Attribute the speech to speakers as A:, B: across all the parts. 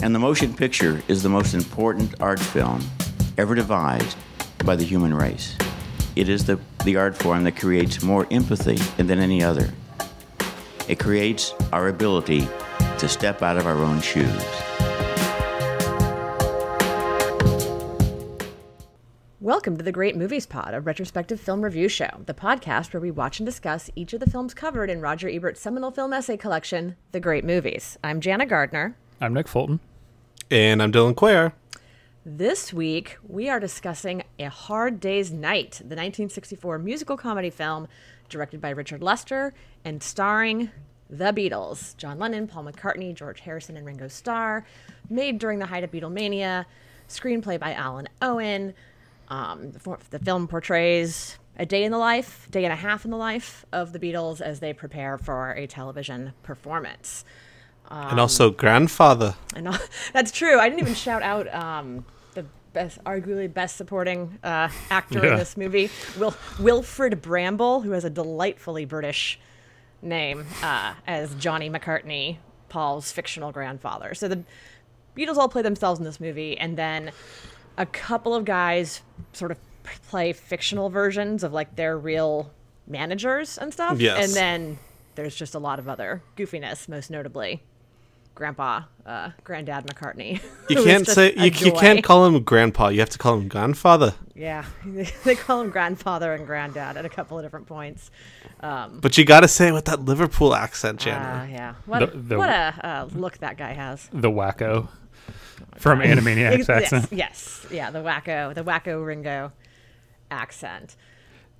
A: And the motion picture is the most important art film ever devised by the human race. It is the, the art form that creates more empathy than any other. It creates our ability to step out of our own shoes.
B: Welcome to the Great Movies Pod, a retrospective film review show, the podcast where we watch and discuss each of the films covered in Roger Ebert's seminal film essay collection, The Great Movies. I'm Jana Gardner.
C: I'm Nick Fulton.
D: And I'm Dylan Quare.
B: This week, we are discussing A Hard Day's Night, the 1964 musical comedy film directed by Richard Lester and starring the Beatles, John Lennon, Paul McCartney, George Harrison, and Ringo Starr, made during the height of Beatlemania, screenplay by Alan Owen. Um, the, for- the film portrays a day in the life, day and a half in the life of the Beatles as they prepare for a television performance. Um,
D: and also grandfather.
B: And all, that's true. I didn't even shout out um, the best, arguably best supporting uh, actor
C: Yeah.
B: in this movie, Wil- Wilfred Bramble, who has a delightfully British name uh, as Johnny McCartney, Paul's fictional grandfather. So the Beatles all play themselves in this movie, and then a couple of guys sort of play fictional versions of like their real managers and stuff.
D: Yes.
B: And then there's just a lot of other goofiness, most notably Grandpa, uh, Granddad McCartney.
D: You
B: who is
D: can't
B: just
D: say
B: a
D: you, you
B: joy.
D: can't call him grandpa. You have to call him grandfather.
B: Yeah, they call him grandfather and granddad at a couple of different points.
D: But you got to say it with that Liverpool accent,
B: Uh,
D: Jana.
B: yeah, what,
C: The- the-
B: what a uh, look that guy has.
C: The wacko from
B: Ex-
C: Animaniacs
B: yes,
C: accent.
B: yes, yeah, the wacko, the wacko Ringo accent.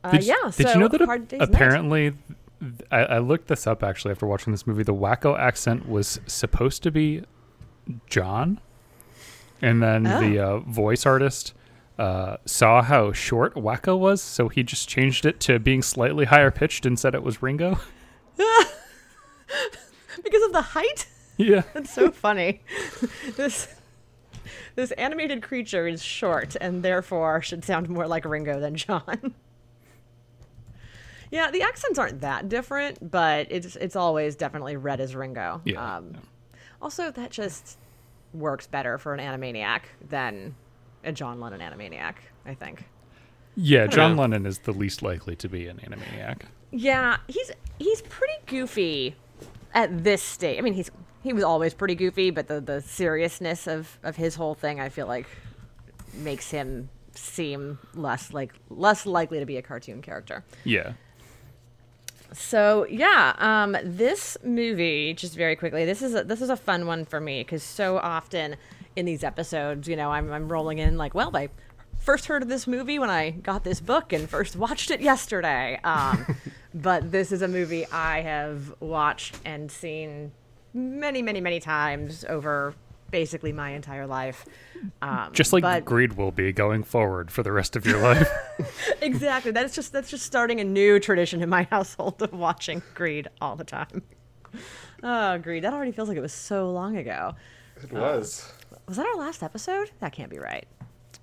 B: Uh,
C: Did, you-
B: yeah,
C: did
B: so
C: you know that
B: Hard Day's Night.
C: apparently, I, I looked this up actually after watching this movie. The wacko accent was supposed to be John, and then the
B: Oh.
C: uh, voice artist uh, saw how short wacko was, so he just changed it to being slightly higher pitched and said it was Ringo.
B: because of the height?
C: yeah,
B: That's so funny. this this animated creature is short and therefore should sound more like Ringo than John. yeah, the accents aren't that different, but it's it's always definitely read as Ringo. Um,
C: Yeah.
B: also, that just works better for an Animaniac than a John Lennon Animaniac, I think.
C: yeah. John
D: know.
C: Lennon is the least likely to be an Animaniac.
B: Yeah, he's he's pretty goofy at this stage. I mean, he's he was always pretty goofy, but the the seriousness of of his whole thing, I feel like, makes him seem less like less likely to be a cartoon character.
C: Yeah.
B: So yeah, um, this movie, just very quickly, this is a, this is a fun one for me because so often in these episodes, you know, I'm I'm rolling in like, well, I first heard of this movie when I got this book and first watched it yesterday. Um, but this is a movie I have watched and seen many, many, many times over basically my entire life. Um,
C: Just like
B: but-
C: greed will be going forward for the rest of your life.
B: exactly. That's just that's just starting a new tradition in my household of watching Greed all the time. Oh, Greed. That already feels like it was so long ago. Uh,
D: It was.
B: Was that our last episode? That can't be right.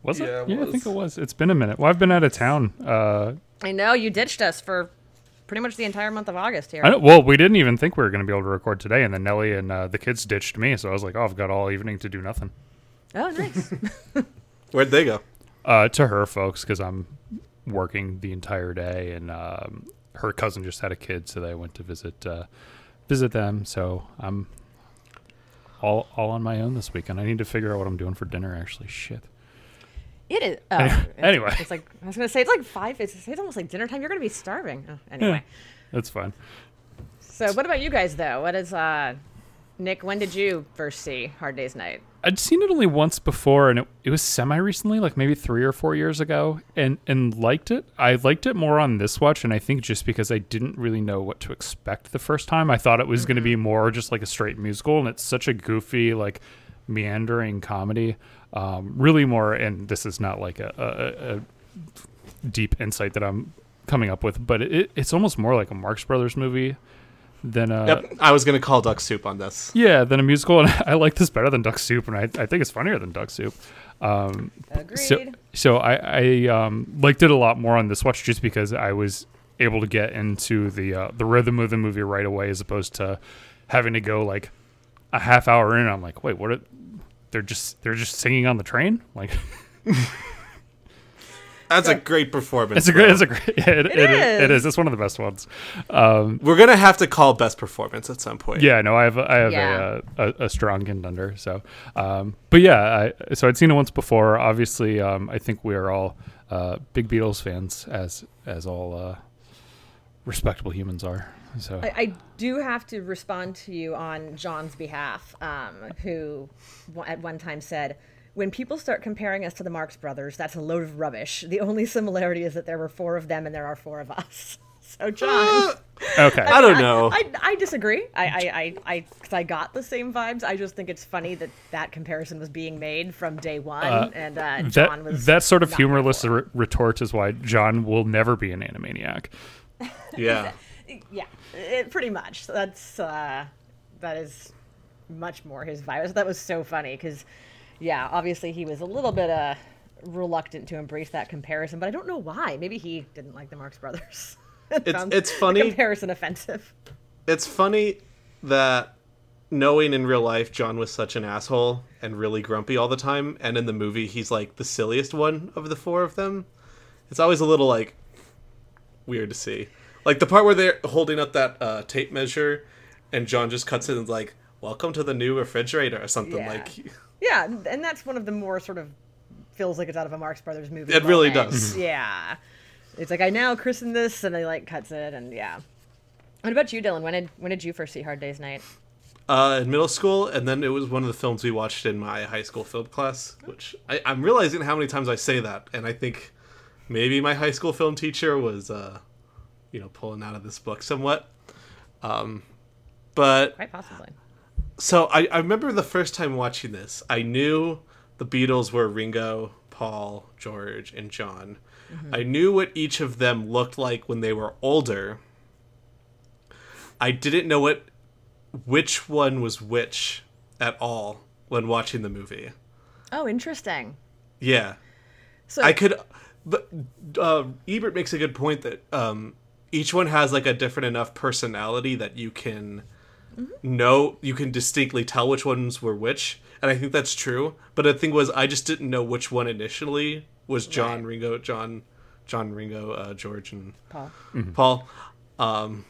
C: Was
D: Yeah,
C: it?
D: it
C: Yeah, I think
D: was.
C: it was. It's been a minute. Well, I've been out of town. Uh,
B: I know you ditched us for pretty much the entire month of August here.
C: I don't, well, we didn't even think we were going to be able to record today, and then Nelly and uh, the kids ditched me, so I was like, "Oh, I've got all evening to do nothing."
B: Oh, nice.
D: Where'd they go?
C: Uh, to her folks, because I'm working the entire day, and um, her cousin just had a kid, so they went to visit uh, visit them. So I'm all all on my own this weekend. I need to figure out what I'm doing for dinner. Actually, shit.
B: it is. Oh,
C: Anyway.
B: it's like I was gonna say it's like five. It's, it's almost like dinner time. You're gonna be starving. Oh, anyway.
C: That's fine.
B: So what about you guys though? What is uh, Nick? When did you first see Hard Day's Night?
C: I'd seen it only once before, and it, it was semi recently, like maybe three or four years ago, and and liked it. I liked it more on this watch, and I think just because I didn't really know what to expect the first time, I thought it was going to be more just like a straight musical, and it's such a goofy, like meandering comedy. Um, really more, and this is not like a, a, a- a deep insight that I'm coming up with, but it, it's almost more like a Marx Brothers movie than a
D: Yep, I was gonna call duck soup on this.
C: yeah, than a musical, and I like this better than Duck Soup, and I, I think it's funnier than Duck Soup. Um,
B: Agreed.
C: so so I, I um, liked it a lot more on this watch just because I was able to get into the uh, the rhythm of the movie right away, as opposed to having to go like a half hour in, I'm like, wait, what? Are, they're just they're just singing on the train. Like
D: That's a great performance.
C: it's a great, it's a great, yeah, it, it is. it
B: is.
C: is. It's one of the best ones.
D: We're gonna have to call best performance at some point.
C: Yeah, no, I have I have
B: Yeah.
C: a, uh, a a strong contender. So, um, but yeah, I, so I'd seen it once before. Obviously, um, I think we are all uh, big Beatles fans, as as all uh, respectable humans are. So
B: I, I do have to respond to you on John's behalf, um, who w- at one time said, "When people start comparing us to the Marx Brothers, that's a load of rubbish. The only similarity is that there were four of them and there are four of us." So, John,
C: okay,
D: I don't know.
B: I, I disagree. I I I, I, 'cause I got the same vibes. I just think it's funny that that comparison was being made from day one, and uh, John
C: that
B: was
C: that sort of
B: not here
C: humorless
B: for
C: re- retort is why John will never be an animaniac.
D: yeah.
B: it. yeah, it, pretty much. So that's uh, that is much more his vibe. So That was so funny because, yeah, obviously he was a little bit uh, reluctant to embrace that comparison, but I don't know why. Maybe he didn't like the Marx Brothers.
D: It's
B: Found
D: it's
B: the
D: funny.
B: comparison offensive.
D: It's funny that knowing in real life John was such an asshole and really grumpy all the time, and in the movie he's like the silliest one of the four of them. It's always a little like weird to see. Like the part where they're holding up that uh, tape measure, and John just cuts it and's like, "Welcome to the new refrigerator" or something
B: Yeah.
D: like.
B: Yeah, and that's one of the more sort of feels like it's out of a Marx Brothers movie.
D: It really
B: moments.
D: does.
B: Yeah, it's like I now christen this, and they like cuts it, and yeah. What about you, Dylan? When did when did you first see Hard Day's Night?
D: uh, in middle school, and then it was one of the films we watched in my high school film class. Which I, I'm realizing how many times I say that, and I think maybe my high school film teacher was, uh, you know, pulling out of this book somewhat. Um, but
B: Quite possibly.
D: so I, I remember the first time watching this, I knew the Beatles were Ringo, Paul, George, and John. I knew what each of them looked like when they were older. I didn't know what which one was which at all when watching the movie.
B: Oh, interesting.
D: Yeah.
B: So
D: I could, but uh, Ebert makes a good point that um, each one has like a different enough personality that you can
B: Mm-hmm.
D: know, you can distinctly tell which ones were which, and I think that's true. But the thing was, I just didn't know which one initially was John
B: Right.
D: Ringo, John, John Ringo, uh, George, and
B: Paul.
D: Paul. Um,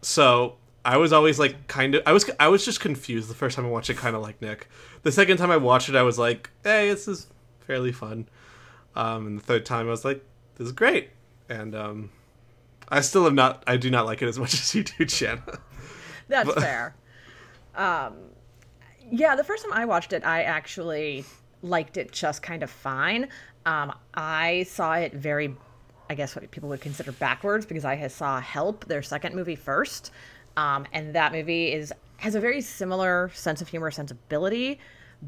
D: so I was always like kind of I was I was just confused the first time I watched it, kind of like Nick. The second time I watched it, I was like, hey, this is fairly fun. Um, and the third time, I was like, this is great. And um, I still am not. I do not like it as much as you do, Jenna.
B: That's fair. Um, yeah, the first time I watched it, I actually liked it just kind of fine. Um, I saw it very, I guess what people would consider backwards because I had- saw Help, their second movie, first, um, and that movie is has a very similar sense of humor, sensibility.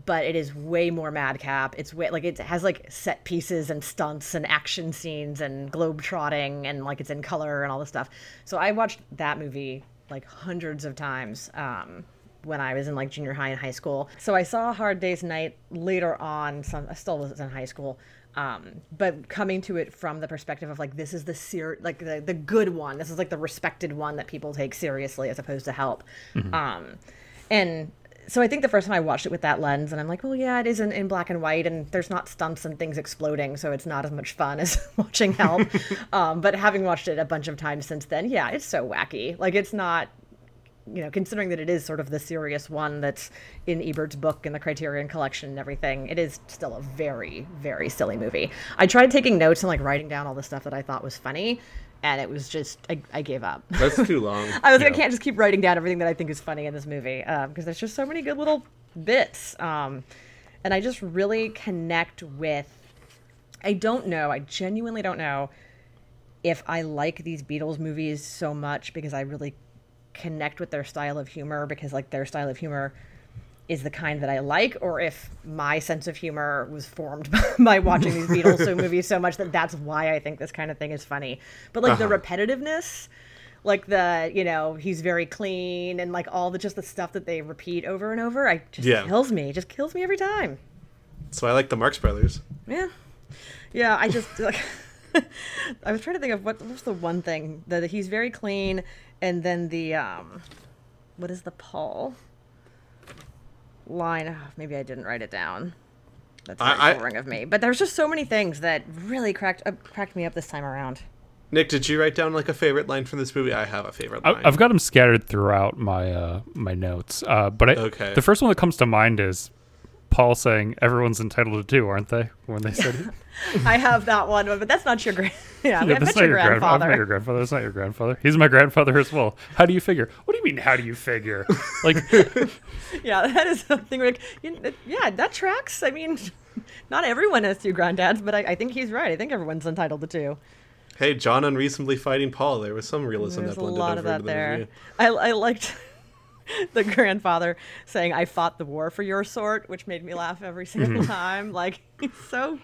B: But it is way more madcap. It's way like it has like set pieces and stunts and action scenes and globe trotting and like it's in color and all this stuff. So I watched that movie like hundreds of times um, when I was in like junior high and high school. So I saw Hard Day's Night later on. Some I still was in high school, um, but coming to it from the perspective of like this is the ser- like the, the good one. This is like the respected one that people take seriously as opposed to help. Um, and so I think the first time I watched it with that lens, and I'm like, well, yeah, it isn't in black and white, and there's not stunts and things exploding, so it's not as much fun as watching Help. um, but having watched it a bunch of times since then, yeah, it's so wacky. Like it's not, you know, considering that it is sort of the serious one that's in Ebert's book and the Criterion Collection and everything, it is still a very, very silly movie. I tried taking notes and like writing down all the stuff that I thought was funny, and it was just I, I gave up.
D: That's too long.
B: I was like, I can't just keep writing down everything that I think is funny in this movie because there's just so many good little bits. Um, and I just really connect with. I don't know. I genuinely don't know if I like these Beatles movies so much because I really connect with their style of humor because like their style of humor is the kind that I like, or if my sense of humor was formed by watching these Beatles so movies so much that that's why I think this kind of thing is funny. But like the repetitiveness, like the you know he's very clean and like all the just the stuff that they repeat over and over, I just
D: Yeah.
B: kills me. It just kills me every time.
D: So I like the Marx Brothers.
B: Yeah, yeah. I just like I was trying to think of what what's the one thing that he's very clean, and then the um, what is the Paul? line. oh, maybe I didn't write it down. That's
D: I-
B: very
D: I-
B: boring of me. But there's just so many things that really cracked uh, cracked me up this time around.
D: Nick, did you write down like a favorite line from this movie? I have a favorite line.
C: I, I've got them scattered throughout my uh, my notes, uh, but I,
D: Okay.
C: the first one that comes to mind is Paul saying, "Everyone's entitled to two, aren't they?" When they said, it.
B: I have that one, but that's not your grand. Yeah,
C: Yeah,
B: that's
C: that's
B: your,
C: grand- I'm
B: grandfather.
C: not your grandfather. That's not your grandfather. He's my grandfather as well. How do you figure? What do you mean? How do you figure? Like,
B: Yeah, that is something like you- that- yeah, that tracks. I mean, not everyone has two granddads, but I, I think he's right. I think everyone's entitled to two.
D: hey, John unreasonably fighting Paul. There was some realism
B: There's
D: that
B: a
D: blended
B: lot
D: over
B: of that
D: into the
B: there.
D: movie.
B: I, I liked the grandfather saying, "I fought the war for your sort," which made me laugh every single
D: Mm-hmm.
B: time. Like he's so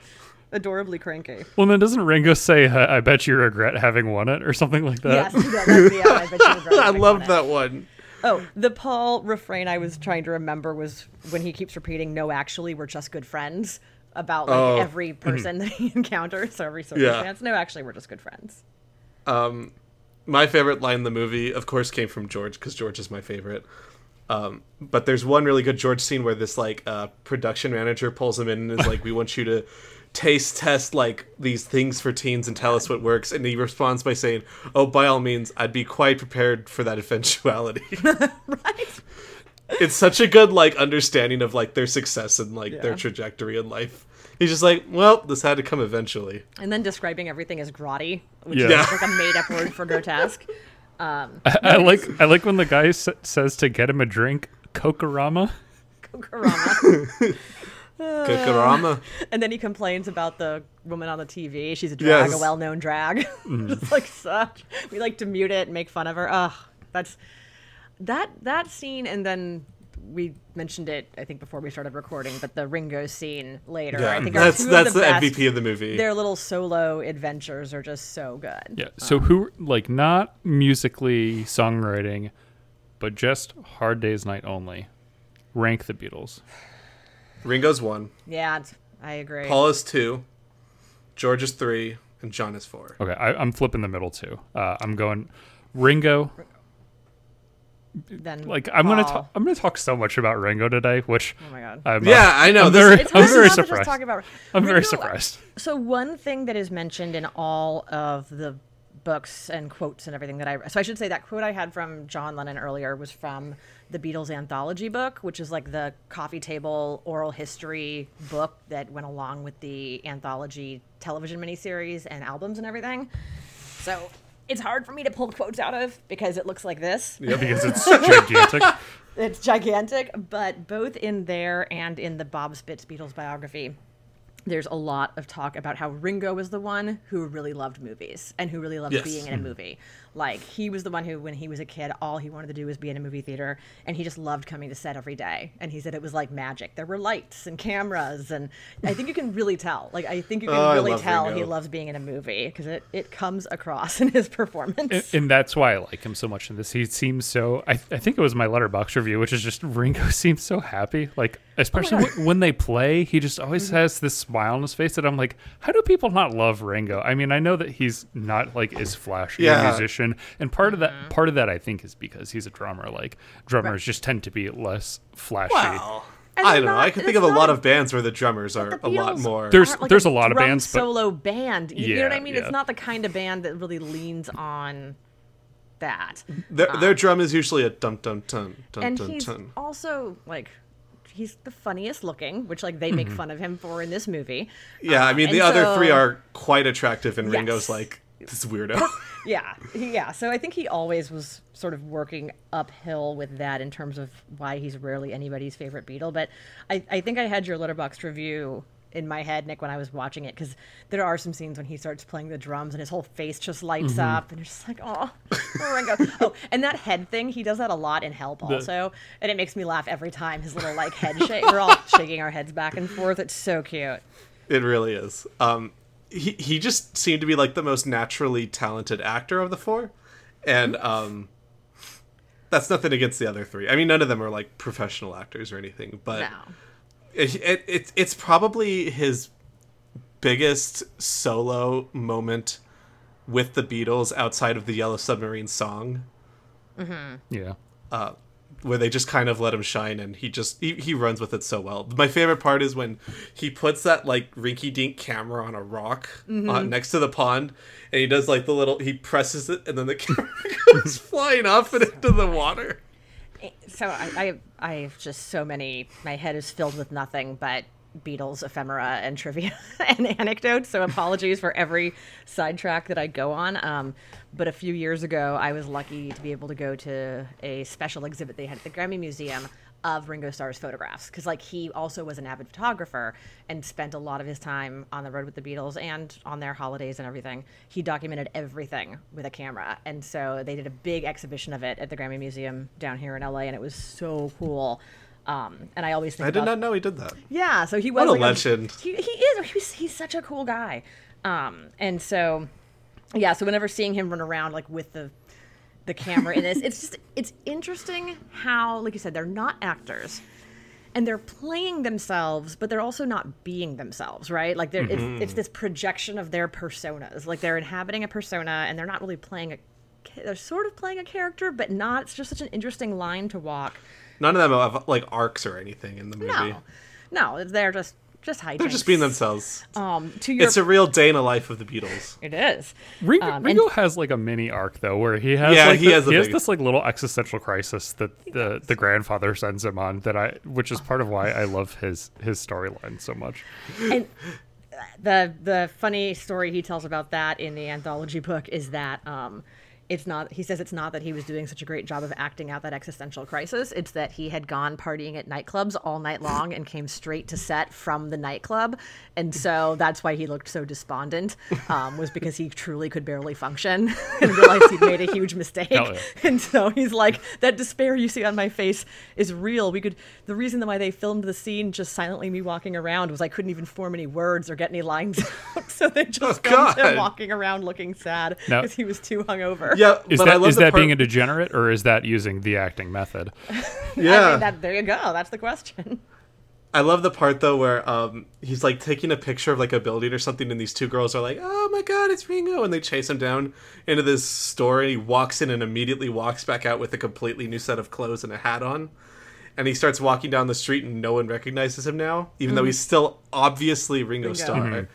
B: adorably cranky.
C: well, then doesn't Ringo say, "I I bet you regret having won it" or something like that?
B: yes, yeah, that's the yeah, I bet you regret
D: Uh, I
B: having
D: loved
B: done it.
D: that one.
B: Oh, the Paul refrain I was trying to remember was when he keeps repeating, "No, actually, we're just good friends." About like
D: Oh.
B: every person that he encounters, or every circumstance. No, actually, we're just good friends.
D: my favorite line in the movie, of course, came from George because George is my favorite. Um, but there's one really good George scene where this like uh, production manager pulls him in and is like, "We want you to taste test like these things for teens and tell us what works." And he responds by saying, "Oh, by all means, I'd be quite prepared for that eventuality."
B: Right?
D: it's such a good like understanding of like their success and like their
B: Yeah.
D: trajectory in life. He's just like, "Well, this had to come eventually."
B: And then describing everything as grotty, which
C: Yeah.
B: is like a made up word for grotesque.
C: I like I like when the guy s- says to get him a drink, Kokorama.
B: Karama. Uh,
D: Kokorama.
B: and then he complains about the woman on the TV. She's a drag,
D: Yes. Mm-hmm.
B: a well known drag. Just like such. We like to mute it and make fun of her. Ugh, that's that that scene. And then we mentioned it, I think, before we started recording, but the Ringo scene later. I
D: Yeah,
B: think are
D: that's
B: two of
D: that's the,
B: best.
D: MVP of the movie.
B: Their little solo adventures are just so good.
C: Yeah. So who like not musically songwriting, but just Hard Day's Night only. Rank the Beatles.
D: Ringo's one.
B: Yeah, it's- I agree.
D: Paul is two, George is three, and John is four.
C: Okay, I, I'm flipping the middle too. Uh, I'm going Ringo.
B: then
C: Like I'm gonna
B: Paul.
C: talk, I'm gonna talk so much about Ringo today, which
B: Oh my god.
C: I'm, uh,
D: Yeah, I know.
C: I'm
D: This-
C: very,
B: It's
C: I'm
B: hard
C: very
B: not to
C: surprised.
B: just talk about.
C: I'm very
B: Ringo-
C: surprised.
B: So one thing that is mentioned in all of the books and quotes and everything that I so I should say that quote I had from John Lennon earlier was from the Beatles anthology book, which is like the coffee table oral history book that went along with the anthology television miniseries and albums and everything. So it's hard for me to pull quotes out of because it looks like this.
C: because it's gigantic.
B: It's gigantic, but both in there and in the Bob Spitz Beatles biography, there's a lot of talk about how Ringo was the one who really loved movies and who really loved
D: Yes. Hmm.
B: being in a movie. Like he was the one who, when he was a kid, all he wanted to do was be in a movie theater, and he just loved coming to set every day. And he said it was like magic. There were lights and cameras, and I think you can really tell. Like I think you can
D: Oh, I
B: really
D: love
B: tell
D: Ringo.
B: he loves being in a movie because it it comes across in his performance.
C: and, and that's why I like him so much in this. He seems so. I, I think it was my letterbox review, which is just Ringo seems so happy. Like
D: Oh
C: especially
B: God.
C: when, when they play, he just always
D: Mm-hmm.
C: has this smile on his face that I'm like, how do people not love Ringo? I mean, I know that he's not like as flashy
D: Yeah.
C: a musician, and part of
D: Mm-hmm.
C: that part of that I think is because he's a drummer. Like drummers just tend to be less flashy.
D: Wow.
B: And
D: I
B: they're
D: don't know. I
B: not-
D: can
B: and
D: think
B: it's
D: of a lot
B: not-
D: of bands where the drummers are
B: the
D: a lot
B: Beatles
D: more.
C: There's-
B: aren't like
C: a lot of
B: drum
C: bands, but-
B: solo band. You, you know what I
C: Yeah,
B: mean?
C: yeah.
B: It's not the kind of band that really leans on that.
D: Their, their drum is usually a dum dum dum dum
B: Ah. And
D: dum
B: he's
D: dum.
B: also like he's the funniest looking, which like they make
C: Mm-hmm.
B: fun of him for in this movie.
D: Yeah, I mean
B: and
D: the other
B: so-
D: three are quite attractive, and Ringo's
B: Yes.
D: like this weirdo.
B: yeah yeah so i think he always was sort of working uphill with that in terms of why he's rarely anybody's favorite beatle but i, I think i had your letterbox review in my head nick when i was watching it because there are some scenes when he starts playing the drums and his whole face just lights up and you're just like oh Ringo. oh and that head thing he does that a lot in help also and it makes me laugh every time his little like head shake we're all shaking our heads back and forth it's so cute
D: it really is. Um, he he just seemed to be like the most naturally talented actor of the four, and
B: Hmm.
D: um, that's nothing against the other three. I mean, none of them are like professional actors or anything, but.
B: now
D: it, it, it's it's probably his biggest solo moment with the Beatles outside of the Yellow Submarine song.
C: Yeah.
D: where they just kind of let him shine and he just he, he runs with it so well my favorite part is when he puts that like rinky-dink camera on a rock uh, next to the pond and he does like the little he presses it and then the camera goes flying off and into the water
B: So I, I, I have just so many. My head is filled with nothing but Beatles ephemera and trivia and anecdotes. So apologies for every sidetrack that I go on. Um, but a few years ago, I was lucky to be able to go to a special exhibit they had at the Grammy Museum of Ringo Starr's photographs because, like, he also was an avid photographer and spent a lot of his time on the road with the Beatles and on their holidays and everything. He documented everything with a camera, and so they did a big exhibition of it at the Grammy Museum down here in LA, and it was so cool. Um, and I always think
D: i did
B: about-
D: not know he did that
B: yeah, so he was
D: a
B: like
D: legend.
B: he, he is. He's, he's such a cool guy. Um, and so, yeah. So whenever seeing him run around like with the the camera in this, it's just it's interesting how, like you said, they're not actors, and they're playing themselves, but they're also not being themselves, right? Like they're it's,
D: Mm-hmm.
B: it's this projection of their personas. Like they're inhabiting a persona, and they're not really playing a. ca- They're sort of playing a character, but not. It's just such an interesting line to walk.
D: none of them have like arcs or anything in the movie
B: No, no, they're just just hijinks.
D: they're just being themselves
B: Um, to your
D: it's a real day in the life of the beatles
B: It is.
C: Ringo,
B: Um, and-
C: Ringo has like a mini arc though, where he has
D: Yeah,
C: like
D: he
C: the-
D: has a
C: he has
D: big-
C: this like little existential crisis that the the grandfather sends him on. That I, which is part of why I love his his storyline so much.
B: And the the funny story he tells about that in the anthology book is that um, it's not. He says it's not that he was doing such a great job of acting out that existential crisis. It's that he had gone partying at nightclubs all night long and came straight to set from the nightclub, and so that's why he looked so despondent. Um, was because he truly could barely function and realized he'd made a huge mistake.
C: Hell yeah.
B: And so he's like, that despair you see on my face is real. We could, the reason why they filmed the scene just silently me walking around was I couldn't even form any words or get any lines out. so they just
D: Oh,
B: filmed
D: God.
B: him walking around looking sad
C: Now-
B: because he was too hungover.
D: yeah
C: Is
D: but I
C: that
D: love
C: is
D: the
C: that
D: part-
C: being a degenerate or is that using the acting method?
D: yeah
B: I mean, that, there you go. That's the question.
D: I love the part though where um, he's like taking a picture of like a building or something, and these two girls are like, "Oh my god, it's Ringo!" and they chase him down into this store, and he walks in and immediately walks back out with a completely new set of clothes and a hat on, and he starts walking down the street, and no one recognizes him now, even though he's
B: Mm-hmm.
D: still obviously Ringo, Starr.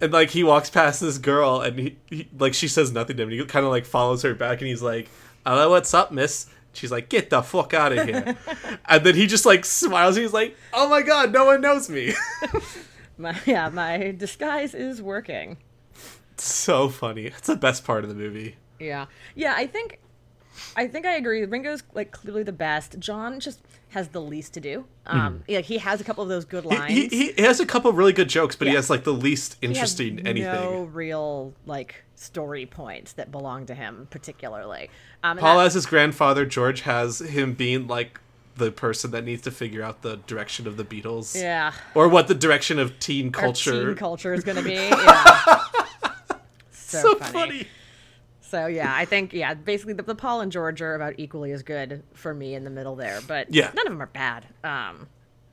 D: And like he walks past this girl, and he, he like she says nothing to him, and he kind of like follows her back, and he's like, "Hello, what's up, Miss?" She's like, "Get the fuck out of here." And then he just like smiles. He's like, "Oh my god, no one knows me."
B: My, yeah, my disguise is working.
D: so funny. That's the best part of the movie.
B: Yeah. Yeah, I think I think I agree. Ringo's like clearly the best. John just has the least to do. Um yeah, he has a couple of those good
D: He-
B: lines.
D: He, he, has a couple really good jokes, but he
B: Yeah.
D: has like the least
B: He has
D: interesting anything.
B: No real like story points that belong to him particularly. Um, and
D: Paul
B: that-
D: has his grandfather. George has him being like the person that needs to figure out the direction of the Beatles.
B: yeah,
D: Or what the direction of teen
B: our
D: culture.
B: teen culture is going to be. Yeah. so,
D: so
B: funny.
D: funny.
B: So yeah, I think yeah, basically the, the Paul and George are about equally as good for me in the middle there, but
D: Yeah.
B: none of them are bad. Um,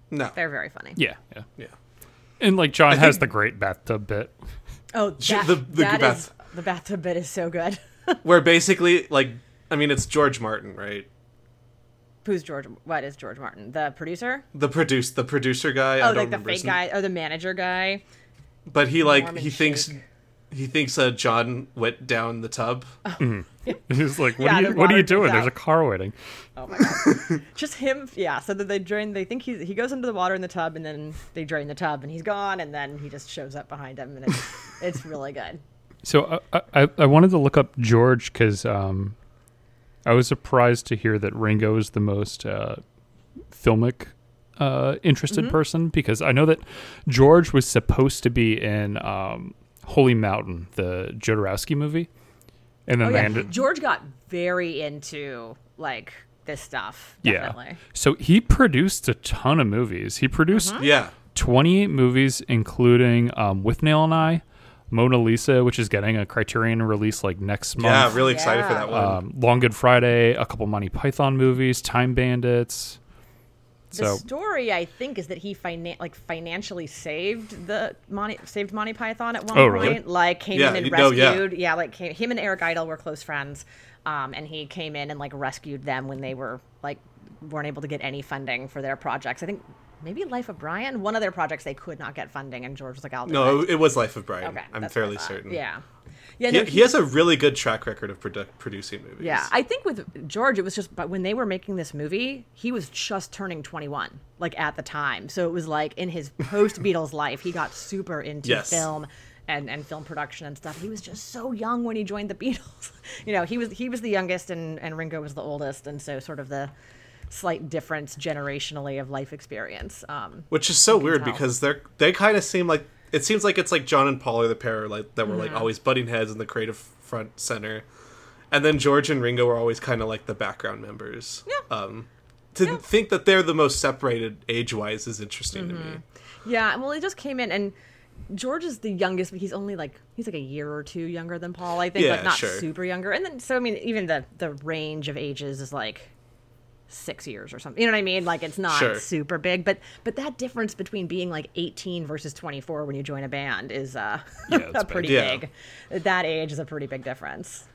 D: No.
B: they're very funny.
C: Yeah, yeah.
D: Yeah.
C: And like John has
D: think-
C: the great bathtub bit.
B: Oh, that,
D: the- the
B: that is-
D: bath-
B: the bathtub bit is so good.
D: Where basically, like, I mean, it's George Martin, right?
B: Who's George? What is George Martin? The producer?
D: The produce, the producer guy. I
B: Oh,
D: don't
B: like the
D: remember his
B: fake
D: name.
B: guy or the manager guy?
D: But he like
B: Mormon
D: he thinks
B: shake.
D: he thinks uh, John went down the tub.
B: Oh.
C: He's like, what
B: Yeah, the
C: are you what
B: water
C: are you
B: comes
C: doing? There's
B: out.
C: a car waiting.
B: just him yeah so that they drain they think he's he goes into the water in the tub and then they drain the tub and he's gone and then he just shows up behind him and it's, it's really good
C: So I, I, I wanted to look up George because um, I was surprised to hear that Ringo is the most uh, filmic uh, interested
B: Mm-hmm.
C: person because I know that George was supposed to be in um, Holy Mountain, the Jodorowsky movie, and then
B: oh
C: they
B: yeah
C: ended.
B: george got very into like this stuff definitely
C: Yeah. So he produced a ton of movies. He produced
B: Mm-hmm.
D: Yeah.
C: 28 movies, including um, With Nail and I, Mona Lisa, which is getting a Criterion release like next month.
D: Yeah, really excited for
B: Yeah.
D: that one.
C: um, Long Good Friday, a couple Monty Python movies, Time Bandits.
B: the
C: So
B: story i think is that he finan- like financially saved the monty saved monty python at one
C: Oh,
B: point
C: really?
B: like came
D: Yeah,
B: in and
D: you- no, yeah.
B: rescued yeah. like came, him and eric idle were close friends um, and he came in and like rescued them when they were like weren't able to get any funding for their projects. I think maybe Life of Brian, one of their projects, they could not get funding, and George was like, "I'll do
D: No,
B: it."
D: it was Life of Brian.
B: Okay, that's
D: I'm
B: what I
D: fairly
B: thought.
D: certain.
B: Yeah, yeah,
D: He,
B: no,
D: he has a really good track record of produ- producing movies.
B: yeah. I think with George, it was just, but when they were making this movie, he was just turning 21, like at the time. So it was like in his post Beatles life, he got super into
D: Yes.
B: film. And, and film production and stuff. He was just so young when he joined the Beatles. you know, he was he was the youngest and, and Ringo was the oldest, and so sort of the slight difference generationally of life experience. Um,
D: Which is so weird
B: tell.
D: because they're they kind of seem like it seems like it's like John and Paul are the pair like that were like
B: Mm-hmm.
D: always butting heads in the creative front center, and then George and Ringo were always kind of like the background members.
B: Yeah.
D: Um, to think that they're the most separated age wise is interesting to
B: Mm-hmm.
D: me.
B: Yeah, well, he just came in, and George is the youngest, but he's only like he's like a year or two younger than Paul, I think,
D: Yeah,
B: like not
D: sure.
B: super younger. And then, so I mean, even the the range of ages is like six years or something. You know what I mean? Like it's not
D: Sure.
B: super big, but but that difference between being like 18 versus 24 when you join a band is uh,
C: Yeah, it's
B: a pretty
D: big. Yeah.
B: big. At That age is a pretty big difference.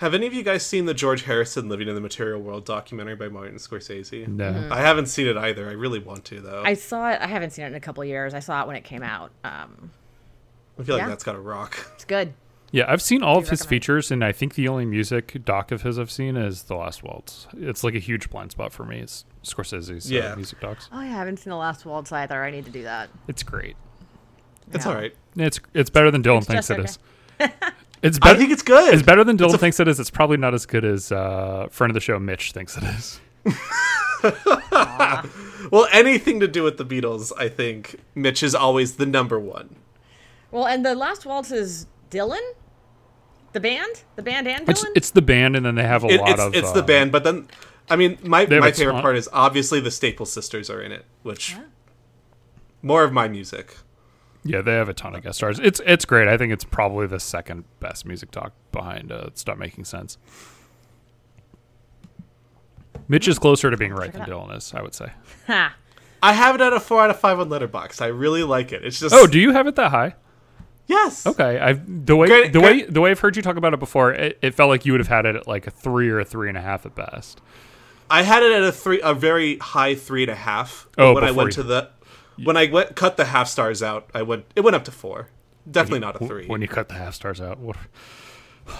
D: Have any of you guys seen the George Harrison Living in the Material World documentary by Martin Scorsese?
C: No.
D: I haven't seen it either. I really want to though.
B: Mm-hmm. I
D: I,
B: saw it. I haven't seen it in a couple years. I saw it when it came out. Um,
D: feel like
B: yeah.
D: that's got to rock.
B: it's good.
C: Yeah, I've seen all of his
B: recommend?
C: features, and I think the only music doc of his I've seen is The Last Waltz. It's like a huge blind spot for me. It's Scorsese's uh,
D: Yeah.
C: music docs.
B: Oh, yeah, I haven't seen the last Waltz either. I need to do that.
C: It's great.
D: It's
B: Yeah.
D: all right.
C: It's it's better than Dylan thinks
B: just
C: it
B: okay.
C: is. It's
D: I
C: better.
D: think it's good.
C: It's better than Dylan
D: a-
C: thinks it is. It's probably not as good as uh, friend of the show Mitch thinks it is.
D: Well, anything to do with the Beatles, I think Mitch is always the number one.
B: Well, and the last waltz is Dylan, the band, the band and Dylan.
C: It's it's the band, and then they have a
D: It-
C: lot
D: it's,
C: of
D: it's the
C: uh,
D: band, but then I mean, my
C: They have
D: my
C: a
D: favorite
C: ton-
D: part is obviously the Staple Sisters are in it, which more of my music.
C: Yeah, they have a ton of guest stars. It's it's great. I think it's probably the second best music doc behind uh, Stop Making Sense. Mitch is closer to being right than Dylan is, I would say.
B: ha.
D: I have it at a four out of five on Letterbox. I really like it. It's just
C: Oh, do you have it that high?
D: yes.
C: Okay, I've the way
D: Great-
C: the way
D: great-
C: the way I've heard you talk about it before, it, it felt like you would have had it at like a three or a three and a half at best.
D: I had it at a three, a very high three and a half.
C: Oh,
D: when I
C: before
D: went
C: you-
D: to the when I went cut the half stars out, I went it went up to four. Definitely not a
C: W-
D: three.
C: When you cut the half stars out, what?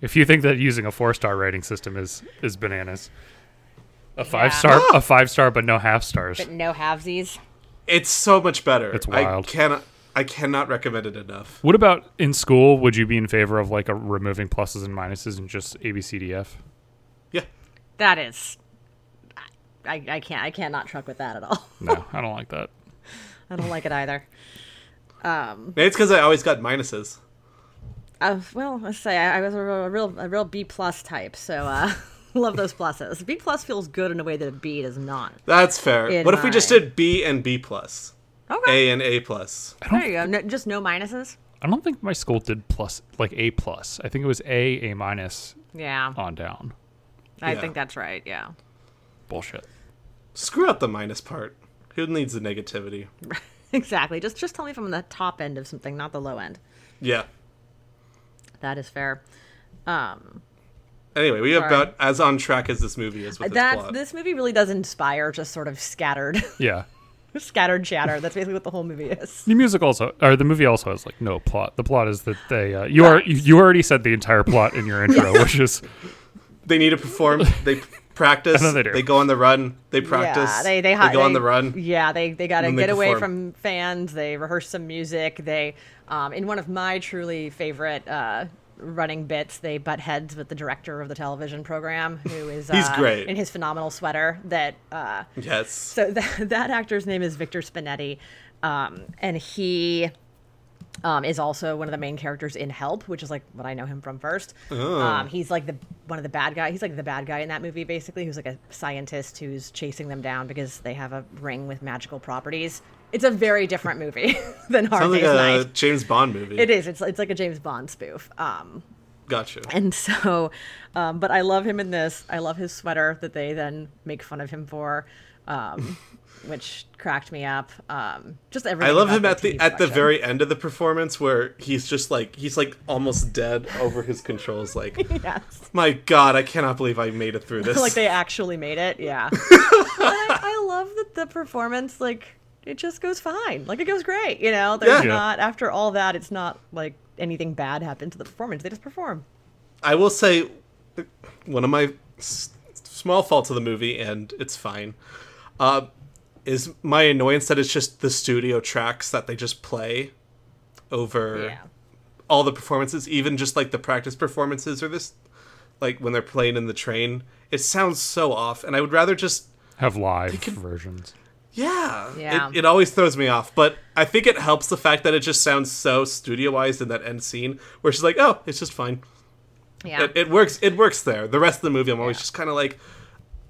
C: If you think that using a four star rating system is is bananas, a five star a five star but no half stars.
B: But no halvesies.
D: It's so much better.
C: It's wild.
D: I cannot I cannot recommend it enough.
C: What about in school? Would you be in favor of like a removing pluses and minuses and just A B C D F?
D: Yeah.
B: That is, I, I can't, I can't not truck with that at all.
C: No, I don't like that.
B: I don't like it either.
D: Maybe it's because I always got minuses.
B: Uh, well, let's say I, I was a real, a real, a real B plus type, so uh, love those pluses. B plus feels good in a way that a B does not.
D: That's fair.
B: In
D: what if we just
B: mine.
D: did B and B plus,
B: Okay,
D: A and A plus?
B: there you go. No, just no minuses.
C: I don't think my school did plus like A plus. I think it was A A minus
B: Yeah,
C: on down.
B: I
D: yeah.
B: think that's right. Yeah,
C: Bullshit.
D: Screw out the minus part. Who needs the negativity?
B: exactly. Just, just tell me if I'm on the top end of something, not the low end.
D: Yeah.
B: That is fair. Um,
D: Anyway, we are
B: Sorry.
D: about as on track as this movie is with its
B: that
D: plot.
B: this movie really does inspire just sort of scattered
C: Yeah.
B: scattered chatter that's basically what the whole movie is
C: The music also, or the movie also has like no plot. The plot is that they uh, you are you, you already said the entire plot in your intro, which is
D: They need to perform. They p- practice.
C: know they do.
D: go on the run. They practice.
B: yeah they they,
D: go on the run.
B: yeah they they gotta
D: And they
B: get away
D: perform.
B: from fans they rehearse some music they um in one of my truly favorite uh running bits they butt heads with the director of the television program who is
D: He's
B: uh,
D: great.
B: in his phenomenal sweater that uh
D: Yes.
B: So that, that actor's name is Victor Spinetti, um, and he um, is also one of the main characters in Help, which is like what I know him from first.
D: Oh.
B: Um, he's like the one of the bad guy. He's like the bad guy in that movie, basically, who's like a scientist who's chasing them down because they have a ring with magical properties. It's a very different movie than Hard
D: Sounds like
B: Day's
D: a
B: Night.
D: James Bond movie.
B: It is. It's it's like a James Bond spoof. Um,
D: Gotcha.
B: And so, um, but I love him in this. I love his sweater that they then make fun of him for, um, which cracked me up. Um, just everything.
D: I love
B: about
D: him
B: their
D: at the
B: TV
D: at the
B: production.
D: very end of the performance where he's just like he's like almost dead over his controls. Like,
B: yes.
D: my God, I cannot believe I made it through this.
B: like they actually made it. Yeah. But I, I love that the performance like it just goes fine. Like it goes great. You know, there's
D: Yeah. Yeah.
B: not after all that. It's not like anything bad happened to the performance. They just perform.
D: I will say one of my s- small faults of the movie, and it's fine, uh, is my annoyance that it's just the studio tracks that they just play over
B: Yeah.
D: all the performances, even just like the practice performances or this, like when they're playing in the train. It sounds so off, and I would rather just
C: Have live versions.
D: yeah.
B: Yeah.
D: It, it always throws me off, but I think it helps the fact that it just sounds so studioized in that end scene where she's like, "Oh, it's just fine."
B: Yeah.
D: It, it works. It works there. The rest of the movie, I'm always just kind of like,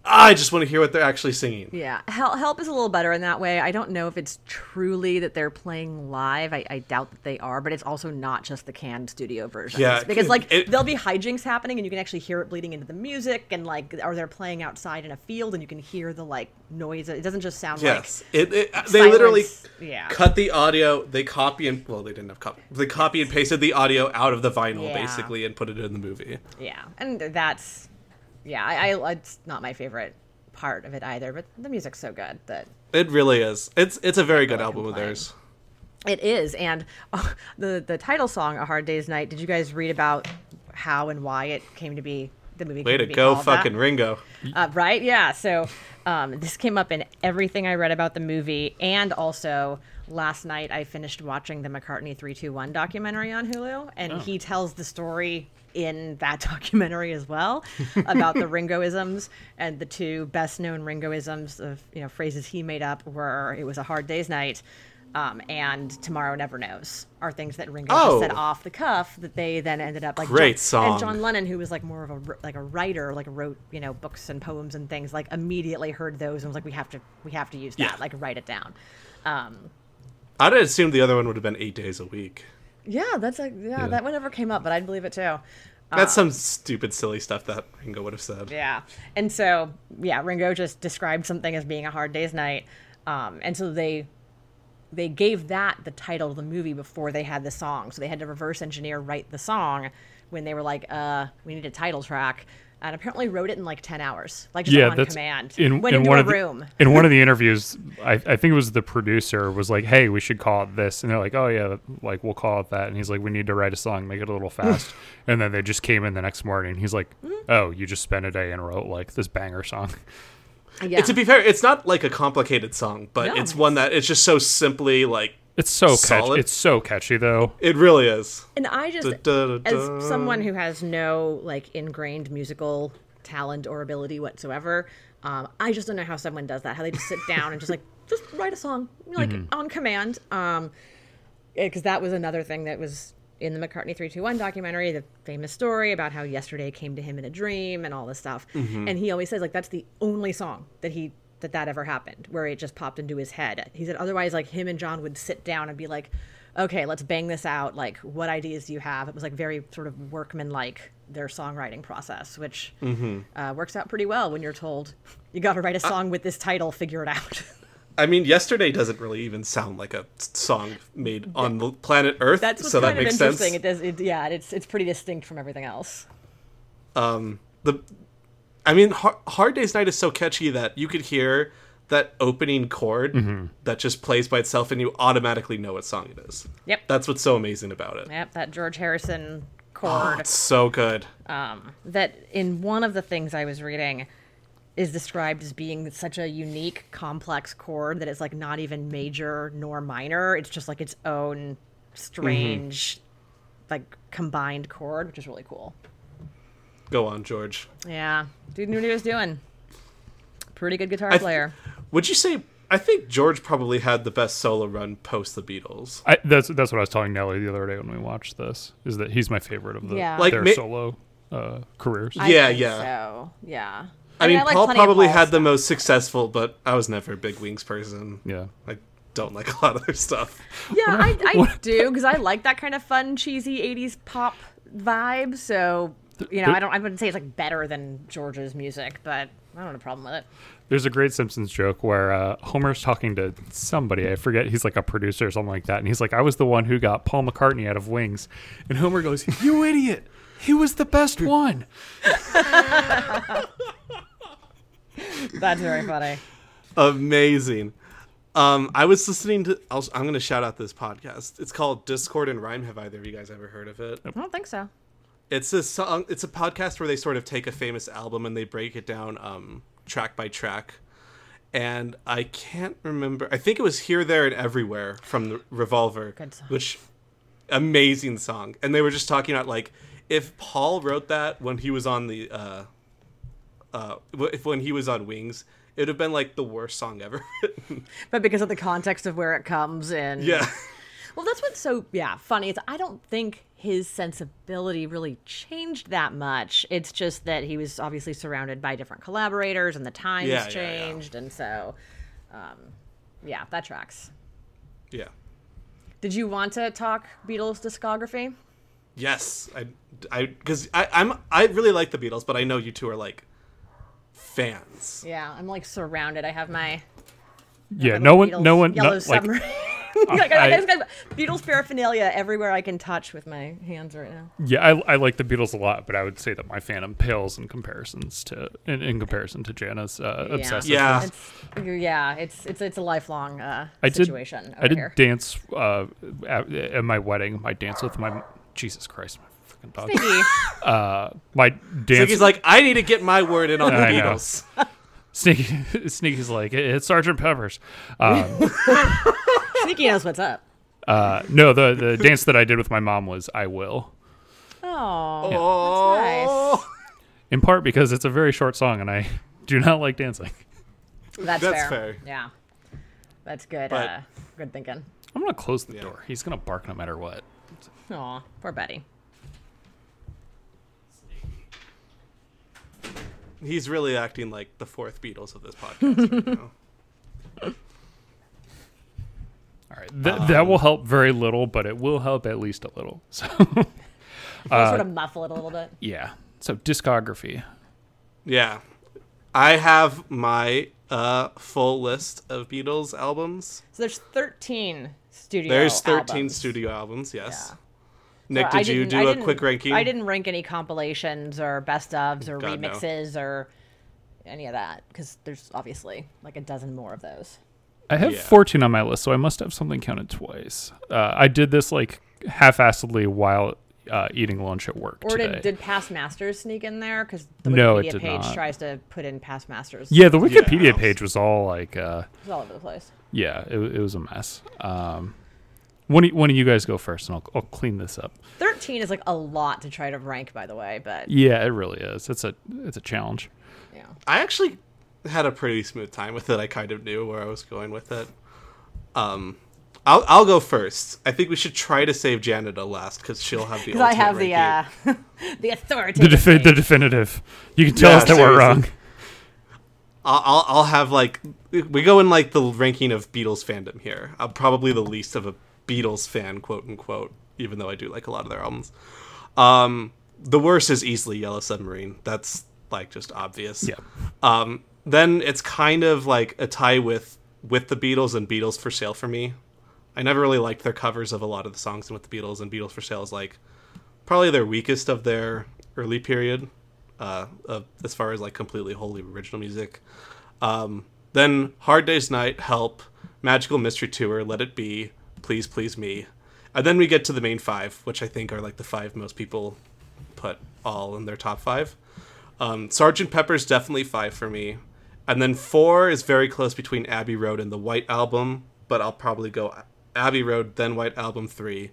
D: I just want to hear what they're actually singing.
B: Yeah, help, help is a little better in that way. I don't know if it's truly that they're playing live. I, I doubt that they are, but it's also not just the canned studio version.
D: Yeah,
B: because like
D: it-
B: there'll be hijinks happening, and you can actually hear it bleeding into the music, and like or they're playing outside in a field, and you can hear the like noise. It doesn't just sound
D: Yes,
B: like
D: it, it, they literally
B: yeah.
D: cut the audio. They copy and well, they didn't have copy. They copy and pasted the audio out of the vinyl
B: Yeah.
D: basically and put it in the movie.
B: yeah, and that's yeah. I, I it's not my favorite part of it either, but the music's so good that
D: It really is. It's it's a very good album of
B: complain.
D: theirs.
B: It is, and uh, the the title song, "A Hard Day's Night." Did you guys read about how and why it came to be the movie?
D: Way
B: came
D: to
B: be
D: go,
B: called that?
D: fucking Ringo.
B: Uh, right? Yeah. So um, this came up in everything I read about the movie, and also last night I finished watching the McCartney three two one documentary on Hulu, and
D: Oh.
B: he tells the story in that documentary as well about the Ringoisms and the two best known Ringoisms of you know phrases he made up were "It was a hard day's night." Um, and tomorrow never knows are things that Ringo just
D: Oh.
B: said off the cuff that they then ended up like
D: Great
B: John-
D: song.
B: And John Lennon, who was like more of a r- like a writer, like wrote you know books and poems and things, like immediately heard those and was like, we have to we have to use that,
D: Yeah.
B: like write it down. Um,
D: I'd assume the other one would have been eight days a week.
B: yeah, that's like yeah, that one never came up, but I'd believe it too.
D: That's some stupid, silly stuff that Ringo would have said.
B: Uh. Yeah, and so yeah, Ringo just described something as being a hard day's night, um, and so they they gave that the title of the movie before they had the song, so they had to reverse engineer write the song when they were like, uh, we need a title track. And apparently wrote it in like ten hours, like just
C: yeah,
B: on
C: that's
B: command.
C: in,
B: went
C: in
B: into
C: one
B: a
C: of the-
B: room.
C: in one of the interviews, I, I think it was the producer was like, "Hey, we should call it this," and they're like, "Oh yeah, like we'll call it that." And he's like, "We need to write a song, make it a little fast." and then they just came in the next morning. He's like,
B: Hmm?
C: "Oh, you just spent a day and wrote like this banger song."
B: Yeah.
D: To be fair, it's not like a complicated song, but
B: No,
D: it's one that it's just so simply like
C: It's so
D: Solid.
C: catchy. It's so catchy though.
D: it really is.
B: and I just,
D: Da-da-da-da.
B: as someone who has no like ingrained musical talent or ability whatsoever, um, I just don't know how someone does that. How they just sit down and just like just write a song like on command. Um, because that was another thing that was in the McCartney 321 documentary, the famous story about how yesterday came to him in a dream and all this stuff.
D: Mm-hmm.
B: And he always says like that's the only song that he that that ever happened where it just popped into his head. He said otherwise like him and John would sit down and be like, "Okay, let's bang this out. Like what ideas do you have?" It was like very sort of workman like their songwriting process, which
D: Mm-hmm.
B: uh, works out pretty well when you're told you got to write a song with this title, figure it out.
D: I mean, yesterday doesn't really even sound like a s- song made on the planet Earth,
B: That's what's
D: so
B: kind
D: that makes
B: of
D: sense.
B: interesting. It does, it, yeah, it's it's pretty distinct from everything else.
D: the, I mean, Har- Hard Day's Night is so catchy that you could hear that opening chord that just plays by itself, and you automatically know what song it is.
B: Yep.
D: that's what's so amazing about it.
B: Yep, that George Harrison
D: Oh,
B: chord.
D: it's so good.
B: Uh. that in one of the things I was reading is described as being such a unique, complex chord that it's like not even major nor minor. It's just like its own strange,
D: Mm-hmm.
B: like combined chord, which is really cool.
D: Go on, George.
B: Yeah, dude knew what he was doing. Pretty good guitar
D: th-
B: player.
D: Would you say? I think George probably had the best solo run post the Beatles.
C: I, that's that's what I was telling Nelly the other day when we watched this. Is that he's my favorite of the
B: Yeah.
D: Like,
C: their
D: ma-
C: solo uh, careers.
B: I
D: yeah,
B: think
D: yeah.
B: So yeah.
D: I mean,
B: like
D: Paul
B: plenty of
D: probably
B: Paul's
D: had the
B: stuff.
D: most successful, but I was never a big Wings person.
C: yeah.
D: I don't like a lot of their stuff.
B: Yeah, I, I do because I like that kind of fun, cheesy '80s pop vibe. So you know,
C: there-
B: I don't. I wouldn't say it's like better than George's music, but I don't have a problem with it.
C: There's a great Simpsons joke where uh, Homer's talking to somebody. I forget. He's like a producer or something like that. And he's like, I was the one who got Paul McCartney out of Wings. And Homer goes, You idiot. He was the best one.
B: That's very funny.
D: Amazing. Um, I was listening to. I'll, I'm going to shout out this podcast. It's called Discord and Rhyme. Have either of you guys ever heard of it?
B: I don't think so.
D: It's a song. It's a podcast where they sort of take a famous album and they break it down um, track by track. And I can't remember. I think it was Here, There, and Everywhere from the Revolver,
B: Good song.
D: which amazing song. And they were just talking about like if Paul wrote that when he was on the uh, uh, w- if when he was on Wings, it'd have been like the worst song ever.
B: But because of the context of where it comes in,
D: yeah.
B: Well, that's what's so yeah funny. Is I don't think his sensibility really changed that much. It's just that he was obviously surrounded by different collaborators, and the times
D: Yeah, yeah, yeah.
B: changed, and so, um, yeah, that tracks.
D: Yeah.
B: Did you want to talk Beatles discography?
D: Yes, I, I, because I, I'm, I really like the Beatles, but I know you two are like fans.
B: Yeah, I'm like surrounded. I have my
C: Yeah, no one,
B: Beatles
C: no one,
B: yellow
C: no, like,
B: submarine. Like, I-
C: I-
B: I've got Beatles paraphernalia everywhere I can touch with my hands right now.
C: yeah, I, I like the Beatles a lot, but I would say that my fandom pales in comparisons to, in, in comparison to Jana's uh, obsessive.
D: Yeah,
B: It's, yeah, it's it's it's a lifelong uh,
C: I did,
B: situation over
C: I did
B: here.
C: dance uh, at, at my wedding. My dance with my Jesus Christ, my fucking dog.
B: Maybe.
C: Uh, my
D: so
C: dance.
D: he's like, I need to get my word in on the
C: I know.
D: Beatles.
C: Sneaky, Sneaky's like "It- it's Sergeant Pepper's. Um,
B: Sneaky knows what's up.
C: uh, no, the the dance that I did with my mom was "I Will,"
B: Oh,
D: Oh,
C: in part because it's a very short song and I do not like dancing.
B: that's,
D: That's
B: fair.
D: fair.
B: Yeah, that's good.
D: But-
B: uh, good thinking.
C: I'm gonna close the
D: Yeah.
C: door. He's gonna bark no matter what.
B: Aw, poor Betty.
D: he's really acting like the fourth Beatles of this podcast right now.
C: All right, Th-
D: Um,
C: that will help very little, but it will help at least a little. So
B: I'll
C: Uh,
B: sort of muffle it a little bit.
C: yeah. So discography.
D: Yeah, I have my uh full list of Beatles albums.
B: So there's 13 studio.
D: There's 13
B: albums.
D: studio albums. Yes.
B: Yeah.
D: Nick,
B: I
D: did you
B: didn't- I
D: do a
B: didn't-
D: quick ranking?
B: I didn't rank any compilations or best ofs or
D: God, no.
B: remixes or any of that because there's obviously like a dozen more of those.
C: I have
D: Yeah.
C: 14 on my list, so I must have something counted twice. Uh, I did this like half-assedly while uh, eating lunch at work
B: Or
C: today.
B: did, did past masters sneak in there? Because the
C: No, it
B: Wikipedia
C: did
B: page
C: not.
B: tries to put in past masters.
C: yeah, the Wikipedia
D: Yeah.
C: page was all like. Uh,
B: It's all over the place.
C: yeah, it, it was a mess. Um, one, of- one of you guys go first, and I'll, I'll clean this up.
B: 13 is like a lot to try to rank, by the way, but
C: Yeah, it really is. It's a it's a challenge.
B: yeah.
D: I actually had a pretty smooth time with it. I kind of knew where I was going with it. Um, I'll I'll go first. I think we should try to save Janet to last because she'll have the.
B: Because I have the
D: ultimate
B: uh,
D: ranking.
B: the authority.
C: The defi- the definitive. You can tell
D: Yeah,
C: us that
D: seriously.
C: we're wrong.
D: I'll, I'll I'll have like we go in like the ranking of Beatles fandom here. I'm probably the least of a Beatles fan, quote unquote. Even though I do like a lot of their albums. Um, the worst is easily Yellow Submarine. That's like just obvious.
C: Yeah.
D: Um, then it's kind of like a tie with with the Beatles and Beatles for Sale for me. I never really liked their covers of a lot of the songs with the Beatles and Beatles for Sale is like probably their weakest of their early period, uh, of, as far as like completely wholly original music. Um, then Hard Day's Night, Help, Magical Mystery Tour, Let It Be, Please Please Me, and then we get to the main five, which I think are like the five most people put all in their top five. Um, Sergeant Pepper's definitely five for me, and then four is very close between Abbey Road and the White Album, but I'll probably go Abbey Road then White Album three,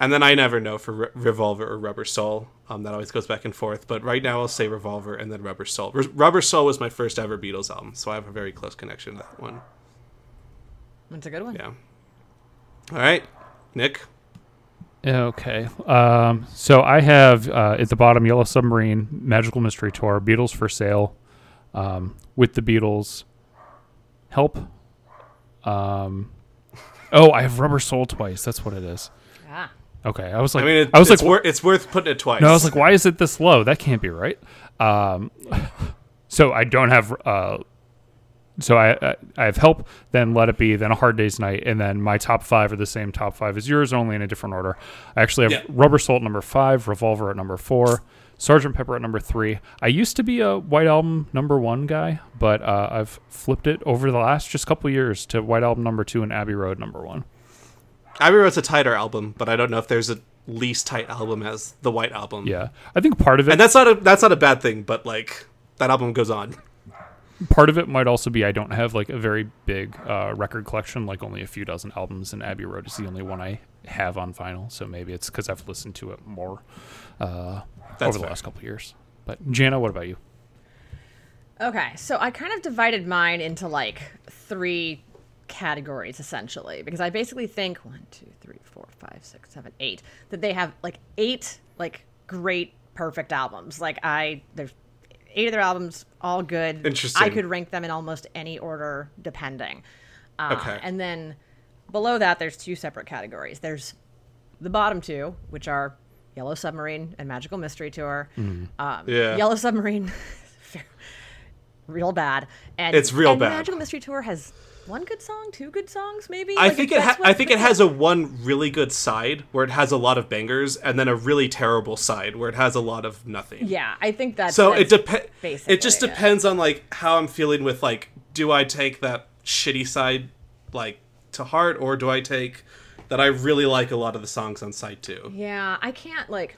D: and then I never know for Re- Revolver or Rubber Soul. Um, that always goes back and forth. But right now, I'll say Revolver and then Rubber Soul. Re- Rubber Soul was my first ever Beatles album, so I have a very close connection to that one.
B: That's a good one.
D: Yeah. All right, Nick.
C: Okay. Um, so I have uh, at the bottom Yellow Submarine, Magical Mystery Tour, Beatles for Sale, um, with the Beatles, Help. Um, oh, I have Rubber Soul twice. That's what it is.
B: Ah,
C: Okay, I was like,
D: I
C: I,
D: mean, it,
C: was like,
D: it's, wor- it's worth putting it twice.
C: no, I was like, why is it this low? That can't be right. Um, so I don't have. Uh, so I, I I have help. Then let it be. Then a hard day's night, and then my top five are the same top five as yours, only in a different order. I actually have
D: Yeah.
C: Rubber Salt at number five, Revolver at number four, Sergeant Pepper at number three. I used to be a White Album number one guy, but uh, I've flipped it over the last just couple years to White Album number two and Abbey Road number one.
D: Abbey Road's a tighter album, but I don't know if there's a least tight album as the White Album.
C: Yeah, I think part of it
D: and that's not a that's not a bad thing, but like that album goes on.
C: part of it might also be I don't have like a very big uh, record collection, like only a few dozen albums, and Abbey Road is the only one I have on vinyl. So maybe it's because I've listened to it more uh,
D: That's
C: over the
D: fair.
C: last couple of years. But Jana, what about you?
B: Okay, so I kind of divided mine into like three categories essentially because I basically think one, two, three, four, five, six, seven, eight that they have like eight like great perfect albums. Like I there's eight of their albums all good. I
D: Interesting.
B: could rank them in almost any order depending. Uh,
D: Okay.
B: And then below that there's two separate categories. There's the bottom two, which are Yellow Submarine and Magical Mystery Tour.
D: Hmm.
B: Um,
D: Yeah.
B: Yellow Submarine, real bad. And
D: It's real
B: and
D: bad.
B: Magical Mystery Tour has one good song, two good songs, maybe.
D: I
B: Like,
D: think it
B: that's
D: ha-
B: what-
D: I think it has a one really good side where it has a lot of bangers and then a really terrible side where it has a lot of nothing.
B: Yeah, I think that's
D: So it
B: that's-
D: depends.
B: basically
D: It just
B: it.
D: depends on like how I'm feeling with like, do I take that shitty side like to heart, or do I take that I really like a lot of the songs on side two?
B: Yeah, I can't like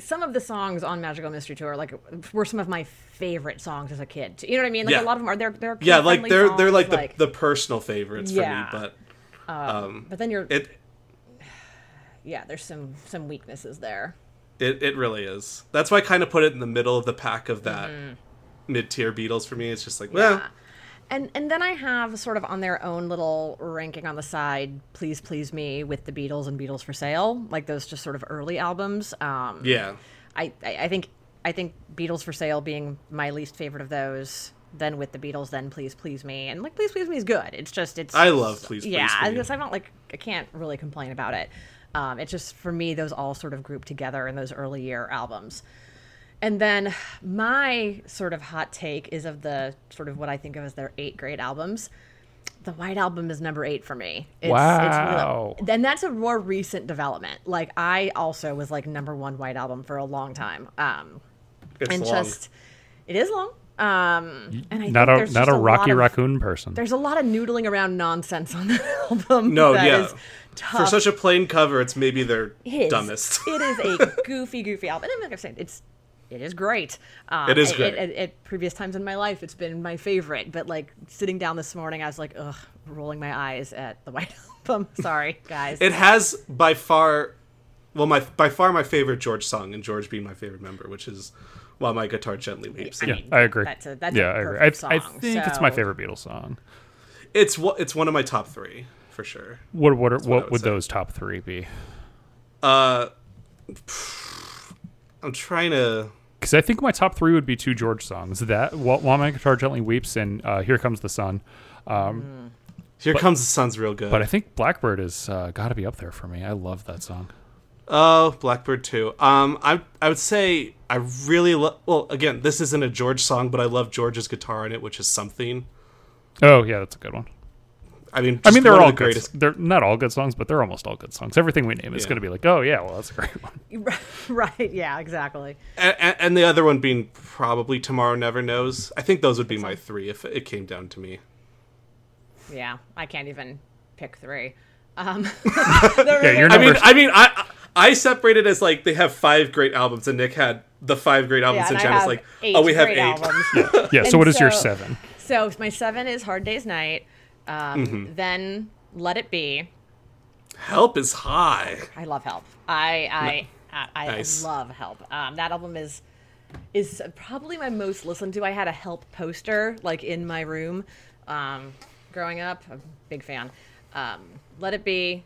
B: some of the songs on Magical Mystery Tour like were some of my favorite songs as a kid. You know what I mean? Like a
D: Yeah.
B: lot of them are they're they're
D: Yeah, like
B: kid-friendly
D: they're they're
B: songs,
D: like the the personal favorites
B: Yeah.
D: for me,
B: but then you're
D: but it
B: yeah. There's some some weaknesses there.
D: It it really is. That's why I kind of put it in the middle of the pack of that
B: Mm-hmm.
D: mid tier Beatles for me. It's just like, well,
B: And and then I have sort of on their own little ranking on the side, please please me with the Beatles and Beatles for Sale, like those just sort of early albums. Um,
D: yeah,
B: I, I I think I think Beatles for Sale being my least favorite of those. Then with the Beatles, then please please me, and like please please me is good. It's just it's
D: I love Please Please
B: yeah.
D: Me.
B: I guess I'm not like I can't really complain about it. Um, it's just for me those all sort of group together in those early year albums. And then my sort of hot take is of the sort of what I think of as their eight great albums. The White Album is number eight for me. It's,
C: Wow.
B: It's really, and that's a more recent development. Like I also was like number one White Album for a long time. Um,
D: it's
B: and
D: long.
B: just it is long. Um, and I
C: Not
B: think
C: a
B: there's
C: not
B: just
C: a
B: lot
C: Rocky
B: of-
C: Raccoon person.
B: There's a lot of noodling around nonsense on the album.
D: No,
B: that
D: yeah.
B: is
D: for
B: tough.
D: such a plain cover, it's maybe their
B: It is-
D: dumbest.
B: it is a goofy, goofy album. And like I'm saying, it's it is great. Um,
D: It is
B: at-
D: great.
B: At, at previous times in my life, it's been my favorite. But like sitting down this morning, I was like, ugh, rolling my eyes at the White Album. Sorry, guys.
D: it has by far, well, my by far my favorite George song, and George being my favorite member, which is while my guitar gently weeps.
C: yeah,
B: mean,
C: I agree.
B: that's a- that's a
C: yeah, I agree.
B: perfect
C: I, I
B: song,
C: think it's my
B: so-
C: favorite Beatles song.
D: It's wha- it's one of my top three for sure.
C: What what what,
D: I would
C: would
D: say.
C: those top three be?
D: I'm trying to.
C: Because I think my top three would be two George songs: that "While, While My Guitar Gently Weeps" and uh, "Here Comes the Sun."
D: Here comes the sun's real good.
C: But I think "Blackbird" is uh, got to be up there for me. I love that song.
D: Oh, Blackbird too. Um, I I would say I really love. Well, again, this isn't a George song, but I love George's guitar in it, which is something.
C: Oh yeah, that's a good one.
D: I mean,
C: I
D: just
C: mean, they're
D: one of
C: all
D: the
C: good.
D: greatest.
C: They're not all good songs, but they're almost all good songs. Everything we name is
D: Yeah.
C: going to be like, oh yeah, well that's a great one.
B: right? Yeah, exactly.
D: And, and the other one being probably Tomorrow Never Knows. I think those would be my three if it came down to me.
B: Yeah, I can't even pick three. Um, there
C: Yeah,
B: is-
C: you're
D: I mean,
C: Numbers-
D: I mean, I I separated as like they have five great albums, and Nick had the five great
B: yeah,
D: albums,
B: and
D: and
B: I
D: Jen
B: have
D: is like,
B: eight
D: oh, we have
B: great
D: eight.
B: albums.
C: Yeah. So
B: And
C: what is your
B: so-
C: seven?
B: So my seven is Hard Day's Night. Um,
D: Mm-hmm.
B: Then Let It Be.
D: Help is high.
B: I love Help. I I I, I
D: Nice.
B: love Help. Um, that album is is probably my most listened to. I had a Help poster like in my room um, growing up. I'm a big fan. Um, Let It Be,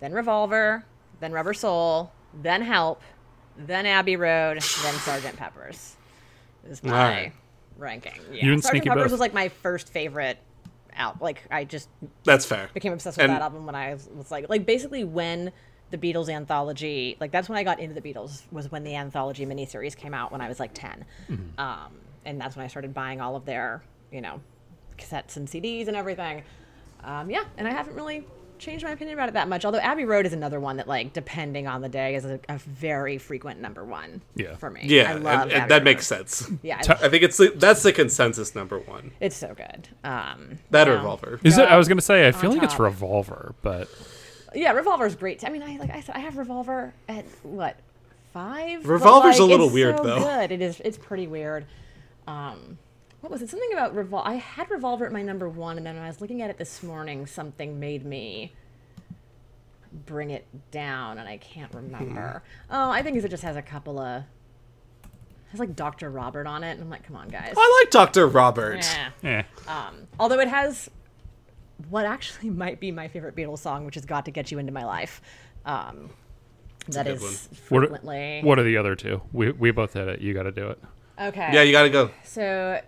B: then Revolver, then Rubber Soul, then Help, then Abbey Road, then Sergeant Pepper's. Is my
D: Alright.
B: ranking. Yeah.
C: You and
B: Sergeant
C: Sneaky
B: Pepper's
C: both.
B: was like my first favorite out. Like I just
D: That's fair.
B: became obsessed with
D: And-
B: that album when I was like, like basically when the Beatles anthology. Like that's when I got into the Beatles was when the anthology miniseries came out when I was like 10
D: Mm-hmm.
B: um, and that's when I started buying all of their you know cassettes and CDs and everything. Um, yeah, and I haven't really changed my opinion about it that much. Although Abbey Road is another one that like depending on the day is a, a very frequent number one.
C: Yeah.
B: for me.
D: Yeah,
B: I
D: and-
B: love
D: and
B: Abbey
D: that
B: Road.
D: makes sense.
B: Yeah, I
C: T-
B: love-
D: I think it's the, that's the consensus number one.
B: it's so good. Um,
D: That or
B: yeah.
D: revolver.
C: Is it?
B: Yeah.
C: I was gonna say. I feel like it's
B: top.
C: Revolver, but
B: Yeah, Revolver's great. I mean, I like I said, I have Revolver at what five? But,
D: Revolver's a
B: like,
D: little
B: it's
D: weird,
B: so
D: though.
B: Good. It is. It's pretty weird. Um, what was it? Something about Revolver. I had Revolver at my number one, and then when I was looking at it this morning, something made me bring it down, and I can't remember.
D: Hmm.
B: Oh, I think 'cause it just has a couple of. Has like Dr. Robert on it, and I'm like, come on, guys.
D: I like Doctor Robert.
B: Yeah.
C: eh.
B: Although it has what actually might be my favorite Beatles song, which is "Got to Get You Into My Life." Um, that
D: good
B: is
C: What are-
B: frequently
C: What are the other two? We we both had it. You got to do it.
B: okay.
D: Yeah, you gotta go.
B: so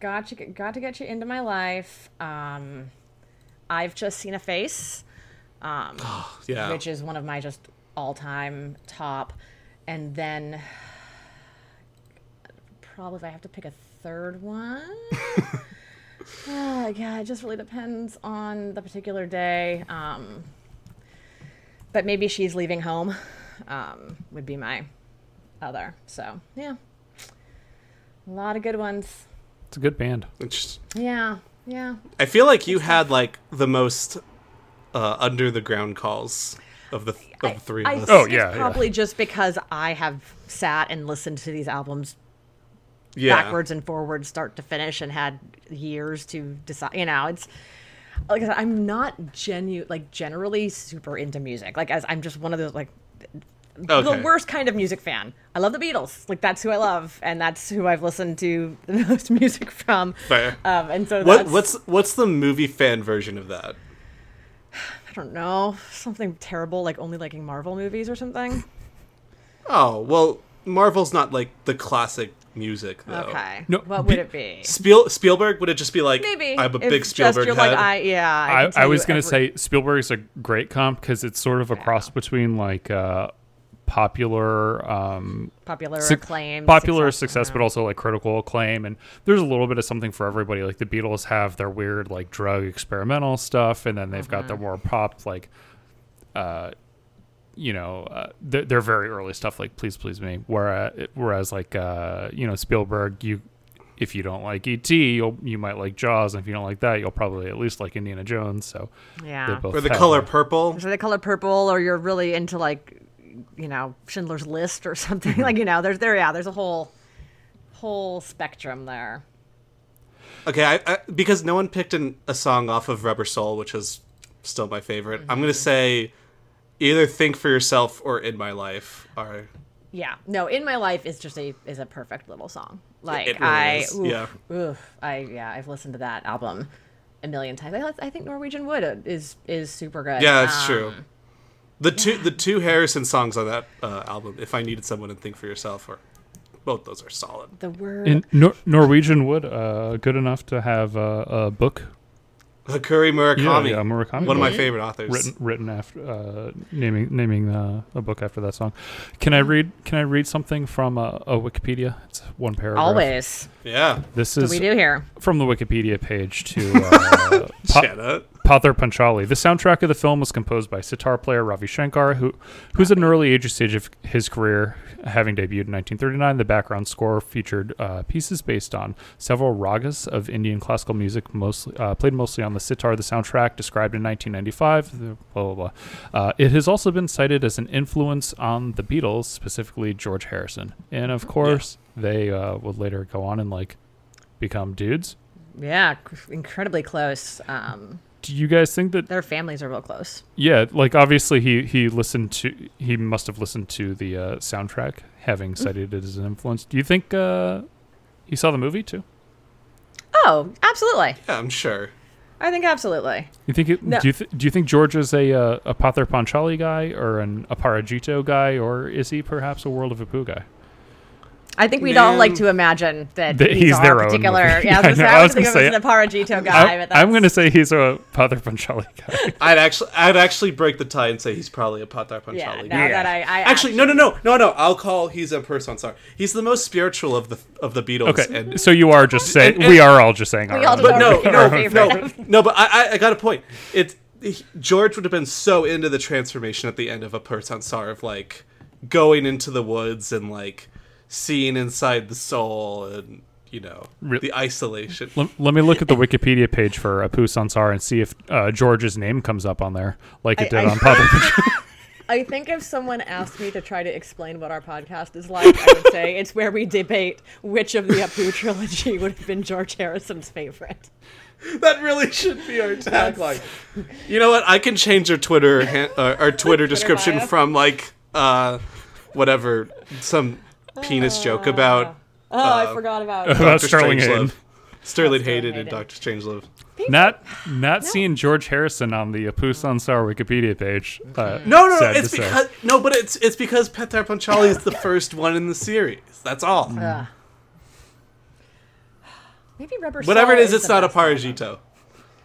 B: got to get, got to get you into my life. Um, I've just seen a face,
D: Yeah,
B: which is one of my just all-time top, and then probably if I have to pick a third one. Uh, yeah, it just really depends on the particular day. Um, but maybe she's leaving home, um, would be my other. So, yeah. A lot of good ones.
C: It's a good band.
D: Which-
B: Yeah, yeah.
D: I feel like you had like the most uh, under the ground calls of the of the three
B: I
D: of us. Oh,
B: think
C: yeah, yeah.
B: it's probably just because I have sat and listened to these albums
D: yeah.
B: backwards and forwards, start to finish, and had years to decide. You know, it's like I said, I'm not genu like generally super into music. Like as I'm just one of those like
D: Okay.
B: the worst kind of music fan. I love the Beatles. Like that's who I love, and that's who I've listened to the most music from.
D: Fair.
B: Um, and so
D: What
B: that's,
D: what's what's the movie fan version of that?
B: I don't know something terrible like only liking Marvel movies or something.
D: Oh well, Marvel's not like the classic music though.
B: Okay,
C: No,
B: what
C: be-
B: would it be?
D: Spiel, Spielberg would it just be like
B: Maybe
D: I'm a
B: if
D: big
B: just
D: Spielberg
B: you're
D: head.
B: Like, I, yeah, I,
C: I,
B: can
C: I
B: tell
C: was
B: you
C: gonna
B: every-
C: say Spielberg's a great comp because it's sort of a cross between like uh, popular, um,
B: popular
C: suc-
B: acclaim,
C: popular
B: success.
C: success, but also like critical acclaim, and there's a little bit of something for everybody. Like the Beatles have their weird like drug experimental stuff, and then they've got the
B: Mm-hmm.
C: more pop like, uh, you know, uh, th- their very early stuff like Please Please Me. Whereas, whereas like uh, you know Spielberg, you. If you don't like ET, you'll you might like Jaws, and if you don't like that, you'll probably at least like Indiana Jones. So
B: Yeah.
C: they both
D: or the
C: have
D: color
C: that.
D: purple.
B: So the color purple, or you're really into like, you know, Schindler's List or something.
D: Mm-hmm.
B: like you know, there's there yeah, there's a whole whole spectrum there.
D: Okay, I, I, because no one picked an, a song off of Rubber Soul, which is still my favorite. I'm
B: Mm-hmm.
D: gonna say either Think for Yourself or In My Life are.
B: Yeah. No, in my life is just a is a perfect little song. Like
D: it really
B: I
D: is,
B: oof,
D: yeah.
B: oof, I yeah, I've listened to that album a million times. I, I think Norwegian Wood is is super good.
D: Yeah, that's
B: Um,
D: true. The two the two Harrison songs on that uh, album, If I Needed Someone and Think for Yourself, are both those are solid.
B: The word
C: In Nor- Norwegian wood, uh, good enough to have uh, a book
D: Hakuri Murakami,
C: Yeah, yeah, Murakami.
D: one of my
C: Mhm.
D: favorite authors.
C: written written after uh, naming naming uh, a book after that song. Can
B: Mm-hmm.
C: I read? Can I read something from uh, a Wikipedia? It's one paragraph.
B: always
D: Yeah,
C: This
B: what
C: is
B: we do here.
C: from the Wikipedia page to uh, Pa-
D: Shanna.
C: Pathar Panchali. The soundtrack of the film was composed by sitar player Ravi Shankar, who, who's at an early age stage of his career, having debuted in 1939. The background score featured uh, pieces based on several ragas of Indian classical music, mostly uh, played mostly on the sitar. The soundtrack, described in 1995, the- blah blah blah. Uh, it has also been cited as an influence on the Beatles, specifically George Harrison, and of course they uh, would later go on and like become dudes.
B: Yeah, c- incredibly close. Um,
C: Do you guys think that
B: their families are real close.
C: Yeah, like obviously he he listened to he must have listened to the uh, soundtrack, having
B: Mm.
C: cited it as an influence. Do you think uh, he saw the movie too?
B: Oh, absolutely.
D: Yeah, I'm sure.
B: I think absolutely.
C: You think it,
B: No.
C: do you th- do you think George is a uh, a Pathar Panchali guy or an Aparajito guy or is he perhaps a World of Apu guy?
B: I think we'd all like
D: Man.
B: to imagine that,
C: That
B: he's,
C: he's
B: our
C: their own.
B: particular. Yeah,
C: Yeah,
B: I was,
C: I know.
B: I was gonna say, an Aparajito guy,
C: I,
B: but that's,
C: I'm going to say he's a Father Panchali guy.
D: I'd actually, I'd actually break the tie and say he's probably a Patar Panchali.
B: Yeah,
D: guy.
B: now that I, I
D: Actually, no, no, no, no, no. I'll call. He's a person. Sorry, he's the most spiritual of the of the Beatles.
C: Okay,
D: and,
C: so you are just saying
D: And- and-
C: we are all just saying. our
B: all
C: own.
B: just
D: but no,
B: Our
D: no, no,
B: favorite.
D: no. But I, I, I got a point. It he- George would have been so into the transformation at the end of a person. Sorry, of like going into the woods and like seeing inside the soul and you know
C: Re-
D: the isolation.
C: Let, let me look at the Wikipedia page for Apu Sansar and see if uh, George's name comes up on there, like it
B: I-
C: did
B: I-
C: on Father Panchali.
B: I think if someone asked me to try to explain what our podcast is like, I would say it's where we debate which of the Apu trilogy would have been George Harrison's favorite.
D: That really should be our tagline. You know what? I can change our Twitter han- uh, our Twitter description
B: bio.
D: from like uh whatever some
B: Ah.
D: penis joke about
B: Oh, I forgot about it.
C: about Sterling Hayden.
D: Strangelove. Sterling Hayden
B: Hayden.
D: and Doctor Strangelove.
C: Not not seeing George Harrison on the Apu Sansar Wikipedia page. Uh,
D: No, no, no
C: sad
D: it's
C: to say.
D: because no, but it's it's because Petar Panchali is the first one in the series. That's all.
B: Uh, Maybe Rubber Soul.
D: Whatever it is, it's
B: the
D: not a
B: best one.
D: Parajito.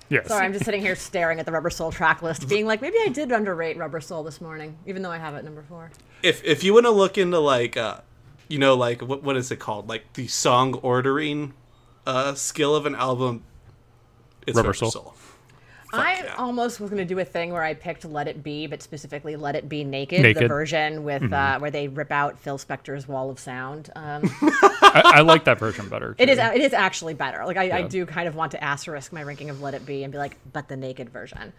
C: yes.
B: Sorry, I'm just sitting here staring at the Rubber Soul track list, being like, maybe I did underrate Rubber Soul this morning, even though I have it number four.
D: If if you want to look into like uh you know like what what is it called like the song ordering uh skill of an album, it's
C: Rubber
D: Rubber
C: Soul.
D: Soul.
B: I
D: yeah.
B: almost was going to do a thing where I picked "Let It Be," but specifically "Let It Be Naked,", the
C: Naked.
B: version with
D: Mm-hmm.
B: uh, where they rip out Phil Spector's wall of sound. Um,
C: I, I like that version better.
B: it
C: too.
B: is it is actually better. Like I, I do kind of want to asterisk my ranking of "Let It Be" and be like, but the naked version.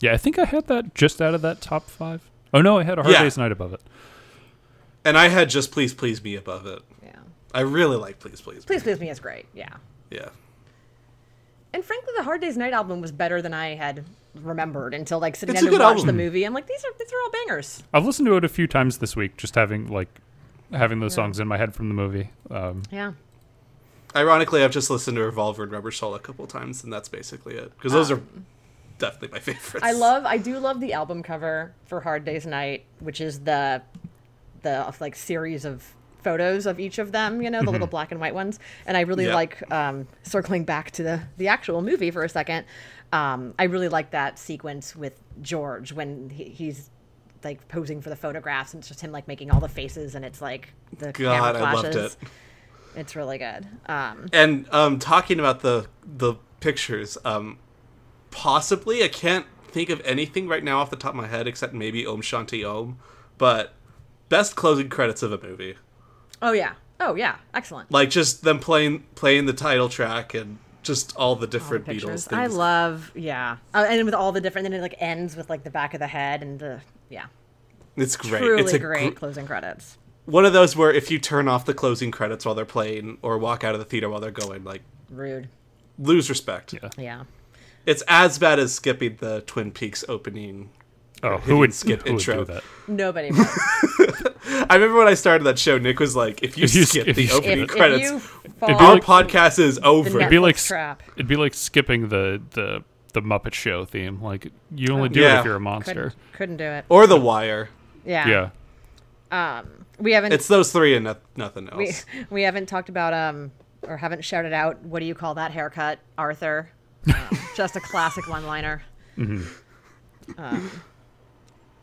C: Yeah, I think I had that just out of that top five. Oh no, I had a Hard
D: Yeah.
C: Day's Night above it.
D: And I had just please please me above it.
B: Yeah,
D: I really like please please. Me.
B: "Please Please Me" is great. Yeah,
D: Yeah.
B: and frankly, the "Hard Day's Night" album was better than I had remembered until like sitting
D: It's
B: down
D: a
B: to
D: good
B: watch the
D: album.
B: movie. I'm like, these are these are all bangers.
C: I've listened to it a few times this week, just having like having those songs in my head from the movie. Um,
B: Yeah.
D: Ironically, I've just listened to Revolver and Rubber Soul a couple times, and that's basically it. Because those are definitely my favorites.
B: Ah. I love I do love the album cover for Hard Day's Night, which is the the like series of photos of each of them, you know, the little black and white ones. And I really
D: Mm-hmm. Yeah.
B: like um, circling back to the the actual movie for a second. Um, I really like that sequence with George when he, he's like posing for the photographs and it's just him like making all the faces and it's like the
D: God,
B: camera
D: I loved
B: flashes.
D: it.
B: It's really good. Um,
D: And um, talking about the the pictures, um, possibly I can't think of anything right now off the top of my head except maybe Om Shanti Om, but best closing credits of a movie,
B: oh yeah. Oh yeah. Excellent.
D: like just them playing playing the title track and just all the different Beatles
B: pictures.
D: things.
B: I love, yeah, uh, and with all the different, then it like ends with like the back of the head and the yeah,
D: it's great.
B: truly
D: it's a
B: great
D: gr-
B: closing credits.
D: one of those where if you turn off the closing credits while they're playing or walk out of the theater while they're going, like
B: Rude,
D: lose respect.
C: Yeah.
B: yeah.
D: It's as bad as skipping the Twin Peaks opening.
C: oh,
D: Hitting
C: who would
D: skip
C: who would do
D: intro.
C: that?
B: Nobody. would.
D: I remember when I started that show, Nick was like, "If you,
C: If you
D: skip
C: skip-
D: the
C: if you
D: opening
B: if, if
D: credits,
B: you
C: be
B: fall,
D: our
C: like-
D: podcast is over."
B: It'd
C: It'd be
B: Netflix
C: like s-
B: crap.
C: it'd be like skipping the the the Muppet Show theme. Like you
B: Oh,
C: only do it
D: Yeah.
C: if you're a
B: couldn't,
C: monster.
B: couldn't do it.
D: or The Wire.
B: Yeah,
C: Yeah.
B: We haven't
D: It's those three and no- nothing else.
B: we, we haven't talked about um or haven't shouted out. What do you call that haircut, Arthur? Um, just a classic one-liner.
D: Mm-hmm.
B: Um,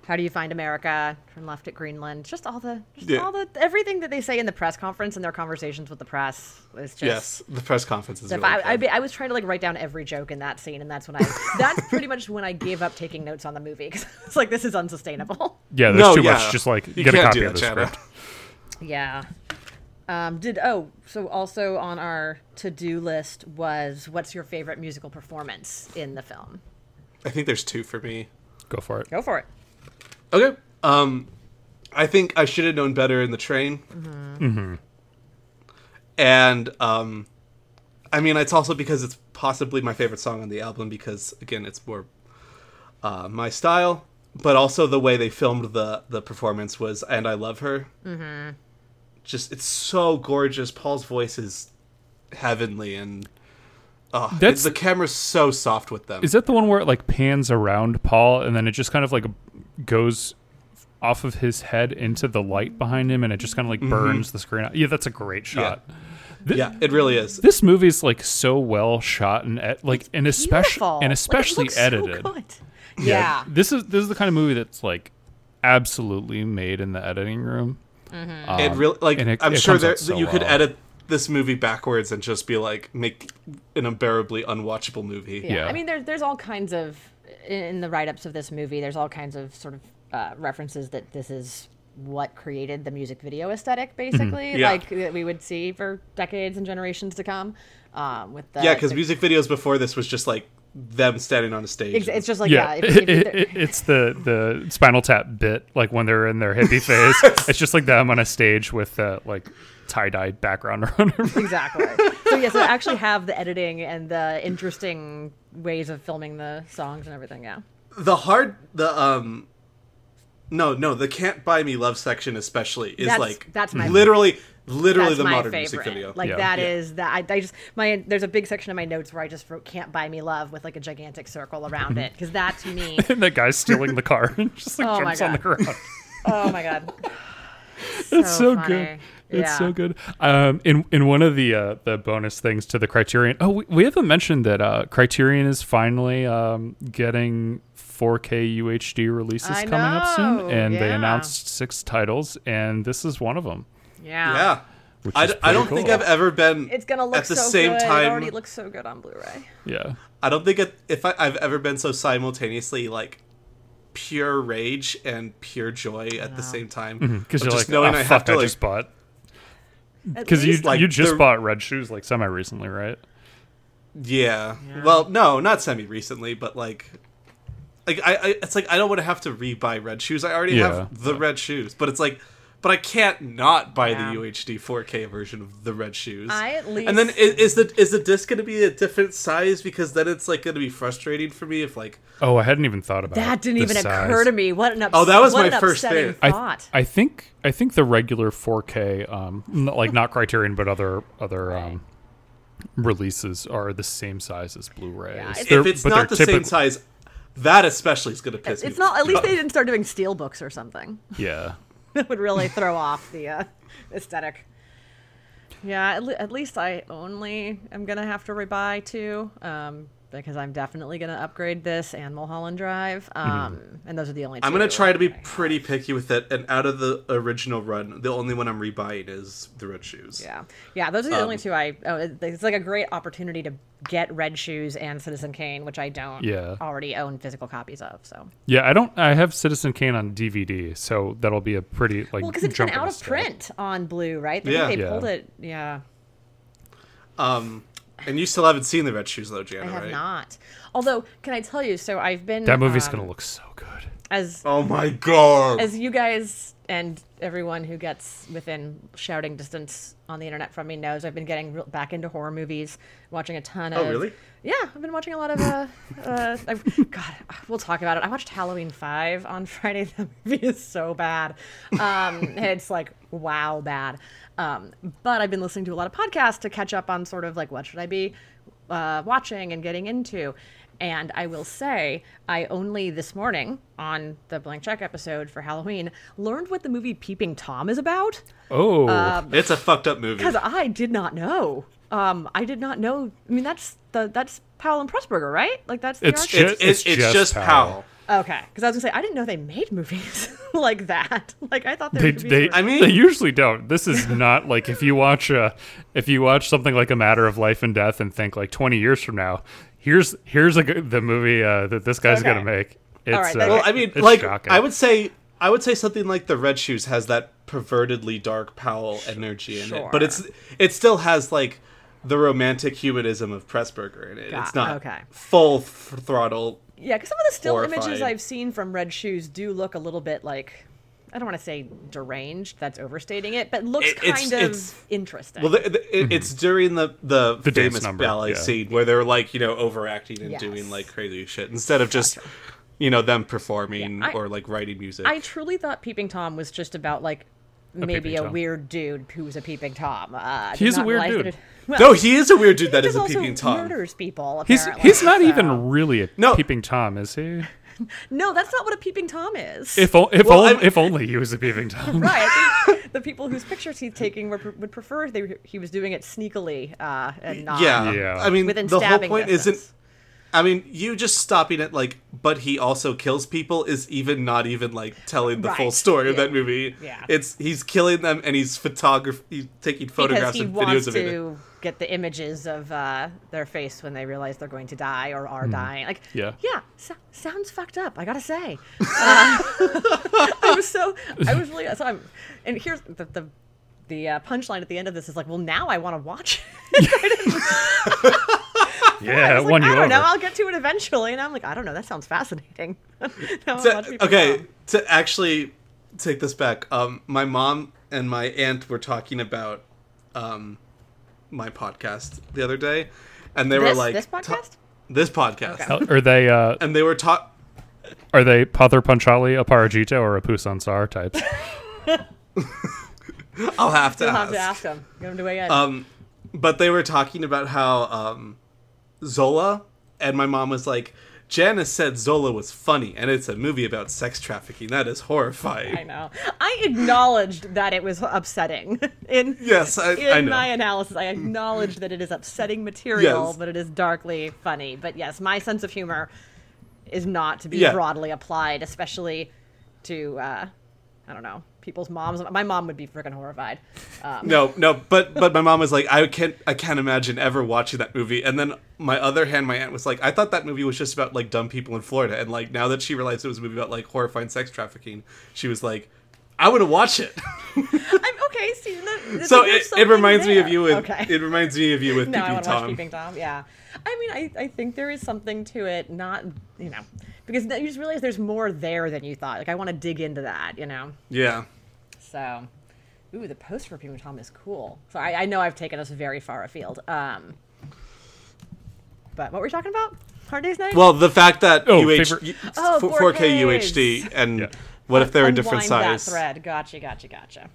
B: How do you find America? From left at Greenland. Just all the, just
D: Yeah.
B: all the, everything that they say in the press conference and their conversations with the press is just.
D: yes, the press conference is.
B: If
D: Really
B: I, I,
D: good.
B: I was trying to like write down every joke in that scene, and that's when I, that's pretty much when I gave up taking notes on the movie because it's like this is unsustainable.
C: Yeah, there's
D: no,
C: too
D: yeah.
C: much. Just like
D: you
C: get a
D: can't
C: copy
D: do
C: of the
D: that, Chana.
C: script.
B: Yeah. Um, did oh so also on our to do list was what's your favorite musical performance in the film?
D: I think there's two for me.
C: Go for it.
B: Go for it.
D: Okay. Um, I think I should have known better in the train. Mm-hmm. And um, I mean, it's also because it's possibly my favorite song on the album because again, it's more uh, my style. But also the way they filmed the the performance was, and I love her. Mm-hmm. Just it's so gorgeous. Paul's voice is heavenly, and uh,
C: That's-
D: the camera's so soft with them.
C: Is that the one where it like pans around Paul and then it just kind of like goes off of his head into the light behind him, and it just kind of like burns the screen. out. Yeah, that's a great shot.
D: yeah, it really is.
C: This movie is like so well shot and ed- like and especially
B: Beautiful.
C: and
B: Like, it
C: especially
B: looks so
C: edited.
B: good. Yeah.
C: this is this is the kind of movie that's like absolutely made in the editing room. Um,
D: it really like
C: and it-
D: I'm
C: it
D: sure
C: comes out
D: there,
C: so
D: you could
C: well.
D: edit this movie backwards and just be like make an unbearably unwatchable movie.
B: yeah.
C: Yeah.
B: I mean, there's there's all kinds of in the write ups of this movie. There's all kinds of sort of uh, references that this is what created the music video aesthetic,
C: Mm-hmm.
B: basically,
D: Yeah.
B: like that we would see for decades and generations to come. Um, with the
D: Yeah, because
B: the-
D: music videos before this was just like them standing on a stage.
B: it's, it's just like yeah,
C: yeah,
B: if, if
C: it-
B: there-
C: it- it's the the Spinal Tap bit, like when they're in their hippie phase. it's just like them on a stage with uh, like tie dye background around. them.
B: exactly. so yes, I actually have the editing and the interesting ways of filming the songs and everything. Yeah.
D: the hard the um no no the can't buy me love section especially is
B: That's-
D: like
B: that's my-
D: literally literally
B: that's
D: the
B: my
D: modern
B: favorite.
D: music video
B: Like
C: Yeah.
B: that
D: Yeah.
B: is that I, I just my there's a big section of my notes where I just wrote "Can't Buy Me Love" with like a gigantic circle
C: Mm-hmm.
B: around it because that to me,
C: and that guy's stealing the car and just like
B: Oh my
C: jumps on the ground.
B: oh my god,
C: It's so,
B: funny.
C: good. It's
B: Yeah.
C: so good. Um, in in one of the uh, the bonus things to the Criterion. Oh, we, we haven't mentioned that uh, Criterion is finally um, getting 4K UHD releases
B: I
C: coming up
B: know,
C: soon, and they
B: yeah.
C: announced six titles, and this is one of them.
B: Yeah.
D: yeah
C: Which
D: I,
C: is
D: I don't
C: pretty
D: think
C: cool.
D: I've ever been
B: It's gonna look
D: at the
B: so
D: same
B: good.
D: time.
B: It already looks so good on Blu-ray.
D: e-
C: Yeah.
D: I don't think it, if I, I've ever been so simultaneously like pure rage and pure joy at the same time.
C: because
D: Of
C: you're
D: just
C: like, oh,
D: knowing I have
C: fuck,
D: to
C: I
D: like
C: just bought.
B: At
C: Because you
B: least-
D: like,
C: you just
D: the-
C: bought red shoes like semi recently, right?
D: Yeah. Well, no, not semi recently, but like, like I, I, it's like I don't want to have to re-buy red shoes. I already
C: Yeah.
D: have the red shoes, but it's like, but I can't not buy
B: Yeah.
D: the UHD 4K version of the red shoes.
B: I at least
D: and then is, is the is the disc going to be a different size? Because then it's like going to be frustrating for me if like
C: Oh, I hadn't even thought about
B: that didn't
C: the
B: even
C: size.
B: occur to me. What an ups-
D: Oh, that was
B: what
D: my
B: an
D: first
B: upsetting
D: thing.
C: I,
B: thought.
C: I think I think the regular 4K, um, n- like not Criterion, but other other um, releases are the same size as Blu-rays.
B: Yeah, it's-
C: They're-
D: if it's
C: but
D: not the
C: they're
D: same
C: typical-
D: size, that especially is going to piss me.
B: it's not. At least they didn't start doing steel books or something.
C: yeah,
B: that would really throw off the uh, aesthetic. Yeah, at, le- at least I only am gonna have to rebuy two um, because I'm definitely gonna upgrade this and Mulholland Drive,
C: Mm-hmm.
B: um, and those are the only. Two
D: I'm gonna try to be pretty picky with it, and out of the original run, the only one I'm rebuying is the red shoes.
B: Yeah, yeah, those are the
C: Um,
B: only two I. Oh, it- it's like a great opportunity to get Red Shoes and Citizen Kane, which I don't
C: Yeah.
B: already own physical copies of. So
C: yeah. I don't. I have Citizen Kane on DVD, so that'll be a pretty like.
B: well, because it's been
C: jump in
B: out
C: the
B: of
C: step.
B: print on Blue, right? They,
D: Yeah.
B: think they
C: Yeah.
B: pulled it. Yeah,
D: Um, and you still haven't seen the red shoes though, Jana,
B: I have
D: right?
B: not. Although, can I tell you? So I've been
C: That movie's
B: um,
C: gonna look so good.
B: as
D: Oh my god!
B: as you guys and everyone who gets within shouting distance on the internet from me knows, I've been getting real- back into horror movies, watching a ton of.
D: really?
B: Yeah, I've been watching a lot of. Uh, uh, I've, God, we'll talk about it. I watched Halloween Five on Friday. That movie is so bad. Um, it's like wow bad. Um, but I've been listening to a lot of podcasts to catch up on sort of like what should I be uh, watching and getting into. And I will say, I only this morning on the Blank Check episode for Halloween learned what the movie Peeping Tom is about
C: Oh,
B: uh,
D: it's a fucked up movie.
B: because I did not know. Um, I did not know. I mean, that's the that's Powell and Pressburger, right? Like that's the
C: It's
B: arch-
C: ju-
D: It's, it's,
C: It's
D: it's
C: just
D: just
C: Powell.
D: Powell.
B: okay. Because I was gonna say I didn't know they made movies like that. Like I thought there
C: They,
B: were movies
C: they,
B: were-
D: I
C: I mean,
D: mean-
C: they usually don't. This is not like if you watch uh if you watch something like a matter of life and death and think like twenty years from now, here's here's a, g- the movie uh, that this guy's
B: Okay.
C: gonna make. It's,
B: right,
C: uh,
B: then-
D: Well, I mean,
C: it's
D: like
C: shocking.
D: I would say, I would say something like the red shoes has that pervertedly dark Powell energy in it,
B: sure.
D: but it's it still has like the romantic humanism of Pressburger in it.
B: Got-
D: it's not
B: okay.
D: full f- throttle.
B: yeah, because some of the still images
D: horrified.
B: I've seen from Red Shoes do look a little bit like. I don't want to say deranged. That's overstating it, but looks
D: It- it's-
B: kind of
D: it's-
B: interesting.
D: Well, the, the, it, it's during the the,
C: Mm-hmm. The dance
D: famous
C: number,
D: ballet
C: yeah.
D: scene where they're like you know overacting and
B: Yes.
D: doing like crazy shit instead of just you know them performing
B: Yeah, I-
D: or like writing music.
B: I truly thought Peeping Tom was just about like maybe
C: peeping
B: a
C: Tom.
B: weird dude who was a peeping tom. Uh, I did
C: He's a
B: not
C: weird
B: realize that
C: dude.
B: it- well,
D: no, he is a weird dude that
B: he
D: is a
B: just also
D: peeping tom.
B: Murders people.
C: he's
B: Apparently.
C: he's not
B: so-
C: even really a
D: No.
C: peeping tom, is he?
B: No, that's not what a peeping tom is.
C: If, o- if,
D: Well,
C: on-
D: I'm-
C: if only he was a peeping tom.
B: right. I think the people whose pictures he's taking were, would prefer if they, he was doing it sneakily uh, and not
D: yeah.
C: Yeah.
D: I mean,
B: within
D: the whole
B: stabbing
D: point
B: distance.
D: isn't. I mean, you just stopping at like, but he also kills people is even not even like telling the full
B: Right.
D: story of
B: Yeah.
D: that movie.
B: Yeah.
D: it's he's killing them and he's photograph, he's taking
B: because
D: photographs
B: he
D: and
B: wants
D: videos of it.
B: to get the images of uh, their face when they realize they're going to die or are dying. Like,
C: Yeah.
B: yeah, so- sounds fucked up. I gotta say, Uh, I was so, I was really, so I'm, and here's the the, the uh, punchline at the end of this is like, well, now I want to watch. it. I
C: Yeah,
B: was
C: it
B: like,
C: won
B: I
C: you
B: don't
C: over.
B: know. I'll get to it eventually, and I'm like, I don't know. That sounds fascinating. Now I wanna
D: To-
B: watch people
D: okay,
B: die.
D: to actually take this back, um, my mom and my aunt were talking about um, my podcast the other day, and they were
B: This-
D: like,
B: this
D: ta-
B: podcast?
D: this podcast,
B: Okay.
C: Are they uh,
D: and they were talking.
C: are they Pather Panchali, a Parajito, or a Pusansar types?
D: I'll have to
B: You'll
D: ask.
B: have to ask him. Get him to weigh in.
D: Um, but they were talking about how um, Zola, and my mom was like, Janice said Zola was funny, and it's a movie about sex trafficking. That is horrifying.
B: I know. I acknowledged that it was upsetting. In
D: Yes, I,
B: in
D: I know.
B: my analysis, I acknowledge that it is upsetting material,
D: Yes.
B: but it is darkly funny. But yes, my sense of humor is not to be
D: Yeah.
B: broadly applied, especially to uh, I don't know people's moms. My mom would be freaking horrified. Um,
D: No, no, but but my mom was like, I can't, I can't imagine ever watching that movie. And then my other hand, my aunt was like, I thought that movie was just about like dumb people in Florida, and like now that she realized it was a movie about like horrifying sex trafficking, she was like, I want to watch it.
B: I'm okay. See, the,
D: so it, it reminds me of you with
B: okay.
D: it reminds me of you with
B: no, I
D: Peeping
B: want to watch
D: Tom.
B: Peeping Tom. Yeah, I mean, I, I think there is something to it. Not you know, because you just realize there's more there than you thought. Like I want to dig into that. You know,
D: yeah.
B: so ooh, the post for Peeping Tom is cool. So I, I know I've taken us very far afield. Um, but what were we talking about? Hard Day's Night.
D: Well, the fact that
C: Oh,
D: UH,
C: favorite-
D: y-
B: Oh,
D: f- 4K
B: 4Ks.
D: UHD and what if they're a different
B: Unwind that
D: size?
B: thread. Gotcha, gotcha, gotcha.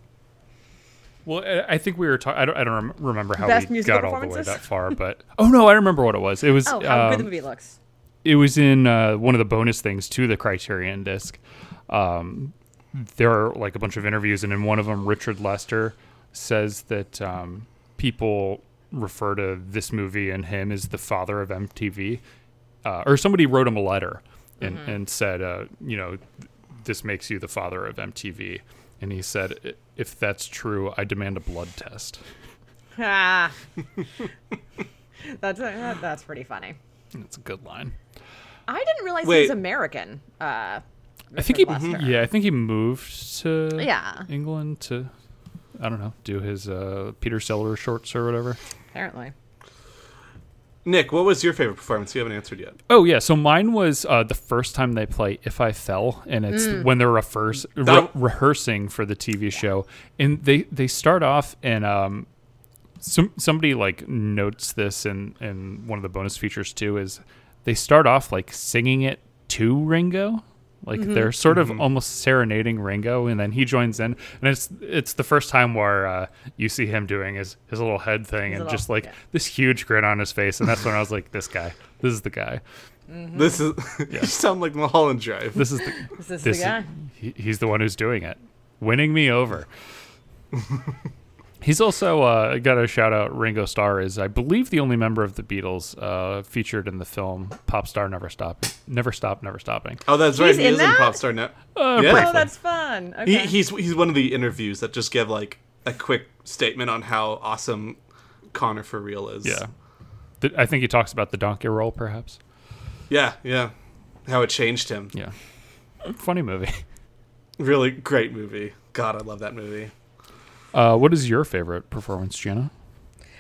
C: Well, I- I think we were talking. I don't, I don't rem- remember how
B: Best
C: we
B: musical
C: got all the way
B: performances?
C: that far, but oh no, I remember what it was. It was
B: Oh, how good the
C: um,
B: movie looks.
C: it was in uh, one of the bonus things to the Criterion disc. Um, there are like a bunch of interviews, and in one of them, Richard Lester says that um, people refer to this movie and him as the father of MTV, uh, or somebody wrote him a letter and, and said, uh, you know, this makes you the father of MTV. And he said, "I- if that's true, I demand a blood test.
B: Ah. that's that, that's pretty funny.
C: That's a good line.
B: I didn't realize he
D: Wait.
B: was American. Uh,
C: I think he,
B: Richard Lester.
C: yeah, I think he moved to
B: Yeah.
C: England to, I don't know, do his uh, Peter Sellers shorts or whatever.
B: apparently.
D: Nick, what was your favorite performance? You haven't answered yet.
C: Oh yeah, so mine was uh, the first time they play "If I Fell," and it's when they're rehearse- re-
D: That-
C: rehearsing for the TV show, and they they start off and um, some somebody like notes this in in one of the bonus features too is they start off like singing it to Ringo. Like they're sort of almost serenading Ringo, and then he joins in, and it's it's the first time where uh, you see him doing his, his little head thing, and
B: little-
C: just like
B: yeah.
C: this huge grin on his face, and that's when I was like, "This guy, this is the guy."
D: This is you sound like Mulholland Drive.
C: Mm-hmm. This is the
B: This is
C: this
B: the guy.
C: he, he's the one who's doing it, winning me over. he's also uh, got a shout out. Ringo Starr is, I believe, the only member of the Beatles uh, featured in the film "Pop Star Never Stop," "Never Stop, Never Stopping."
D: oh, that's right. He
B: in
D: is in
B: that?
D: Popstar now.
C: Uh,
D: Yeah.
B: Oh,
C: briefly.
B: that's fun. Okay.
D: He, he's he's one of the interviews that just give like a quick statement on how awesome Connor for real is.
C: yeah. Th- I think he talks about the donkey roll, perhaps.
D: yeah, yeah. How it changed him.
C: Yeah, funny movie.
D: Really great movie. God, I love that movie.
C: Uh, what is your favorite performance, Jenna?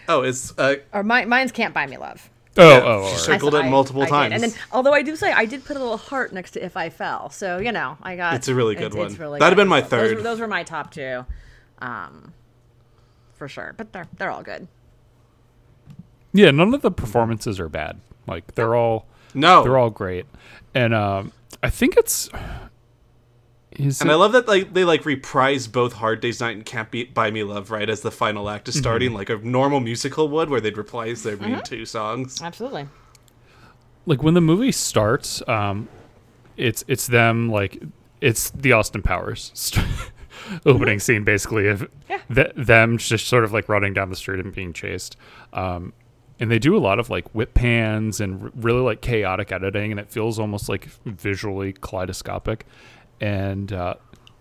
D: Oh, it's uh,
B: or mi- mine's can't buy me love.
C: Oh, oh,
D: yeah, she
C: all right.
D: circled
B: I-
D: it multiple
B: I did.
D: times.
B: And then, although I do say I did put a little heart next to if I fell, so you know I got.
D: It's a really good
B: it's, It's
D: one.
B: really
D: That'd have
B: good.
D: been my
B: So those
D: third.
B: were- Those, were my top two, um, for sure. But they're they're all good.
C: yeah. None of the performances are bad. Like they're all
D: no,
C: they're all great, and um, I think it's. Is
D: And
C: it-
D: I love that like they like reprise both Hard Day's Night and Can't Be Buy Me Love right as the final act is starting,
C: Mm-hmm.
D: like a normal musical would, where they'd reprise
B: Mm-hmm.
D: their main two songs.
B: Absolutely.
C: like when the movie starts um it's it's them like it's the Austin Powers st- opening scene basically of
B: Yeah.
C: th- them just sort of like running down the street and being chased. Um, and they do a lot of like whip pans and r- really like chaotic editing, and it feels almost like visually kaleidoscopic. And uh,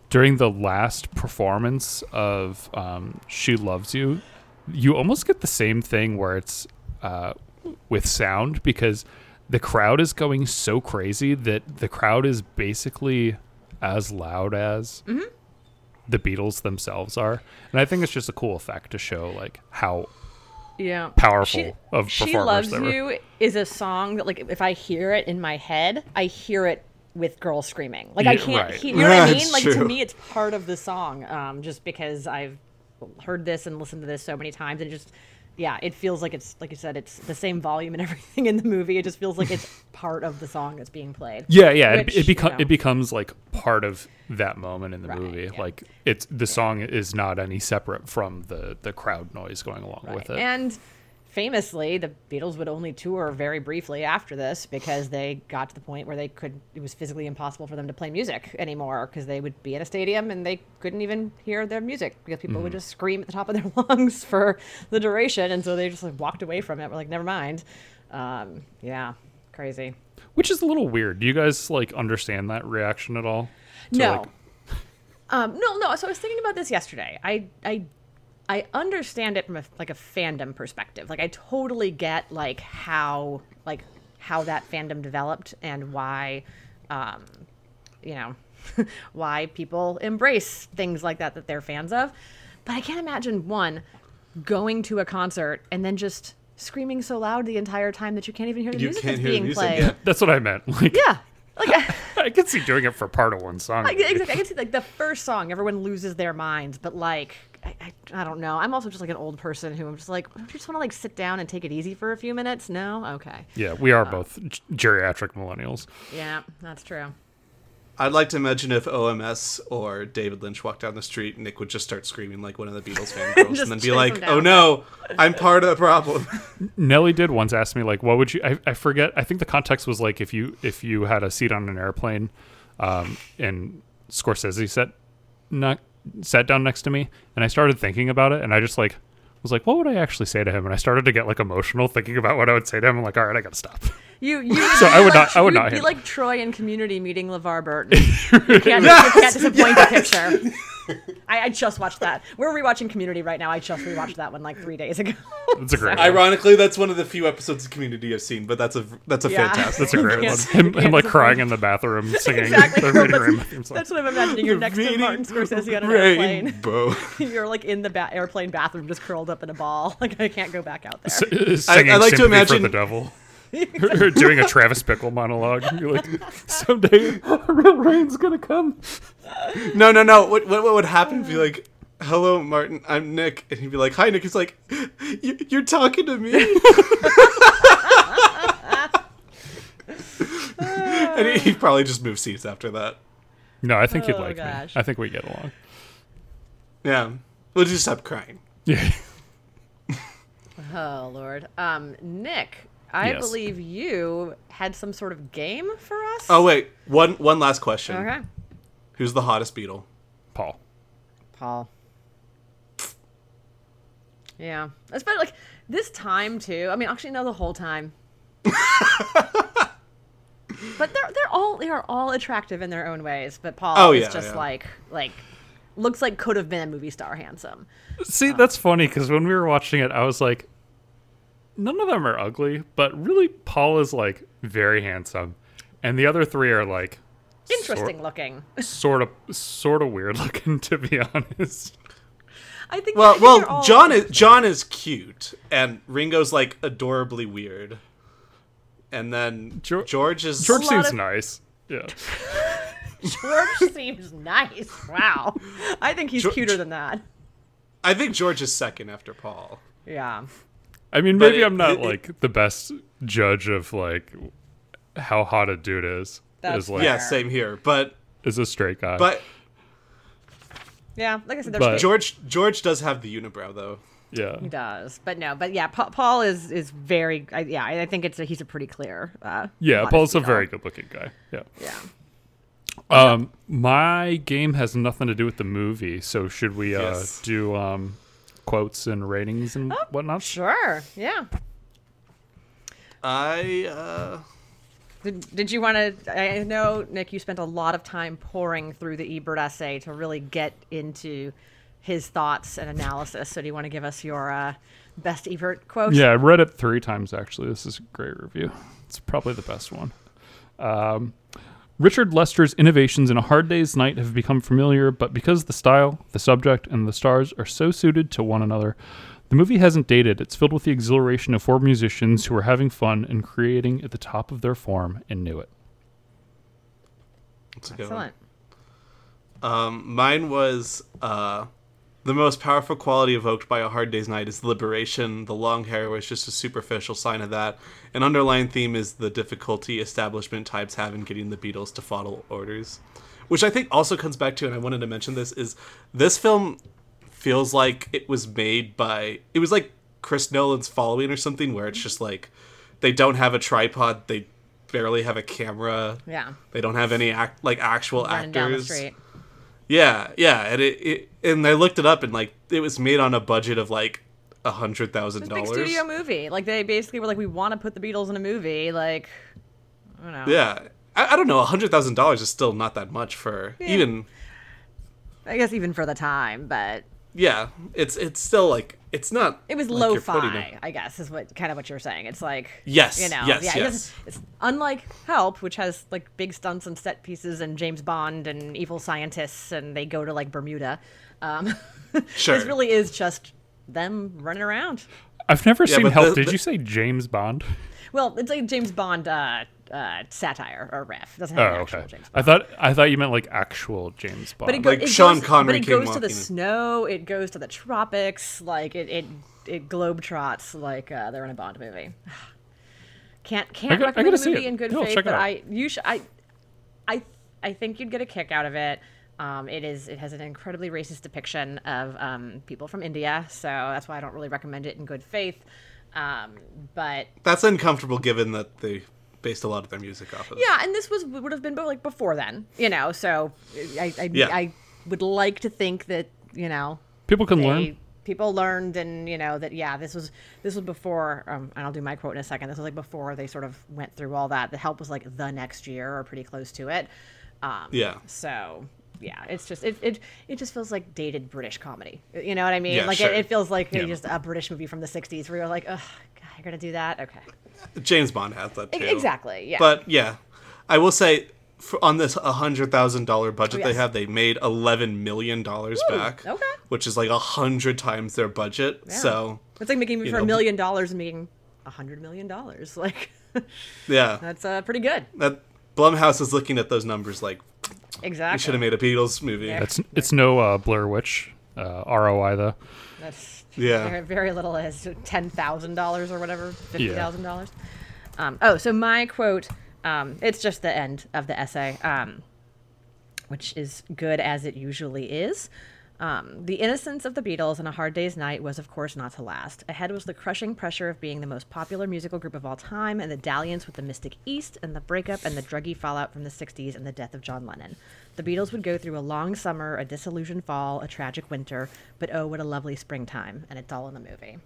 C: during the last performance of um, "She Loves You," you almost get the same thing where it's uh, with sound because the crowd is going so crazy that the crowd is basically as loud as the Beatles themselves are, and I think it's just a cool effect to show like how
B: Yeah.
C: Powerful
B: She-
C: of
B: She
C: performers
B: Loves
C: they were.
B: You is a song that, like, if I hear it in my head, I hear it with girls screaming. Like, I
C: Yeah,
B: can't
C: right.
B: hear, you know what I
D: That's
B: mean? Like, to
D: true.
B: me, it's part of the song, um, just because I've heard this and listened to this so many times and just. Yeah, it feels like it's like you said, it's the same volume and everything in the movie. It just feels like it's part of the song that's being played.
C: Yeah, yeah.
B: Which,
C: it it,
B: you
C: beco-
B: know.
C: it becomes like part of that moment in the movie.
B: yeah.
C: Like it's the song is not any separate from the the crowd noise going along with it.
B: And famously, the Beatles would only tour very briefly after this because they got to the point where they could it was physically impossible for them to play music anymore because they would be in a stadium and they couldn't even hear their music because people
C: Mm-hmm.
B: would just scream at the top of their lungs for the duration and so they just like walked away from it. We're like, never mind. Um, yeah, crazy.
C: Which is a little weird. Do you guys like understand that reaction at all? To,
B: no.
C: like-
B: um, no, no. So I was thinking about this yesterday. I, I, I understand it from a, like a fandom perspective. Like I totally get like how like how that fandom developed and why, um, you know, why people embrace things like that that they're fans of. But I can't imagine one going to a concert and then just screaming so loud the entire time that you can't even hear the
D: You
B: music
D: can't
B: that's
D: hear the
B: being
D: music,
B: played.
D: yeah.
C: that's what I meant. Like
B: yeah. Like.
C: I could see doing it for part of one song.
B: I, exactly. I can see like the first song, everyone loses their minds, but like, I, I, I don't know. I'm also just like an old person who I'm just like, don't you just want to like sit down and take it easy for a few minutes? No, okay,
C: Yeah, we
B: Uh.
C: are both g- geriatric millennials.
B: yeah, that's true.
D: I'd like to imagine if OMS or David Lynch walked down the street, Nick would just start screaming like one of the Beatles fangirls
B: Just
D: and then
B: chase
D: be
B: him
D: like,
B: down.
D: oh no, I'm part of the problem.
C: Nelly did once ask me like, "What would you?" I, I forget. I think the context was like if you if you had a seat on an airplane, um, and Scorsese sat not sat down next to me, and I started thinking about it, and I just like was like, "What would I actually say to him?" And I started to get like emotional thinking about what I would say to him. I'm like, "All right, I gotta stop."
B: You, you.
C: So I would
B: like,
C: not- I would
B: you'd
C: not
B: Be
C: hit-
B: like Troy in Community meeting LeVar Burton. You can't, you can't disappoint the picture. I, I just watched that. We're rewatching Community right now. I just rewatched that one like three days ago.
C: That's a great. one.
D: Ironically, that's one of the few episodes of Community I've seen, but that's a that's a
B: Yeah.
D: fantastic.
C: That's a great one.
B: Yes.
C: Him, him like
B: Yes.
C: crying in the bathroom singing
B: Exactly.
C: the Reading Rainbow theme song.
B: That's what I'm imagining. You're next to
D: Reading
B: Martin Scorsese on an airplane.
D: Rainbow.
B: You're like in the ba- airplane bathroom, just curled up in a ball. Like I can't go back out there.
C: S- uh, singing
D: I like to
C: Sympathy
D: imagine-
C: for the devil. Or doing a Travis Bickle monologue. You're like, someday rain's gonna come.
D: No, no, no. What, what, what would happen would be like, hello, Martin, I'm Nick. And he'd be like, hi, Nick. He's like, "You- you're talking to me? and he, he'd probably just move seats after that.
C: No, I think you'd
B: Oh,
C: like
B: gosh.
C: me. I think we get along.
D: Yeah. We'll just stop crying.
C: Yeah.
B: Oh Lord, um, Nick, I
C: Yes.
B: believe you had some sort of game for us.
D: Oh, wait. One, one last question.
B: okay,
D: Who's the hottest beetle?
C: Paul.
B: Paul. Yeah, it's been like this time too. I mean, actually, no, the whole time. but they're they're all they are all attractive in their own ways. But Paul
D: Oh,
B: is
D: yeah,
B: just
D: yeah.
B: like like looks like could have been a movie star handsome.
C: See, that's funny because when we were watching it, I was like, none of them are ugly, but really, Paul is like very handsome, and the other three are like
B: Interesting looking.
C: sort of sort of weird looking, to be honest.
B: I think. I
D: Well,
B: think they're
D: well,
B: all-
D: John is John is cute, and Ringo's like adorably weird, and then
C: Geor-
D: George is
C: George
B: lot
C: seems
B: of-
C: nice. Yeah.
B: George seems nice. Wow. I think he's
D: Geor-
B: cuter than that.
D: I think George is second after Paul.
B: Yeah.
C: I mean,
D: But
C: maybe
D: it-
C: I'm not
D: it- it-
C: like the best judge of like how hot a dude is.
B: That's
C: is like
D: Yeah,
B: Fair.
D: same here. But
C: is a straight guy.
D: but
B: Yeah. Like I said, there's
C: But-
D: George George does have the unibrow though.
C: yeah,
B: he does, but no, but yeah, Pa- Paul is is very. I, yeah, I think it's a, he's a pretty clear. Uh,
C: yeah,
B: modest
C: Paul's a
B: beetle.
C: very good looking guy. Yeah,
B: Yeah.
C: Um, my game has nothing to do with the movie, so should we uh,
D: Yes.
C: do um, quotes and ratings and whatnot?
B: Sure. Yeah.
D: I uh,
B: Did, did you want to? I know, Nick, you spent a lot of time pouring through the Ebert essay to really get into his thoughts and analysis. So, do you want to give us your uh, best Ebert quote?
C: Yeah, I read it three times actually. This is a great review. It's probably the best one. Um, Richard Lester's innovations in A Hard Day's Night have become familiar, but because the style, the subject, and the stars are so suited to one another, the movie hasn't dated. It's filled with the exhilaration of four musicians who are having fun and creating at the top of their form and knew it.
D: it's a good one.
B: Excellent.
D: Um, mine was uh, the most powerful quality evoked by a hard day's night is liberation. The long hair was just a superficial sign of that. An underlying theme is the difficulty establishment types have in getting the Beatles to follow orders, which I think also comes back to, and I wanted to mention this is this film feels like it was made by it was like Chris Nolan's following or something, where it's just like they don't have a tripod, they barely have a camera,
B: Yeah.
D: they don't have any act like actual
B: Running
D: actors.
B: down the street.
D: Yeah, yeah, and it, it and I looked it up and like it was made on a budget of like a hundred thousand
B: Big
D: dollars.
B: studio movie. Like, they basically were like, we want to put the Beatles in a movie. Like, I don't know.
D: Yeah, I, I don't know. A hundred thousand dollars is still not that much for even.
B: I guess even for the time, but
D: Yeah, it's it's still like it's not.
B: it was
D: like you're putting
B: lo-fi
D: it-
B: i guess is what kind of what you're saying it's like
D: Yes,
B: you know
D: yes,
B: yeah it doesn't-
D: yes.
B: it's unlike help which has like big stunts and set pieces and james bond and evil scientists and they go to like bermuda um
D: Sure.
B: this really is just them running around
C: I've never seen
D: but
C: Help.
D: the-
C: Did
D: the-
C: you say James Bond?
B: well it's like james bond uh uh satire or ref doesn't
C: Oh,
B: have an actual
C: okay.
B: james bond
C: I thought I thought you meant like actual James Bond.
B: but it, go-
D: Like
B: it
D: Sean
B: goes, but
D: Connery
B: it
D: came
B: goes to the
D: walking in.
B: snow it goes to the tropics like it it, it globetrots like uh, they're in a bond movie can't can't
C: I got- I
B: recommend
C: gotta
B: the
C: see
B: movie
C: it.
B: in good
C: No,
B: faith
C: check it
B: but
C: out.
B: i you should i i i think you'd get a kick out of it um, it is. It has an incredibly racist depiction of um, people from India, so that's why I don't really recommend it in good faith. Um, but
D: That's uncomfortable, given that they based a lot of their music off of.
B: yeah, and this was would have been but like before then, you know. So I I,
D: Yeah.
B: I would like to think that you know
C: People can
B: they,
C: learn.
B: people learned and you know that yeah this was this was before um, and i'll do my quote in a second this was like before they sort of went through all that the help was like the next year or pretty close to it um,
D: Yeah.
B: so yeah it's just it, it it just feels like dated british comedy you know what i mean
D: Yeah,
B: like
D: sure.
B: it, it feels like
C: Yeah.
B: just a british movie from the 60s where you're like oh god you're gonna do that okay
D: James Bond has that
B: E-
D: too.
B: exactly yeah
D: But yeah, I will say for, on this hundred thousand dollar budget
B: Oh, yes.
D: they have, they made eleven million dollars back.
B: okay.
D: Which is like a hundred times their budget.
B: Yeah.
D: So
B: it's like making me
D: you
B: for a
D: know,
B: million dollars and making a hundred million dollars like
D: yeah,
B: that's uh, pretty good
D: that Blumhouse is looking at those numbers like
B: exactly
D: we should have made a Beatles movie.
B: Yeah.
C: That's it's no uh, Blair Witch uh, ROI though.
B: That's
D: Yeah.
B: Very, very little is ten thousand dollars or whatever, fifty thousand dollars. Um, oh, so my quote. Um, it's just the end of the essay, um, which is good as it usually is. Um, the innocence of the Beatles and A Hard Day's Night was, of course, not to last. Ahead was the crushing pressure of being the most popular musical group of all time, and the dalliance with the Mystic East, and the breakup and the druggy fallout from the 60s, and the death of John Lennon. The Beatles would go through a long summer, a disillusioned fall, a tragic winter, but oh, what a lovely springtime, and it's all in the movie.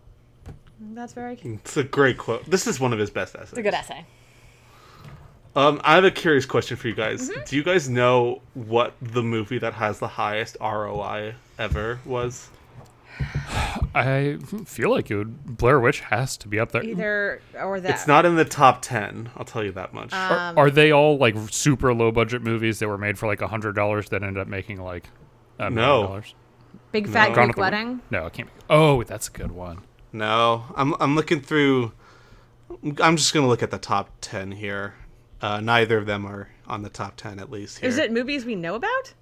B: That's very cute.
D: It's a great quote. This is one of his best essays.
B: It's a good essay.
D: Um, I have a curious question for you guys.
B: Mm-hmm.
D: Do you guys know what the movie that has the highest ROI ever was?
C: I feel like it would Blair Witch has to be up there.
B: Either or that.
D: It's not in the top ten. I'll tell you that much.
B: Uh.
C: Are,
B: um,
C: are they all like super low budget movies that were made for like a hundred dollars that ended up making like a
D: No.
C: million dollars?
B: Big Fat
D: No.
C: Gone
B: Greek
C: with the
B: Wedding.
C: No, I can't. Be, oh, that's a good one.
D: No, I'm I'm looking through. I'm just gonna look at the top ten here. Uh, neither of them are on the top ten at least. Here,
B: Is it movies we know about?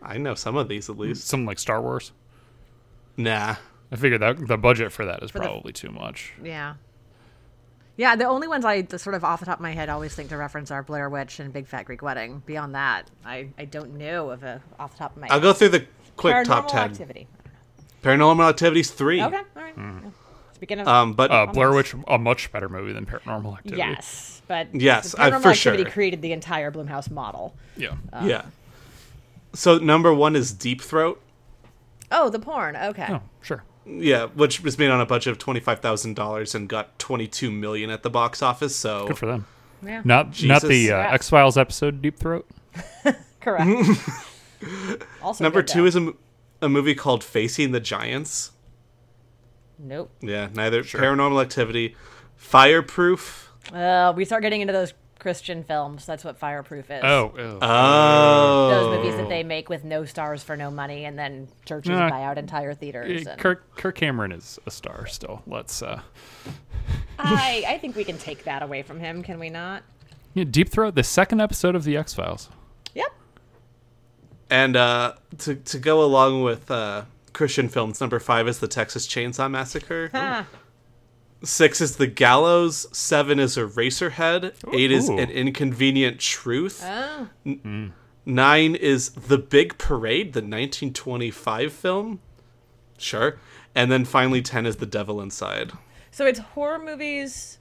D: I know some of these at least.
C: Something like Star Wars.
B: Mm.
D: Nah,
C: I figured that the budget for that is
B: the-
C: probably too much.
B: Yeah. Yeah, the only ones I sort of off the top of my head always think to reference are Blair Witch and Big Fat Greek Wedding. Beyond that, I, I don't know of a off the top of my
D: I'll
B: head.
D: go through the quick top
B: Paranormal
D: ten.
B: Activity.
D: Paranormal Activities three.
B: Okay, all right. the beginning of
D: Um, but
C: Uh, Blair Witch, a much better movie than Paranormal Activity.
B: yes, but
D: Yes,
B: the
D: I-
B: Paranormal
D: for
B: Activity
D: sure.
B: created the entire Bloomhouse model.
C: Yeah.
B: Uh,
D: yeah. So number one is Deep Throat.
B: Oh, the porn. Okay.
C: Oh, sure.
D: Yeah, which was made on a budget of twenty five thousand dollars and got twenty two million at the box office. So
C: Good for them.
B: Yeah.
C: Not not the
D: Jesus.
C: uh, X Files episode Deep Throat.
B: Correct. also
D: number
B: good,
D: two
B: though.
D: is a, mo- a movie called Facing the Giants.
B: nope.
D: Yeah, neither Paranormal Activity, Fireproof.
B: Uh, we start getting into those Christian films. That's what Fireproof is.
C: Oh,
D: Oh,
B: Those movies that they make with no stars for no money, and then churches
C: Nah.
B: buy out entire theaters. and-
C: Kirk Kirk Cameron is a star still. Let's uh,
B: I, I think we can take that away from him, can we not?
C: yeah, Deep Throat, the second episode of the X Files.
B: Yep.
D: and uh, to to go along with uh, Christian films, number five is the Texas Chainsaw Massacre.
B: Ah,
D: Six is the Gallows. Seven is Eraserhead. Eight is
C: Ooh.
D: An Inconvenient Truth.
B: oh,
C: Hmm.
D: Nine is The Big Parade, the 1925 film. Sure. And then finally, 10 is The Devil Inside.
B: So it's horror movies,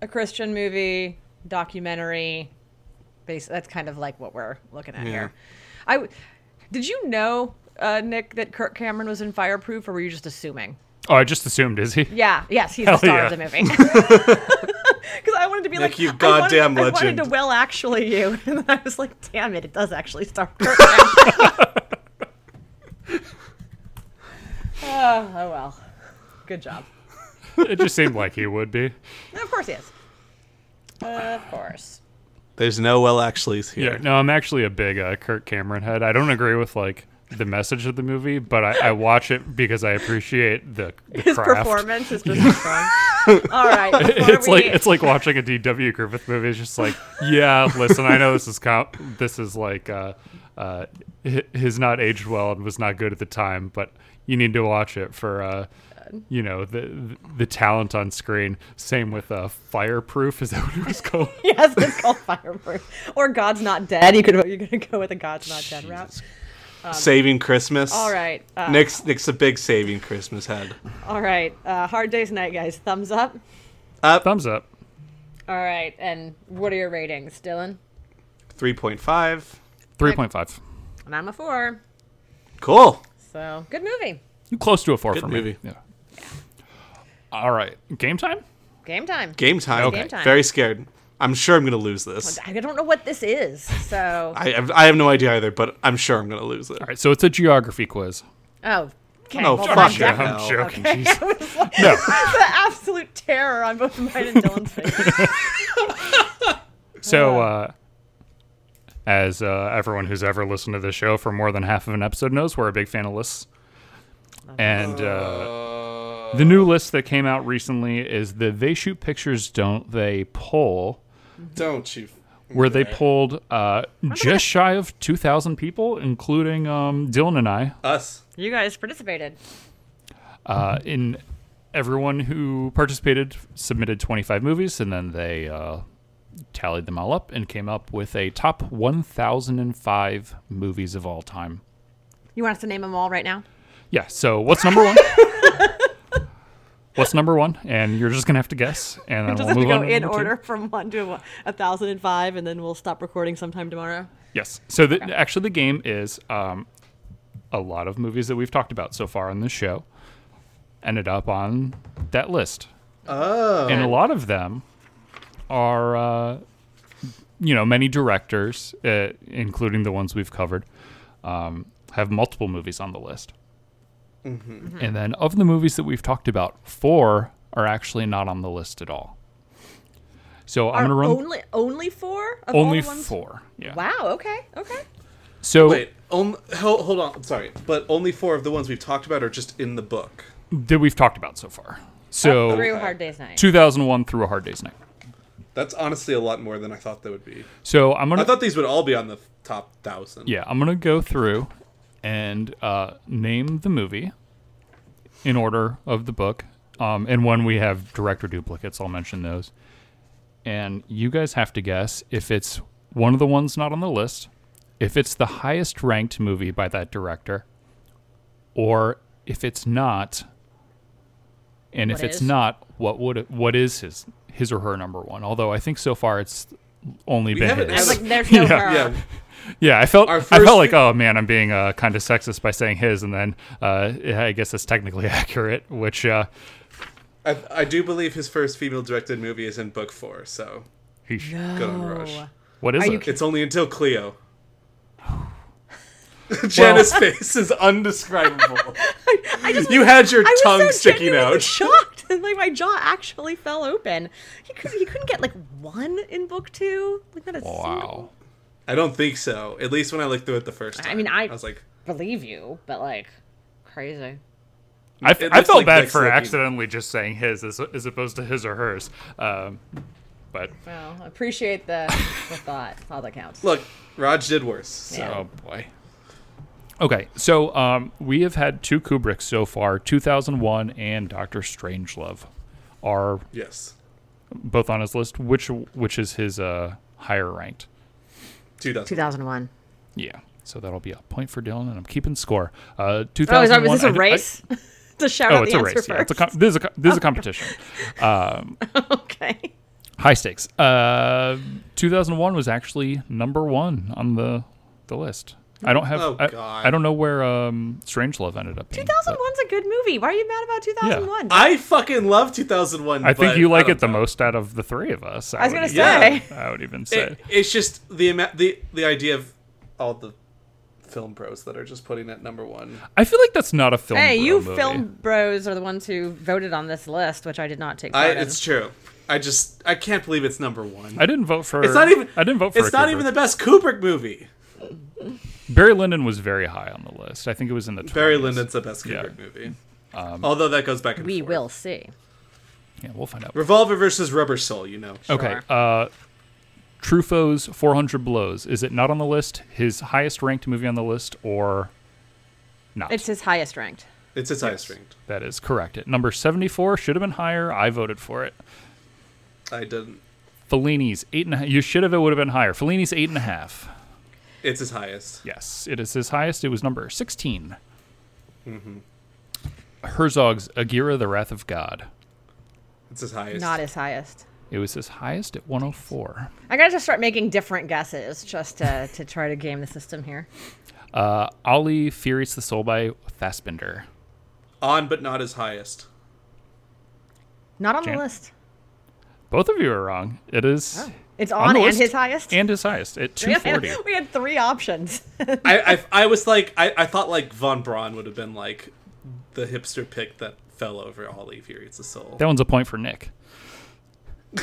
B: a Christian movie, documentary. Base. That's kind of like what we're looking at here. I w- did you know, uh, Nick, that Kirk Cameron was in Fireproof, or were you just assuming?
C: Oh, I just assumed is he?
B: Yeah. Yes, he's
C: Hell
B: the star
C: yeah.
B: of the movie. Because I wanted to be like
D: you
B: I wanted-
D: goddamn
B: I wanted
D: legend.
B: to well actually you, and then I was like, damn it, it does actually star Kirk. Cameron. oh, oh well, good job.
C: It just seemed like he would be.
B: Of course he is. Of course.
D: There's no well actuallys here.
C: Yeah, no, I'm actually a big uh, Kirk Cameron head. I don't agree with like the message of the movie, but I, I watch it because I appreciate the, the
B: His
C: craft.
B: performance is just strong. All right. before
C: It's like
B: we-
C: it's like watching a D.W. Griffith movie. It's just like, yeah, listen, I know this is comp- this is like uh, uh, hi- his not aged well and was not good at the time, but you need to watch it for uh, you know the the talent on screen. Same with uh, Fireproof. Is that what it was called?
B: yes, it's called Fireproof. Or God's Not Dead. You could you're gonna go with a God's Not Dead route.
D: Saving Christmas.
B: All right. Uh,
D: Nick's, Nick's a big Saving Christmas head.
B: All right. Uh, hard day's night, guys. Thumbs up.
C: Thumbs up.
B: All right. And what are your ratings, Dylan?
D: 3.5.
C: Three point five.
B: And I'm a four.
D: Cool.
B: So good movie.
C: You close to a four
D: Good
C: for me.
D: movie.
C: Yeah. All right, game time.
B: Game time.
D: Game time.
B: Game time. Oh,
D: Very scared. I'm sure I'm going to lose this.
B: I don't know what this is. So
D: I have, I have no idea either, but I'm sure I'm going to lose it.
C: All right, so it's a geography quiz.
B: oh. Okay,
D: Oh,
B: well,
D: fuck
B: mine
D: yeah.
B: definitely-
D: no.
C: I'm joking.
B: It
C: Jeez.
B: was like
C: No.
B: the absolute terror on both mine and Dylan's face.
C: So, uh, as uh, everyone who's ever listened to the show for more than half of an episode knows, we're a big fan of lists. And uh, the new list that came out recently is the They Shoot Pictures, Don't They poll,
D: Don't you.
C: where they polled uh, just shy of 2,000 people, including um, Dylan and I,
D: Us.
B: You guys participated.
C: uh, in everyone who participated submitted 25 movies and then they uh, tallied them all up and came up with a top 1005 movies of all time
B: You want us to name them all right now?
C: yeah so what's number one what's number one and you're just gonna have to guess and then
B: Just
C: we'll
B: have to
C: move
B: go
C: on to
B: in
C: number two.
B: order from one to a thousand and five, and then we'll stop recording sometime tomorrow.
C: Yes. So the, actually, the game is um, a lot of movies that we've talked about so far on this show ended up on that list. Oh. And a lot of them are, uh, you know, many directors, uh, including the ones we've covered, um, have multiple movies on the list. And then of the movies that we've talked about, four are actually not on the list at all. So I'm
B: Are
C: gonna run
B: only only four? Of all
C: only
B: the ones?
C: four. Yeah.
B: Wow. Okay. Okay.
C: So
D: Wait, on, hold, hold on. Sorry. But only four of the ones we've talked about are just in the book.
C: that we've talked about so far. So
B: Three hard days night.
C: 2001 through a hard day's night.
D: That's honestly a lot more than I thought they would be.
C: So I'm gonna
D: I thought these would all be on the top thousand.
C: yeah I'm gonna go through and uh, name the movie in order of the book. Um, and when we have director duplicates, I'll mention those. And you guys have to guess if it's one of the ones not on the list, if it's the highest ranked movie by that director, or if it's not, And if
B: What
C: it's
B: is?
C: not, what would it, what is his his or her number one? Although I think so far it's only been
D: haven't
B: I was
C: his.
B: like, there's no
C: Yeah.
B: her.
D: Yeah,
C: yeah, I felt
D: Our
C: I
D: first-
C: felt like oh man, I'm being uh, kind of sexist by saying his, and then uh, I guess it's technically accurate, which uh,
D: I, I do believe his first female-directed movie is in book four. So
C: heesh.
D: good on Rush.
B: Oh.
C: what is
B: Are you
C: it?
D: It's only until Cleo. Janice's face is undescribable.
B: I just
D: You had your
B: I was
D: tongue
B: so
D: sticking
B: genuinely
D: out.
B: Shocked, like my jaw actually fell open. He could, he couldn't get like one in book two. Like not a
C: Wow.
B: single.
D: I don't think so. At least when I looked through it the first time.
B: I mean, I-
D: I was like,
B: Believe you, but like crazy.
C: I, f-
D: It
C: I
D: looks
C: felt
D: like
C: bad
D: Nick's
C: for
D: looking.
C: accidentally just saying his as, as opposed to his or hers. Um, but
B: Well, appreciate the, the thought. That's all that counts.
D: look, Raj did worse. So.
B: Yeah.
C: oh boy. Okay, so um, we have had two Kubricks so far: 2001 and Doctor Strangelove, are
D: Yes,
C: both on his list. Which which is his uh, higher ranked?
D: two dozen.
B: 2001.
C: Yeah. So that'll be a point for Dylan, and I'm keeping score. Uh,
B: Oh, is,
C: 2001.
B: that, is this
C: I
B: a
C: d- I-
B: race? to shout
C: oh,
B: out
C: it's
B: the
C: a
B: answer
C: race.
B: first. Oh.
C: Yeah, it's a com- this is a, co- this is a competition.
B: okay.
C: High stakes. Uh, 2001 was actually number one on the the list. I don't have.
D: Oh,
C: I,
D: God.
C: I don't know where um, Strangelove ended up. being, but
B: 2001's a good movie. Why are you mad about 2001?
D: I fucking love 2001.
C: I think
D: but
C: you like
D: don't
C: it the
D: know.
C: most out of the three of us. I,
B: was
C: would
B: gonna
C: even-
B: say.
C: I would even say.
D: It, it's just the ama- the the idea of all the film pros that are just putting it number one.
C: I feel like that's not a film.
B: Hey,
C: bro
B: you
C: movie.
B: film bros are the ones who voted on this list, which I did not take
D: I
B: part in.
D: it's true. I just I can't believe it's number one.
C: I didn't vote for.
D: it's not even.
C: I didn't vote for.
D: It's not even the best Kubrick movie.
C: Barry Lyndon was very high on the list. I think it was in the. 20s.
D: Barry Lyndon's the best
C: Yeah. Um,
D: Kubrick movie. Although that goes back and
B: we
D: forth.
B: will see.
C: Yeah, we'll find out.
D: Revolver versus Rubber Soul. You know.
C: Okay.
B: Sure.
C: Uh, Truffaut's 400 Blows. Is it not on the list? His highest ranked movie on the list, or not?
B: It's his highest ranked.
D: It's its highest ranked.
C: that is correct. At number 74, should have been higher. I voted for it.
D: I didn't.
C: Fellini's eight and a half. You should have. It would have been higher. Fellini's eight and a half.
D: It's his highest.
C: Yes, it is his highest. It was number 16. Herzog's Agira, The Wrath of God.
D: It's his highest.
B: Not his highest.
C: It was his highest at 104.
B: I gotta just start making different guesses just to, to try to game the system here.
C: Uh, Ali Furious the Soul by Fassbender.
D: on, but not his highest.
B: Not on
C: Jan-
B: the list.
C: Both of you are wrong. It is.
B: It's
C: on
B: on,
C: the
B: and
C: list.
B: his highest.
C: and his highest at
B: we,
C: 240.
B: had, we had three options.
D: I, I I was like I, I thought like Von Braun would have been like the hipster pick that fell over Ollie Fury. It's a soul.
C: That one's a point for Nick.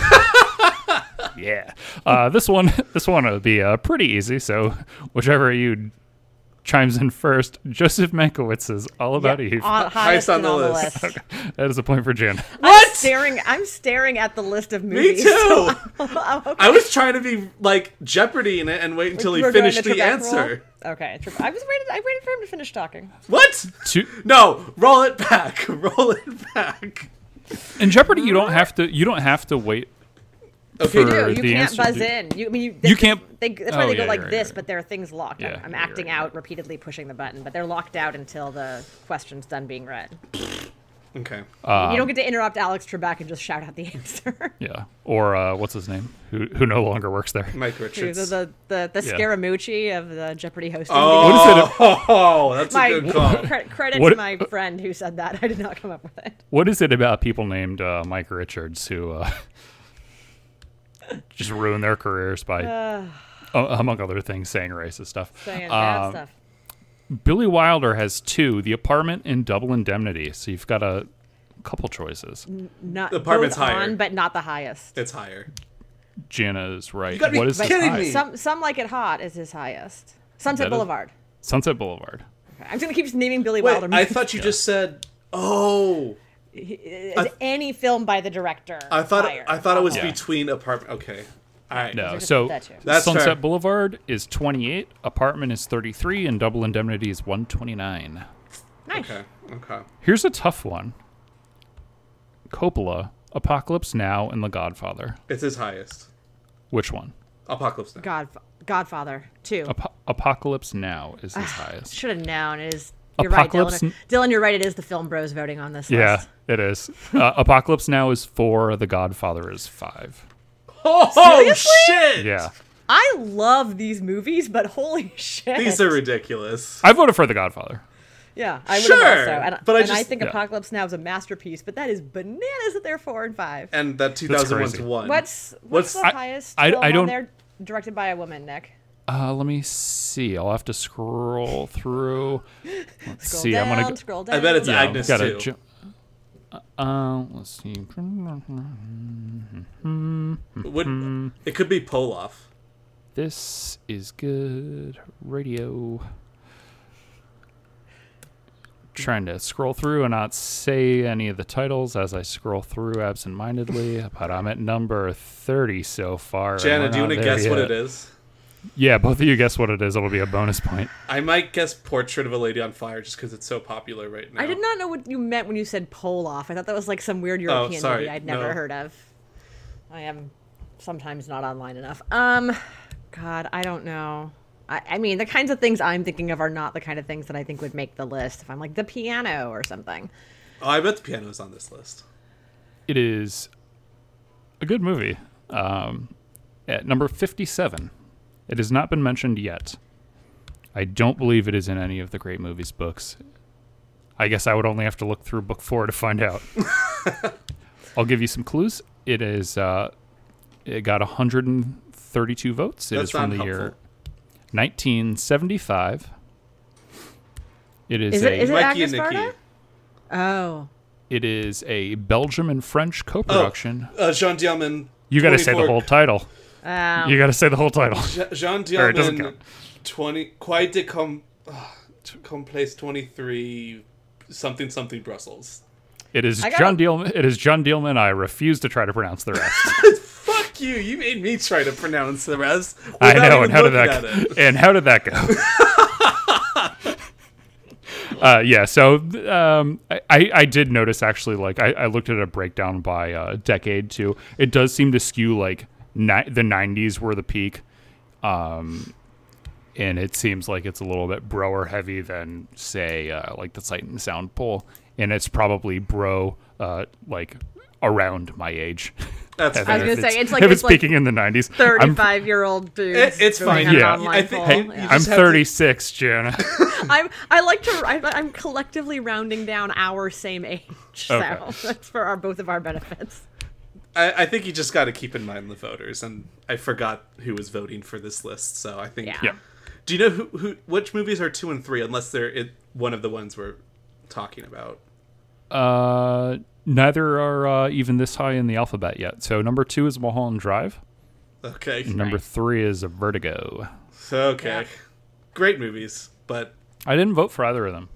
C: yeah. Uh, this one, this one will be uh, pretty easy. So whichever you chimes in first, Joseph Mankowitz's "All About Eve."
B: on, highest
D: on
B: and
D: the
B: on the
D: list.
B: list.
C: that is a point for Jan.
B: I'm staring. I'm staring at the list of
D: Me
B: movies.
D: too.
B: Oh, okay.
D: I was trying to be like Jeopardy in it and wait until
B: You
D: he
B: were doing
D: finished the
B: Trebek
D: answer.
B: roll? Okay, Tre- I was waiting. I waited for him to finish talking.
D: What?
C: Two,
D: No, roll it back. Roll it back.
C: in Jeopardy, you don't have to. You don't have to wait.
D: Okay,
C: Oh, For-
B: No,
C: Or
B: you
C: the
B: can't
C: answer,
B: buzz
C: dude.
B: in. You I mean you,
C: You
B: that's-
C: can't-
B: They, that's why
C: Oh,
B: they go
C: yeah,
B: like
C: you're right,
B: this,
C: you're
B: but there are things locked.
C: Yeah,
B: I'm, I'm
C: you're
B: acting
C: right, you're
B: out
C: right.
B: repeatedly, pushing the button, but they're locked out until the question's done being read.
D: okay.
B: you
C: Um,
B: don't get to interrupt Alex Trebek and just shout out the answer.
C: Yeah. Or uh, what's his name? Who who no longer works there?
D: Mike
B: the
D: Richards.
B: the, the, the
C: Yeah.
B: Scaramucci of the Jeopardy hosting.
D: Oh,
B: game.
D: that's
B: my
D: a good call.
B: cre- credit
C: What-
B: to my friend who said that. I did not come up with it.
C: What is it about people named uh, Mike Richards who uh, just ruin their careers by, uh, among other things, saying racist stuff?
B: Saying
C: Um,
B: bad stuff.
C: Billy Wilder has two: The Apartment and Double Indemnity. So you've got a couple choices.
B: Not
D: the apartment's
B: both
D: higher.
B: on, but not the highest.
D: It's higher.
C: Jana's right.
D: gotta be
C: What is
D: kidding
C: high?
D: me.
B: Some some like it hot is his highest. Sunset
C: That is-
B: Boulevard.
C: Sunset Boulevard.
B: Okay, I'm just gonna keep naming Billy
D: Wait,
B: Wilder.
D: I
B: movies.
D: thought you just said. Oh,
B: is any film by the director.
D: I thought
B: higher.
D: I thought it was
C: Yeah.
D: between apartment. Okay, all right.
C: No,
B: just
C: so
B: that too.
D: That's
C: Sunset
D: fair.
C: Boulevard is 28, Apartment is 33, and Double Indemnity is 129.
B: nice.
D: Okay, okay.
C: Here's a tough one. Coppola, Apocalypse Now, and The Godfather.
D: It's his highest.
C: Which one?
D: Apocalypse Now.
B: God, Godfather two. Ah,
C: Apo- Apocalypse Now is his highest.
B: Should have known it is You're right,
C: Apocalypse.
B: Dylan. Dylan, you're right. It is the film bros voting on this
C: yeah,
B: list.
C: it is. Uh, Apocalypse Now is four. The Godfather is five.
D: Oh,
B: Seriously?
D: shit!
C: Yeah,
B: I love these movies, but holy shit.
D: These are ridiculous.
C: I voted for The Godfather.
B: Yeah, I would
D: Sure,
B: have also. And,
D: but I
B: and I
D: just-
B: think
C: yeah.
B: Apocalypse Now is a masterpiece, but that is bananas that they're four and five.
D: And that 2001's
C: crazy.
D: one.
B: What's
D: What's-
B: what's, the
D: I-
B: highest
C: I-
B: film
C: I don't-
B: on there directed by a woman, Nick?
C: Uh, let me see. I'll have to scroll through. Let's
B: Scroll
C: see.
B: down,
C: I'm gonna.
B: scroll down.
D: I bet it's
C: Yeah,
D: Agnes
C: gotta
D: too.
C: ju- uh, uh, let's see. Hmm.
D: Would, it could be Poloff.
C: This is good radio. Trying to scroll through and not say any of the titles as I scroll through absentmindedly, but I'm at number 30 so far. and
D: Jana,
C: we're
D: do you
C: not
D: want to
C: Uh, there
D: guess what
C: yet.
D: it is?
C: Yeah, both of you guess what it is. It'll be a bonus point.
D: I might guess Portrait of a Lady on Fire just because it's so popular right now.
B: I did not know what you meant when you said pole off. I thought that was like some weird European
D: Oh, sorry,
B: movie I'd never
D: no.
B: heard of. I am sometimes not online enough. Um, God, I don't know. I, I mean, the kinds of things I'm thinking of are not the kind of things that I think would make the list. If I'm like the piano or something,
D: Oh, I bet the piano's on this list.
C: It is a good movie. Um, at number 57. It has not been mentioned yet. I don't believe it is in any of the great movies books. I guess I would only have to look through book four to find out. I'll give you some clues. It is. Uh, it got 132 votes. It is
D: That's
C: from
D: not
C: the year
D: helpful.
C: 1975. It is,
B: Is
C: a
B: it- is it-
D: Mikey
B: Agnes
D: and Nikki.
B: Varda? oh,
C: it is a Belgium and French co-production.
D: Uh, Jean Diamond.
C: You got to say the whole title.
B: um,
C: You got to say the whole title.
D: Jean
C: Or it doesn't
D: Diamond.
C: count.
D: Twenty. Quite de com. ugh, Complace twenty three. Something something Brussels.
C: It is
B: I got
C: John
B: a-
C: Dealman. It is John Dealman. I refuse to try to pronounce the rest.
D: Fuck you! You made me try to pronounce the rest.
C: I
D: without
C: know.
D: even
C: And how did
D: looking
C: that?
D: at it.
C: And how did that go? uh, yeah. So um, I, I I did notice actually. Like I, I looked at a breakdown by uh, decade too. It does seem to skew like ni- the '90s were the peak. Um, and it seems like it's a little bit broer heavy than say uh, like the sight and sound poll and it's probably bro uh, like around my age
D: That's
C: And
D: fair.
B: I was
C: if
B: gonna say, it's like-
C: if
B: it's
C: it's
B: like
C: peaking in the 90s I'm,
B: thirty-five-year-old dude.
D: It- it's fine.
C: Yeah.
D: I
B: Online
D: think-
B: poll.
D: hey, you
B: Yeah.
D: just
C: I'm
D: have to-
C: 36 jana
B: I'm I like to I, I'm collectively rounding down our same age, so
C: Okay.
B: that's for our both of our benefits.
D: I, I think you just got to keep in mind the voters, and I forgot who was voting for this list. So I think.
B: Yeah.
C: yeah
D: Do you know who who which movies are two and three? Unless they're it, one of the ones we're talking about.
C: uh, neither are uh, even this high in the alphabet yet so number two is mulholland drive
D: Okay.
C: number three is vertigo
D: Okay.
B: Yeah.
D: Great movies, but
C: i didn't vote for either of them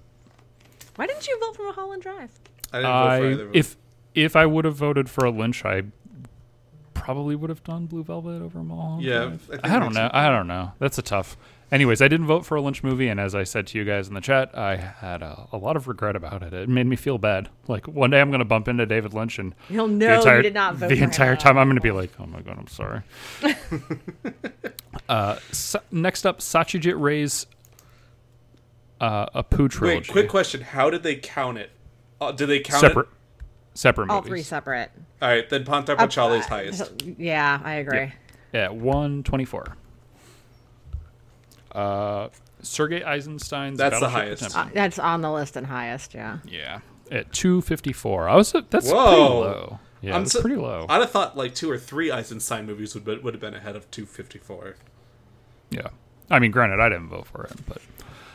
B: Why didn't you vote for Mulholland Drive?
D: I didn't vote for
C: I,
D: either. of them.
C: if if I would have voted for a Lynch, I probably would have done Blue Velvet over Mulholland.
D: Yeah,
C: Drive.
D: I think
C: I,
D: it
C: don't
D: makes
C: know. I don't know. That's a tough. Anyways, I didn't vote for a Lynch movie, and as I said to you guys in the chat, I had a, a lot of regret about it. It made me feel bad. Like one day I'm going to bump into David Lynch, and
B: He'll
C: the
B: know
C: entire,
B: you did not vote
C: the
B: for him
C: entire
B: at
C: time
B: all.
C: I'm going to be like, oh my god, I'm sorry. uh, Sa- next up, Satyajit Ray's uh, a Pooh trilogy.
D: Wait, quick question: How did they count it? Uh, did they count
C: separate,
D: It?
C: separate
B: All
C: movies.
B: three separate.
D: All right, then
B: Uh,
D: Ponta Pachali's highest.
B: Yeah, I agree.
C: at 124. Uh, Sergei Eisenstein's
D: That's the
C: Battleship
D: highest.
C: Potemkin.
B: Uh, That's on the list and highest. Yeah.
C: yeah, at 254. I was that's pretty
D: Whoa.
C: low. Yeah,
D: I'm
C: that's
D: so-
C: pretty low.
D: I'd have thought like two or three Eisenstein movies would be, would have been ahead of 254.
C: yeah, I mean, granted, I didn't vote for it, but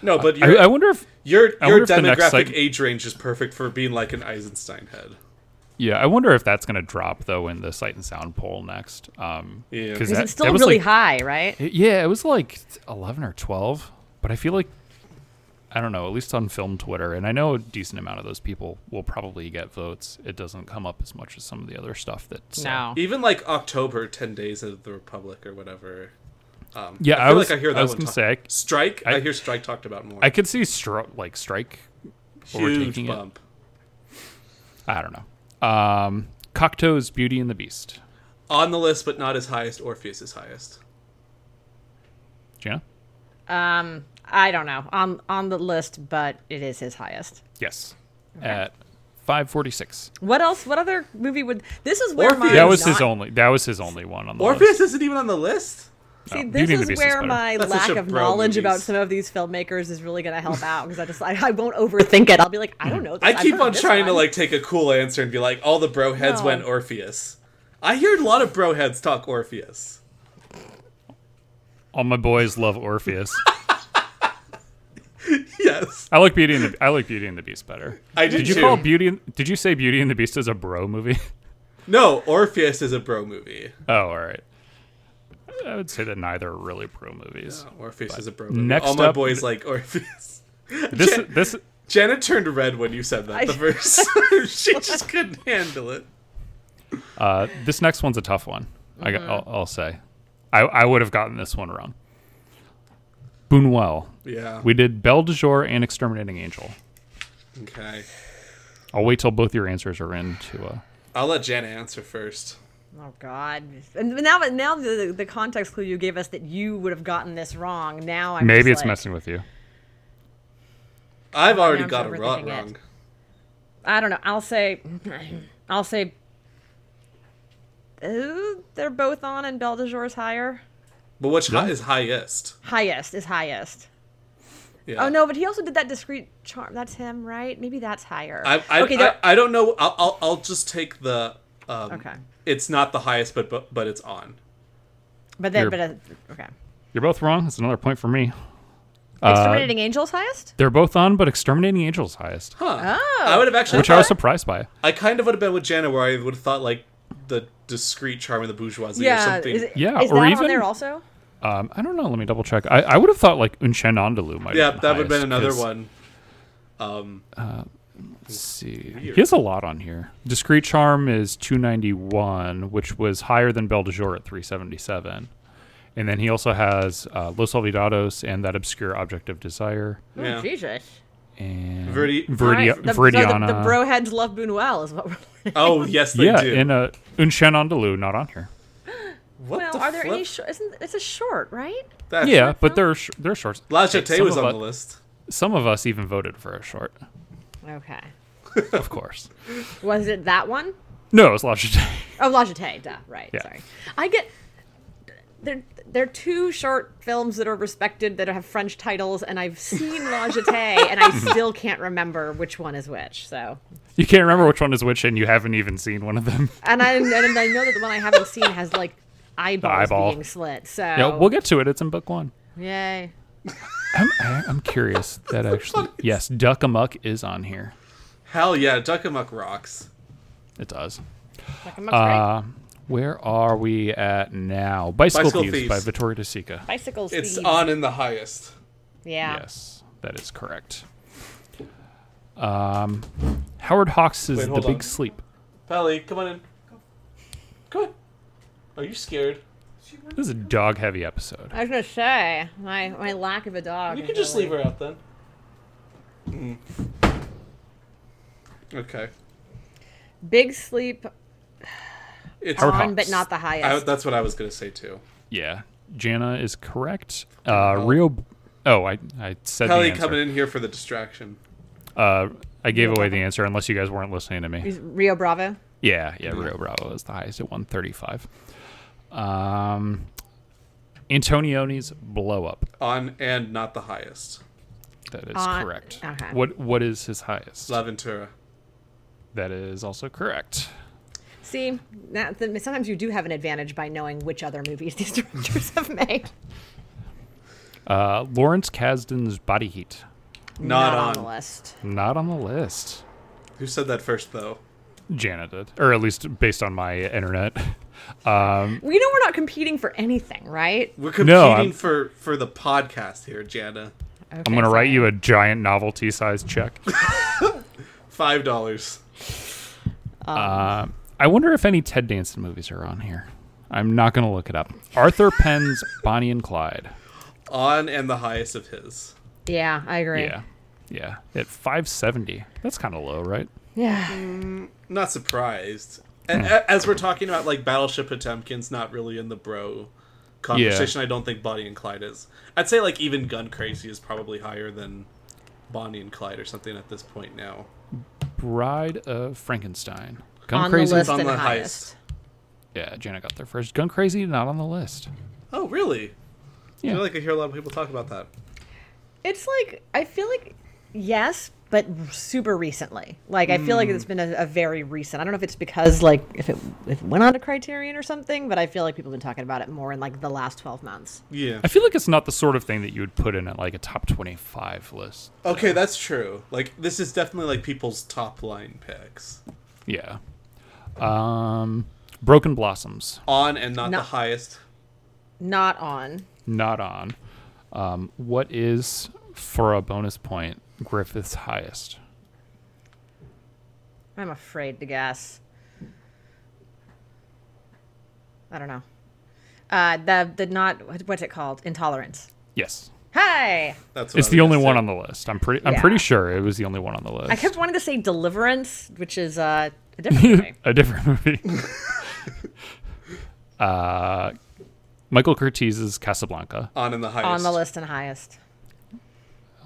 D: No, but
C: I,
D: your
C: I wonder if
D: your
C: I
D: your
C: wonder if the next
D: demographic
C: site-
D: age range is perfect for being like an Eisenstein head.
C: yeah, I wonder if that's gonna drop though in the Sight and Sound poll next. Um,
D: Yeah.
C: 'cause
D: 'Cause
B: Because
C: that-
B: it's
C: that
B: still
C: was,
B: really
C: like-
B: high, right?
C: It- yeah, it was like 11 or 12, but I feel like I don't know, at least on film Twitter, and I know a decent amount of those people will probably get votes. It doesn't come up as much as some of the other stuff that's uh,
B: No.
D: Even like October, Ten Days of the Republic, or whatever. Um,
C: Yeah,
D: I,
C: I
D: feel
C: was-
D: like I hear
C: I
D: that
C: was
D: one
C: gonna
D: talk-
C: say, I-
D: Strike. I,
C: I-
D: hear Strike talked about more.
C: I could see stro- like strike
D: Huge
C: overtaking it.
D: bump.
C: I don't know. Um, Cocteau's Beauty and the Beast.
D: on the list, but not as highest. Orpheus is highest.
C: Gina?
B: Um, I don't know on on the list, but it is his highest.
C: Yes. At 546.
B: What else? What other movie would this is where my
D: Orpheus.
C: That was his
B: not-
C: only that was his only one on the list.
D: Orpheus isn't even on the list.
B: See, this
C: Oh, Beauty and the
B: is
C: Beast is
B: where
C: better.
B: my
D: That's such
B: lack
D: a
B: of
D: bro
B: knowledge
D: movies.
B: about some of these filmmakers is really going to help out because I just I, I won't overthink it. I'll be like, I don't know. This.
D: I
B: I've
D: keep
B: heard of
D: on
B: this
D: trying to
B: one.
D: like take a cool answer and be like, all the bro heads
B: No.
D: went Orpheus. I hear a lot of bro heads talk Orpheus.
C: All my boys love Orpheus.
D: Yes,
C: I like Beauty and the I like Beauty and the Beast better.
D: I do
C: Did you
D: too.
C: call Beauty? and- Did you say Beauty and the Beast is a bro movie?
D: no, Orpheus is a bro movie.
C: Oh, all right. I would say that neither are really bro movies.
D: Oh, Orpheus is a bro movie.
C: next
D: all my
C: up-
D: boys like Orpheus.
C: This
D: Jan-
C: this
D: Jenna turned red when you said that the
B: I-
D: first. she just couldn't handle it.
C: uh, this next one's a tough one. I got,
D: Uh-huh.
C: I'll, I'll say, I I would have gotten this one wrong. Boonwell.
D: Yeah.
C: We did Belle de Jour and Exterminating Angel.
D: okay.
C: I'll wait till both your answers are in to. Uh,
D: I'll let Jenna answer first.
B: Oh God! And now, now the the context clue you gave us that you would have gotten this wrong. Now I'm
C: maybe it's
B: just like-
C: messing with you.
D: I've already
B: I'm
D: got a
B: overthinking
D: lot
B: it.
D: wrong.
B: I don't know. I'll say, I'll say. Ooh, they're both on, and Belle de Jour's higher.
D: But which hi- is highest?
B: Highest is highest.
D: Yeah.
B: Oh no, but he also did that discreet charm. That's him, right? Maybe that's higher.
D: I I,
B: okay,
D: I,
B: there-
D: I don't know. I'll, I'll I'll just take the. Um,
B: Okay.
D: It's not the highest, but but, but it's on.
B: but then,
C: you're-
B: but uh, okay.
C: You're both wrong. That's another point for me. Uh,
B: Exterminating Angels highest.
C: They're both on, but Exterminating Angel's highest,
D: Huh.
B: Oh.
D: I would have actually.
C: which I was surprised by.
D: I kind of would have been with Jana, where I would have thought like the discreet charm of the bourgeoisie or
B: Yeah.
D: something.
B: Is, it-
C: Yeah,
B: is
C: or
B: that on
C: even-
B: there also?
C: Um, I don't know. Let me double check. I, I would have thought like Unchen Andalu might.
D: yeah,
C: have been
D: that would have been
C: highest,
D: another
C: 'cause-
D: one. Um,
C: Let's see, he has a lot on here. Discreet Charm is 291, which was higher than Belle de Jour at 377, and then he also has uh, Los Olvidados and that obscure Object of Desire
B: Ooh,
D: Yeah.
B: Oh, Jesus.
C: and
D: Verdi-
C: Verdi-
B: All right, the- so
C: Viridiana.
B: the, the bro heads love Buñuel is what we're.
D: oh yes, they
C: yeah,
D: do.
C: and uh, Unchen Andalu not on here.
D: what
B: Well,
D: the
B: are there
D: flip?
B: any? Sh- isn't it's a short, right?
D: That's-
C: Yeah, but they're sh- they're shorts.
D: Lachate
C: Some
D: was
C: of
D: on
C: us-
D: the list.
C: Some of us even voted for a short,
B: Okay.
C: of course.
B: Was it that one?
C: No, it's Lachate.
B: Oh, La Jetée, duh, right.
C: Yeah.
B: Sorry. I get. There, there are two short films that are respected that have French titles, and I've seen La Jetée, and I still can't remember which one is which. So,
C: You can't remember which one is which, and you haven't even seen one of them.
B: and I and I know that the one I haven't seen has like eyeballs
C: eyeball.
B: being slit. So,
C: Yeah, we'll get to it. It's in book one.
B: yay.
C: I'm, I- I'm curious that actually. Yes, Duck Amuck is on here.
D: Hell yeah, Duck Amuck rocks.
C: It does.
B: Like, I'm afraid.
C: Uh, where are we at now? Bicycle,
D: Bicycle
C: Thieves,
D: Thieves.
C: by Vittorio De Sica.
B: Bicycles.
D: It's
B: thieves.
D: on in the highest.
B: Yeah.
C: Yes, that is correct. Um, Howard Hawks is
D: Wait,
C: The
D: hold
C: Big
D: on.
C: Sleep.
D: Pally, come on in. Come on. Are you scared?
C: This is a dog heavy episode.
B: I was gonna say my my lack of a dog.
D: You
B: is
D: can just
B: really-
D: leave her out then. Mm. Okay.
B: Big sleep
D: It's
C: Howard
B: on, but
C: Hawks.
B: not the
D: I,
B: highest.
D: that's what I was gonna say too.
C: Yeah, Jana is correct. Uh, Rio. Oh, I, I said
D: Pally
C: the answer.
D: coming in here for the distraction.
C: Uh, I gave away the answer unless you guys weren't listening to me.
B: Is Rio Bravo.
C: Yeah, yeah, Rio Bravo is the highest at 135. Um, Antonioni's blow up.
D: On and not the highest.
C: That is
B: Uh,
C: correct.
B: okay.
C: What what is his highest?
D: La Ventura.
C: That is also correct.
B: See, that, the, sometimes you do have an advantage by knowing which other movies these directors have made.
C: Uh, Lawrence Kasdan's body heat.
D: Not,
B: the
D: on.
B: list.
C: Not on the list.
D: Who said that first though?
C: Jana did, or at least based on my internet.
B: We know we're not competing for anything, right?
D: We're competing
C: I'm-
D: for for the podcast here, Jana.
C: I'm gonna write you a giant novelty size check.
D: Five dollars.
C: Um, I wonder if any Ted Danson movies are on here. I'm not gonna look it up. Arthur Penn's Bonnie and Clyde.
D: On and the highest of his.
B: Yeah, I agree.
C: Yeah. Yeah. At 570. That's kind of low, right?
B: Yeah.
D: Not
C: Hmm.
D: surprised. And a- as we're talking about like Battleship Potemkin's not really in the bro conversation. I don't think Bonnie and Clyde is. I'd say like even Gun Crazy is probably higher than Bonnie and Clyde or something at this point now.
C: Bride of Frankenstein. Gun
B: on
C: Crazy.
B: the list
D: on
B: and
D: the
B: highest.
C: Yeah, Janet got there first. Gun Crazy not on the list.
D: Oh really? I
C: Yeah.
D: feel like I hear a lot of people talk about that.
B: It's like I feel like yes, but super recently. Like I feel
D: Hmm.
B: like it's been a, a very recent. I don't know if it's because like if it, if it went on to Criterion or something, but I feel like people have been talking about it more in like the last twelve months.
D: Yeah.
C: I feel like it's not the sort of thing that you would put in at like a top 25 list.
D: Okay, that's true. Like this is definitely like people's top line picks.
C: Yeah. Um Broken Blossoms
D: On and not
B: No.
D: the highest.
B: Not on.
C: not on. Um what is for a bonus point Griffith's highest?
B: I'm afraid to guess. I don't know. Uh, the the not what- what's it called? Intolerance.
C: Yes.
B: Hi.
D: That's what
C: It's
D: I was
C: the
D: gonna
C: only one
D: say.
C: on the list. I'm pretty I'm
B: Yeah.
C: pretty sure it was the only one on the list.
B: I kept wanting to say deliverance, which is uh, a different thing.
C: a different movie. uh Michael Curtiz's Casablanca.
D: on and the highest.
B: on the list and highest.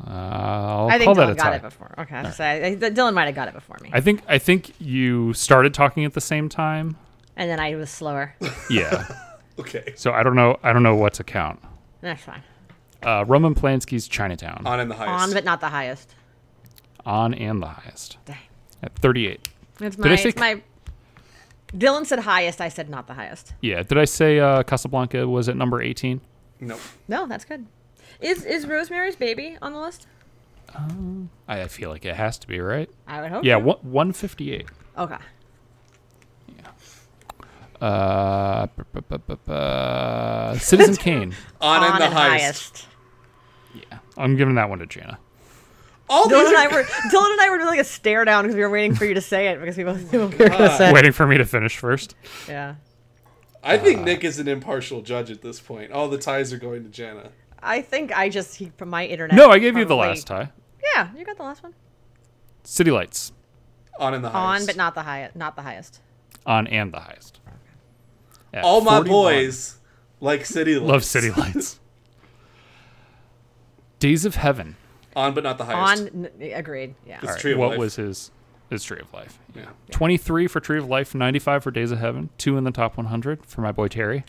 C: Uh, I'll
B: I think
C: call
B: Dylan
C: that a
B: got
C: tie.
B: it before. Okay, I was gonna say, I- Dylan might have got it before me,
C: I think I think you started talking at the same time.
B: and then I was slower.
C: Yeah.
D: Okay.
C: so I don't know I don't know what to count.
B: That's fine.
C: Uh, Roman Polanski's Chinatown on,
D: On and the highest.
B: On, but not the highest.
C: and the highest
B: Dang.
C: at 38.
B: It's
C: I
B: my,
C: say
B: it's
C: c-
B: my. Dylan said highest. I said not the highest.
C: Yeah, did I say uh, Casablanca was at number 18?
D: nope.
B: No, that's good. Is is Rosemary's Baby on the list?
C: I, I feel like it has to be right.
B: I would hope.
C: Yeah,
B: so.
C: one, 158.
B: Okay.
C: Uh, bu- bu- bu- bu- bu- uh, Citizen Kane.
D: On,
B: On
D: and the
B: and
D: highest.
B: highest.
C: Yeah, I'm giving that one to Jana.
D: All
B: Dylan
D: these
B: and
D: are
B: I were Dylan and I were doing like a stare down because we were waiting for you to say it because we both knew what we were going to say.
C: Waiting for me to finish first.
B: Yeah.
D: I think
C: Uh.
D: Nick is an impartial judge at this point. All the ties are going to Jana.
B: I think I just he, from my internet.
C: No, I gave you the
B: probably-
C: last tie.
B: Yeah, you got the last one.
C: City Lights
D: On and the
B: On,
D: highest.
B: but not the highest. Not the highest.
C: on and the highest. At
D: All my
C: 41.
D: boys like City Lights.
C: love City Lights. Days of Heaven.
D: On, but not the highest.
B: On, n- agreed. Yeah.
D: It's
C: All right,
D: Tree of
C: what
D: Life.
C: was his his Tree of Life?
D: Yeah.
C: 23 for Tree of Life, 95 for Days of Heaven, two in the top 100 for my boy Terry.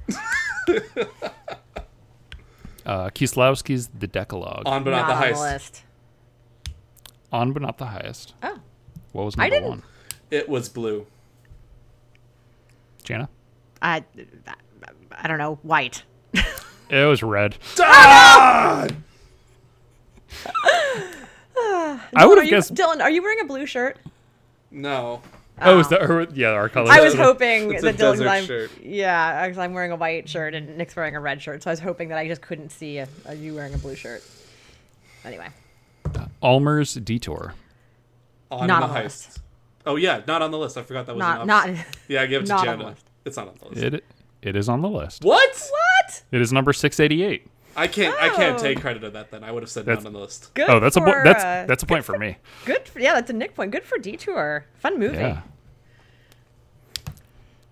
C: uh, Kieslowski's The Decalogue. On,
D: On, but not, the
B: on
D: highest.
B: the list.
C: but not the highest.
B: Oh,
C: What was
B: I
C: number
B: didn't-
C: one?
D: It was blue.
C: Jana?
B: I, I don't know. White.
C: It was red.
B: Ah!
C: I would
B: Oh, Are
C: have
B: you-
C: guessed.
B: Dylan, are you wearing a blue shirt?
D: No.
C: oh, is that or, yeah, our color.
B: I was
D: a-
B: hoping
D: it's a
B: that Dylan,
D: desert
B: I'm,
D: shirt.
B: yeah, because I'm wearing a white shirt and Nick's wearing a red shirt, so I was hoping that I just couldn't see a, a, you wearing a blue shirt. Anyway,
C: Almer's Detour.
D: On
B: Not on
D: and the
B: the
D: highest. Oh yeah, not on the list. I forgot that was
B: not
D: an
B: not
D: option. Yeah, I gave it to
B: not on the
D: Jana.
B: list.
D: It's not on the list.
C: It it is on the list.
D: What?
B: what?
C: It is number 688.
D: I can't. I can't
B: Oh.
D: take credit of that. Then I would have said
C: That's-
D: not on the list.
B: Good.
C: Oh, that's a
B: for,
C: point. That's
B: uh,
C: that's a point for me.
B: good. For, yeah, that's a Nick point. Good for Detour. Fun movie.
C: Yeah.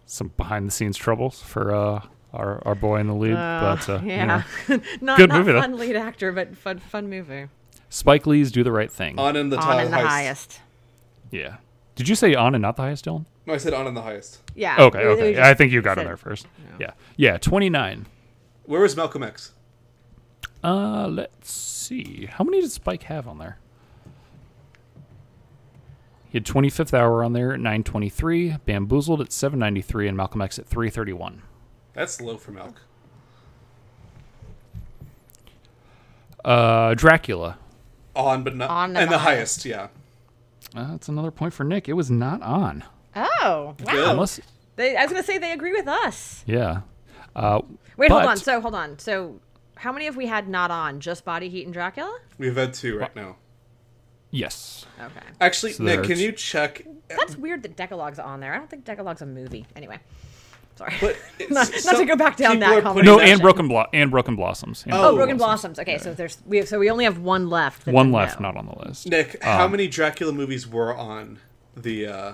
C: Some behind the scenes troubles for uh, our our boy in the lead,
B: Uh,
C: but uh, you
B: yeah,
C: know.
B: not,
C: Good
B: not
C: movie, though.
B: fun lead actor, but fun fun movie.
C: Spike Lee's Do the Right Thing.
D: On and the
B: On
D: ti-
B: and the
D: highest.
B: highest.
C: yeah. Did you say on and not the highest, Dylan?
D: No, I said on and the highest.
B: Yeah.
C: Okay,
B: we- we
C: okay.
B: just
C: I think you got it
B: said-
C: there first. Yeah, yeah. Twenty nine.
D: Where was Malcolm X?
C: Uh, let's see. How many did Spike have on there? He had twenty fifth hour on there at nine twenty three, bamboozled at seven ninety three, and Malcolm X at three thirty one.
D: That's low for Malc.
C: Uh, Dracula.
D: On, but not
B: On
D: and
B: and
D: the
B: the
D: highest. Yeah.
C: Uh, that's another point for Nick. It was not on.
B: Oh, wow.
D: Good.
C: Unless,
B: They, I was gonna say they agree with us.
C: yeah. Uh,
B: Wait,
C: but-
B: hold on. So hold on. So how many have we had not on? Just Body Heat and Dracula?
D: We've had two right now.
C: yes.
B: Okay.
D: Actually,
C: So
D: Nick,
C: there's-
D: can you check? uh,
B: That's weird that Decalogue's on there. I don't think Decalogue's a movie. Anyway. Sorry.
D: But
B: Not- not to go back down that conversation.
C: No,
B: Exactly.
C: and broken blo- and broken blossoms. And
B: oh, Broken Blossoms. Okay, so there's we have, so we only have one left. that's
C: One
B: a
C: left,
B: no.
C: um, not on the list.
D: Nick, how many Dracula movies were on the uh,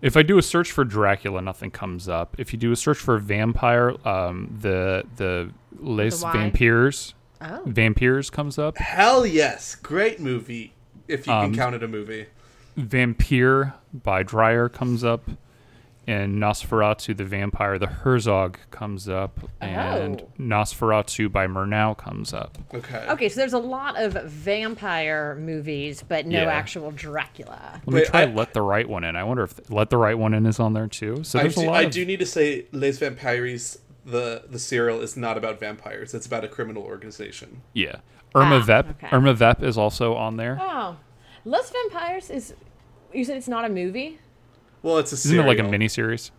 C: If I do a search for Dracula, nothing comes up. If you do a search for vampire, um, the the Les
B: The Y?
C: Vampires,
B: Oh.
C: Vampires comes up.
D: Hell yes, great movie. If you can
C: Um,
D: count it a movie.
C: Vampire by Dreyer comes up, and Nosferatu the Vampire the Herzog comes up, and
B: Oh.
C: Nosferatu by Murnau comes up.
D: Okay.
B: Okay, so there's a lot of vampire movies, but no
C: Yeah.
B: actual Dracula.
C: Let
D: Wait,
C: me try
D: I-
C: Let the Right One In. I wonder if Let the Right One In is on there too. So
D: I
C: there's a
D: do,
C: lot.
D: I
C: of,
D: do need to say Les Vampires the the serial is not about vampires. It's about a criminal organization.
C: Yeah. Irma
B: Ah,
C: Vep.
B: okay.
C: Irma Vep is also on there.
B: Oh, Los Vampires is. You said it's not a movie
D: Well, it's a
C: Isn't it
D: serial.
C: like a miniseries?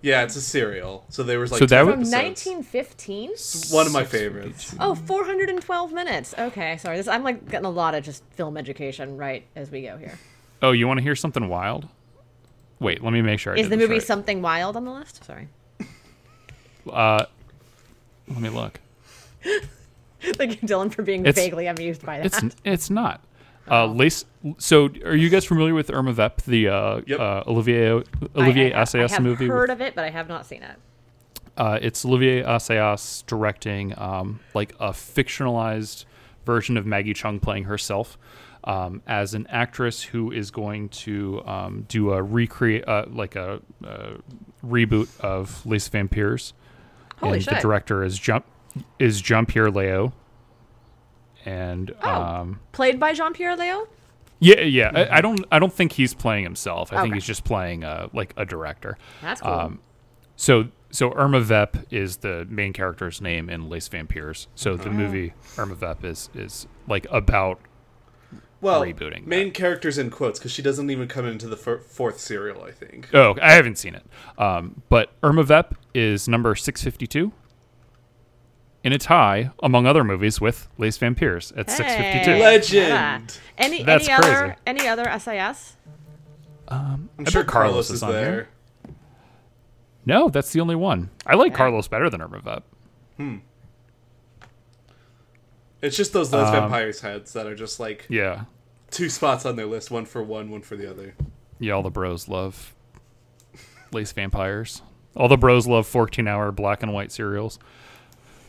D: Yeah, it's a serial. So there was like
C: So that
D: 12
C: would-
B: from
D: episodes.
B: 1915.
D: one of my favorites.
B: Oh, 412 minutes. Okay, sorry. This I'm like getting a lot of just film education right as we go here.
C: Oh, you want to hear something wild? Wait, let me make sure. I
B: Is
C: did
B: the
C: this
B: movie
C: right.
B: Something Wild on the list? Sorry.
C: Uh, Let me look.
B: Thank you, Dylan, for being
C: It's-
B: vaguely amused by that.
C: It's it's not. Uh, Lace. So, are you guys familiar with Irma Vep, the uh,
D: Yep.
C: uh, Olivier
B: I-
C: Olivier
B: I, have- I
C: Assayas
B: have
C: movie? with-
B: heard of it, but I have not seen it.
C: uh, it's Olivier Assayas directing um, like a fictionalized version of Maggie Chung playing herself um, as an actress who is going to um, do a recreate uh, like a uh, reboot of Les Vampires.
B: Holy
C: and
B: shit.
C: the director is Jump is Jean Pierre Leo. And
B: Oh,
C: um,
B: played by Jean Pierre Leo.
C: yeah, yeah. I, I don't. I don't think he's playing himself. I think
B: Mm-hmm. Okay.
C: he's just playing uh, like a director.
B: That's cool.
C: Um, so so Irma Vep is the main character's name in Les Vampires. So the movie Irma Vep is is like about
D: Well,
C: rebooting
D: main characters in quotes because she doesn't even come into the fir- fourth serial. I think.
C: oh I haven't seen it. Um, but Irma Vep is number six fifty two. In a tie, among other movies, with Les Vampires at six fifty
B: Hey.
C: two.
D: Legend.
B: Yeah. Any
C: That's
B: any other
C: crazy.
B: any other SIS?
D: I'm
C: I
D: sure
C: bet
D: Carlos, is, there.
C: No, that's the only one. I like Carlos better than Irma Vep.
D: It's just those Les Vampires heads that are just like
C: Um, Yeah,
D: two spots on their list, one for one, one for the other.
C: Yeah, all the bros love lace vampires. All the bros love 14 hour black and white cereals.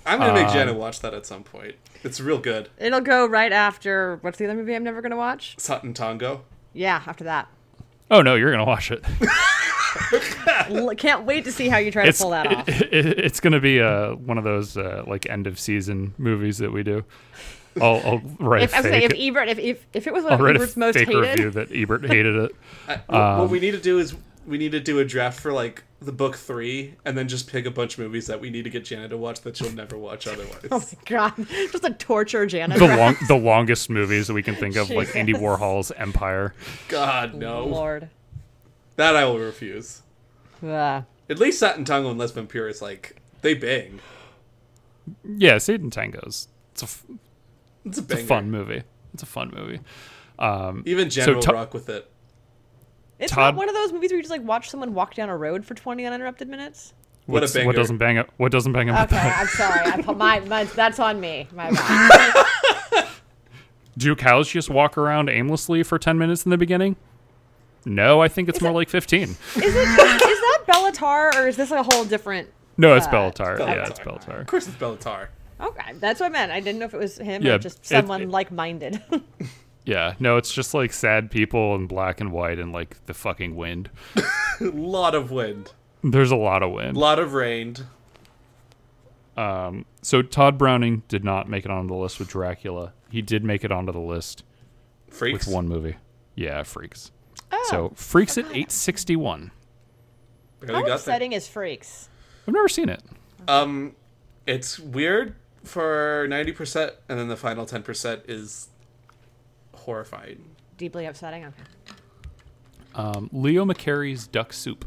D: I'm gonna make
C: Um,
D: Janet watch that at some point. It's real good.
B: It'll go right after what's the other movie I'm never gonna watch?
D: Sutton Tongo.
B: Yeah, after that.
C: Oh no, you're gonna watch it.
B: L- Can't wait to see how you try to
C: It's
B: pull that off.
C: it- it- it's gonna be uh, one of those uh, like end of season movies that we do. I'll, I'll write
B: If,
C: a
B: I'm saying
C: fake.
B: if Ebert, if, if, if it was one
C: I'll
B: of
C: write a
B: Ebert's most
C: fake review
B: hated,
C: that Ebert hated it.
D: Wh-
C: Um,
D: what we need to do is we need to do a draft for like the book three, and then just pick a bunch of movies that we need to get Janet to watch that she'll never watch otherwise.
B: oh God, just a torture Janet.
C: The long, the longest movies that we can think of, like Andy
B: Jesus.
C: Warhol's Empire.
D: God no,
B: Lord.
D: that I will refuse.
B: Ugh.
D: At least Sutton Tongo and Les Vampires like they bang.
C: Yeah, Satan Tango's. It's a, f-
D: It's a
C: it's
D: banger.
C: a fun movie. It's a fun movie. Um,
D: Even General
C: to-
D: rock with it.
B: It's
C: Todd-
B: not one of those movies where you just like watch someone walk down a road for 20 uninterrupted minutes.
D: What
C: What's-
D: a banger!
C: What doesn't bang up? What doesn't bang up?
B: Okay, I'm sorry. I put my, my that's on me. My bad.
C: Do cows just walk around aimlessly for 10 minutes in the beginning? No, I think it's more like 15.
B: Is it is that Bellatar or is this a whole different?
C: No, it's Bellatar. Yeah,
D: Bellatar.
C: it's Bellatar.
D: Of course, it's Bellatar.
B: Okay, that's what I meant. I didn't know if it was him
C: Yeah,
B: or just
C: it-
B: someone
C: it-
B: like-minded.
C: Yeah, no, it's just like sad people in black and white and like the fucking wind.
D: A lot of wind,
C: There's a lot of
D: a
C: wind.
D: lot of rain.
C: So Todd Browning did not make it onto the list with Dracula. He did make it onto the list
D: Freaks.
C: with one movie. Yeah, Freaks. so Freaks at 861.
D: Barely
B: How
D: got there.
B: upsetting is Freaks?
C: I've never seen it.
D: Um, it's weird for ninety percent, and then the final ten percent is horrifying.
B: Deeply upsetting. Okay.
C: Um, Leo McCarey's Duck Soup.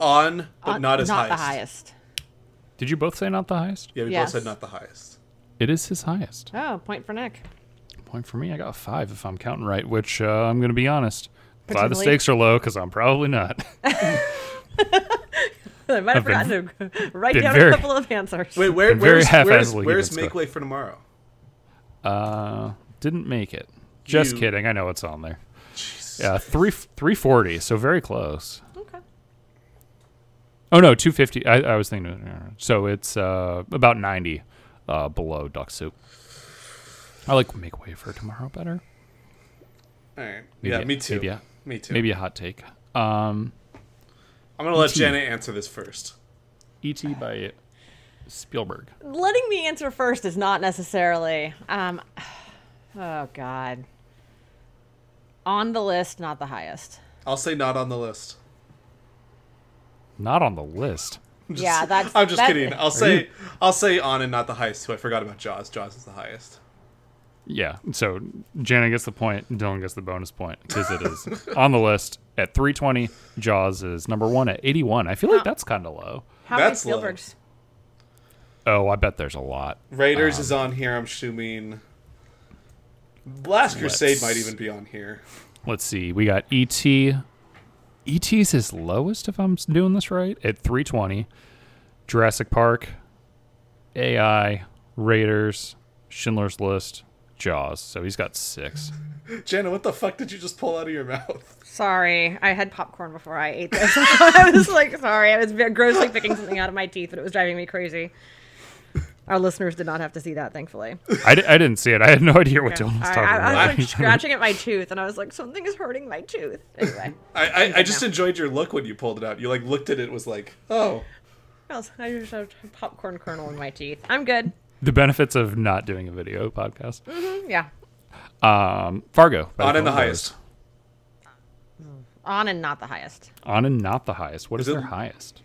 D: On, but
B: Uh,
D: not as
B: not
D: highest.
B: the highest.
C: Did you both say not the highest?
D: Yeah, we
B: Yes.
D: both said not the highest.
C: It is his highest.
B: Oh, point for Nick.
C: point for me. I got a five if I'm counting right, which uh, I'm going to be honest. Glad the
B: Particularly-
C: stakes are low because I'm probably not.
B: I might have
C: I've
B: forgotten to write
C: been
B: down
C: very-
B: a couple of answers.
D: Wait, where,
C: Been very
D: where's where's,
C: haphazardly
D: where's
C: given
D: make
C: stuff.
D: way for tomorrow?
C: Uh, didn't make it. Just
D: You-
C: kidding. I know it's on there. Yeah, three three forty. So very close. Oh no, two fifty. I, I was thinking. So it's uh, about ninety uh, below duck soup. I like make way for tomorrow better.
D: All right.
C: Maybe
D: yeah,
C: a-
D: me too.
C: maybe a-
D: me too.
C: Maybe a hot take. Um,
D: I'm gonna let Jenna answer this first.
C: E.T. E by Spielberg.
B: Letting me answer first is not necessarily. Um, oh God. On the list, not the highest.
D: I'll say not on the list.
C: Not on the list.
D: I'm just-
B: yeah, that's.
D: I'm just
B: that-
D: kidding. I'll say I'll say on and not the highest too. I forgot about Jaws. Jaws is the highest.
C: Yeah. So Jana gets the point. Dylan gets the bonus point because it is on the list at 320. Jaws is number one at 81. I feel like that's kind of low.
B: How many
D: That's low.
B: Spielbergs?
C: Oh, I bet there's a lot.
D: Raiders is on here. I'm assuming. Last Crusade
C: Let's-
D: might even be on here.
C: Let's see. We got E E.T. E.T.'s his lowest, if I'm s- doing this right, at 320. Jurassic Park, AI, Raiders, Schindler's List, Jaws. So he's got six.
D: Jenna, what the fuck did you just pull out of your mouth?
B: Sorry, I had popcorn before I ate this. I was like, sorry, I was ve- grossly picking something out of my teeth, and it was driving me crazy. Our listeners did not have to see that, thankfully.
C: I d- I didn't see it. I had no idea what Dylan was
B: I,
C: talking
B: I- I
C: about.
B: was like scratching at my tooth, and I was like, something is hurting my tooth. Anyway,
D: I, I, I just enjoyed your look when you pulled it out. You like looked at it and was like, oh,
B: I was- I just had a popcorn kernel in my teeth. I'm good.
C: the benefits of not doing a video podcast.
B: Yeah,
C: Um, Fargo. by
D: on
C: the
D: and the
C: Coen Brothers.
D: highest.
B: on and not the highest.
C: On and not the highest. What is,
D: it-
C: their highest?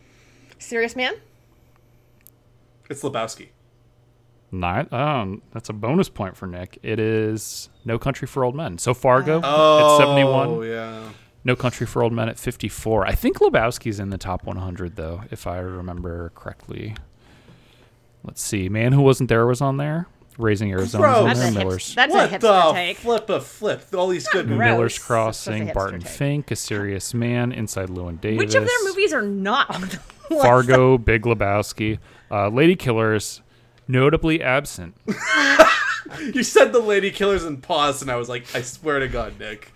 B: Serious man?
D: It's Lebowski.
C: Nine. Um, that's a bonus point for Nick. It is No Country for Old Men. So Fargo
D: Oh,
C: at 71.
D: yeah.
C: No Country for Old Men at 54. I think Lebowski's in the top 100 though, if I remember correctly. Let's see. Man Who Wasn't There was on there. Raising Arizona.
D: Gross.
C: Was
B: That's,
C: on
B: a, hipster,
C: there. Miller's,
B: that's
D: what
B: a
D: the
B: hipster take.
D: flip a flip? All these good
B: gross.
C: Miller's
B: That's
C: Crossing,
B: a hipster
C: Barton
B: take.
C: Fink, A Serious Man, Inside Llewyn Davis.
B: Which of their movies are not on the list?
C: Fargo, Big Lebowski, uh, Lady Killers, notably absent.
D: You said the lady killers and paused, and I was like, I swear to God, Nick.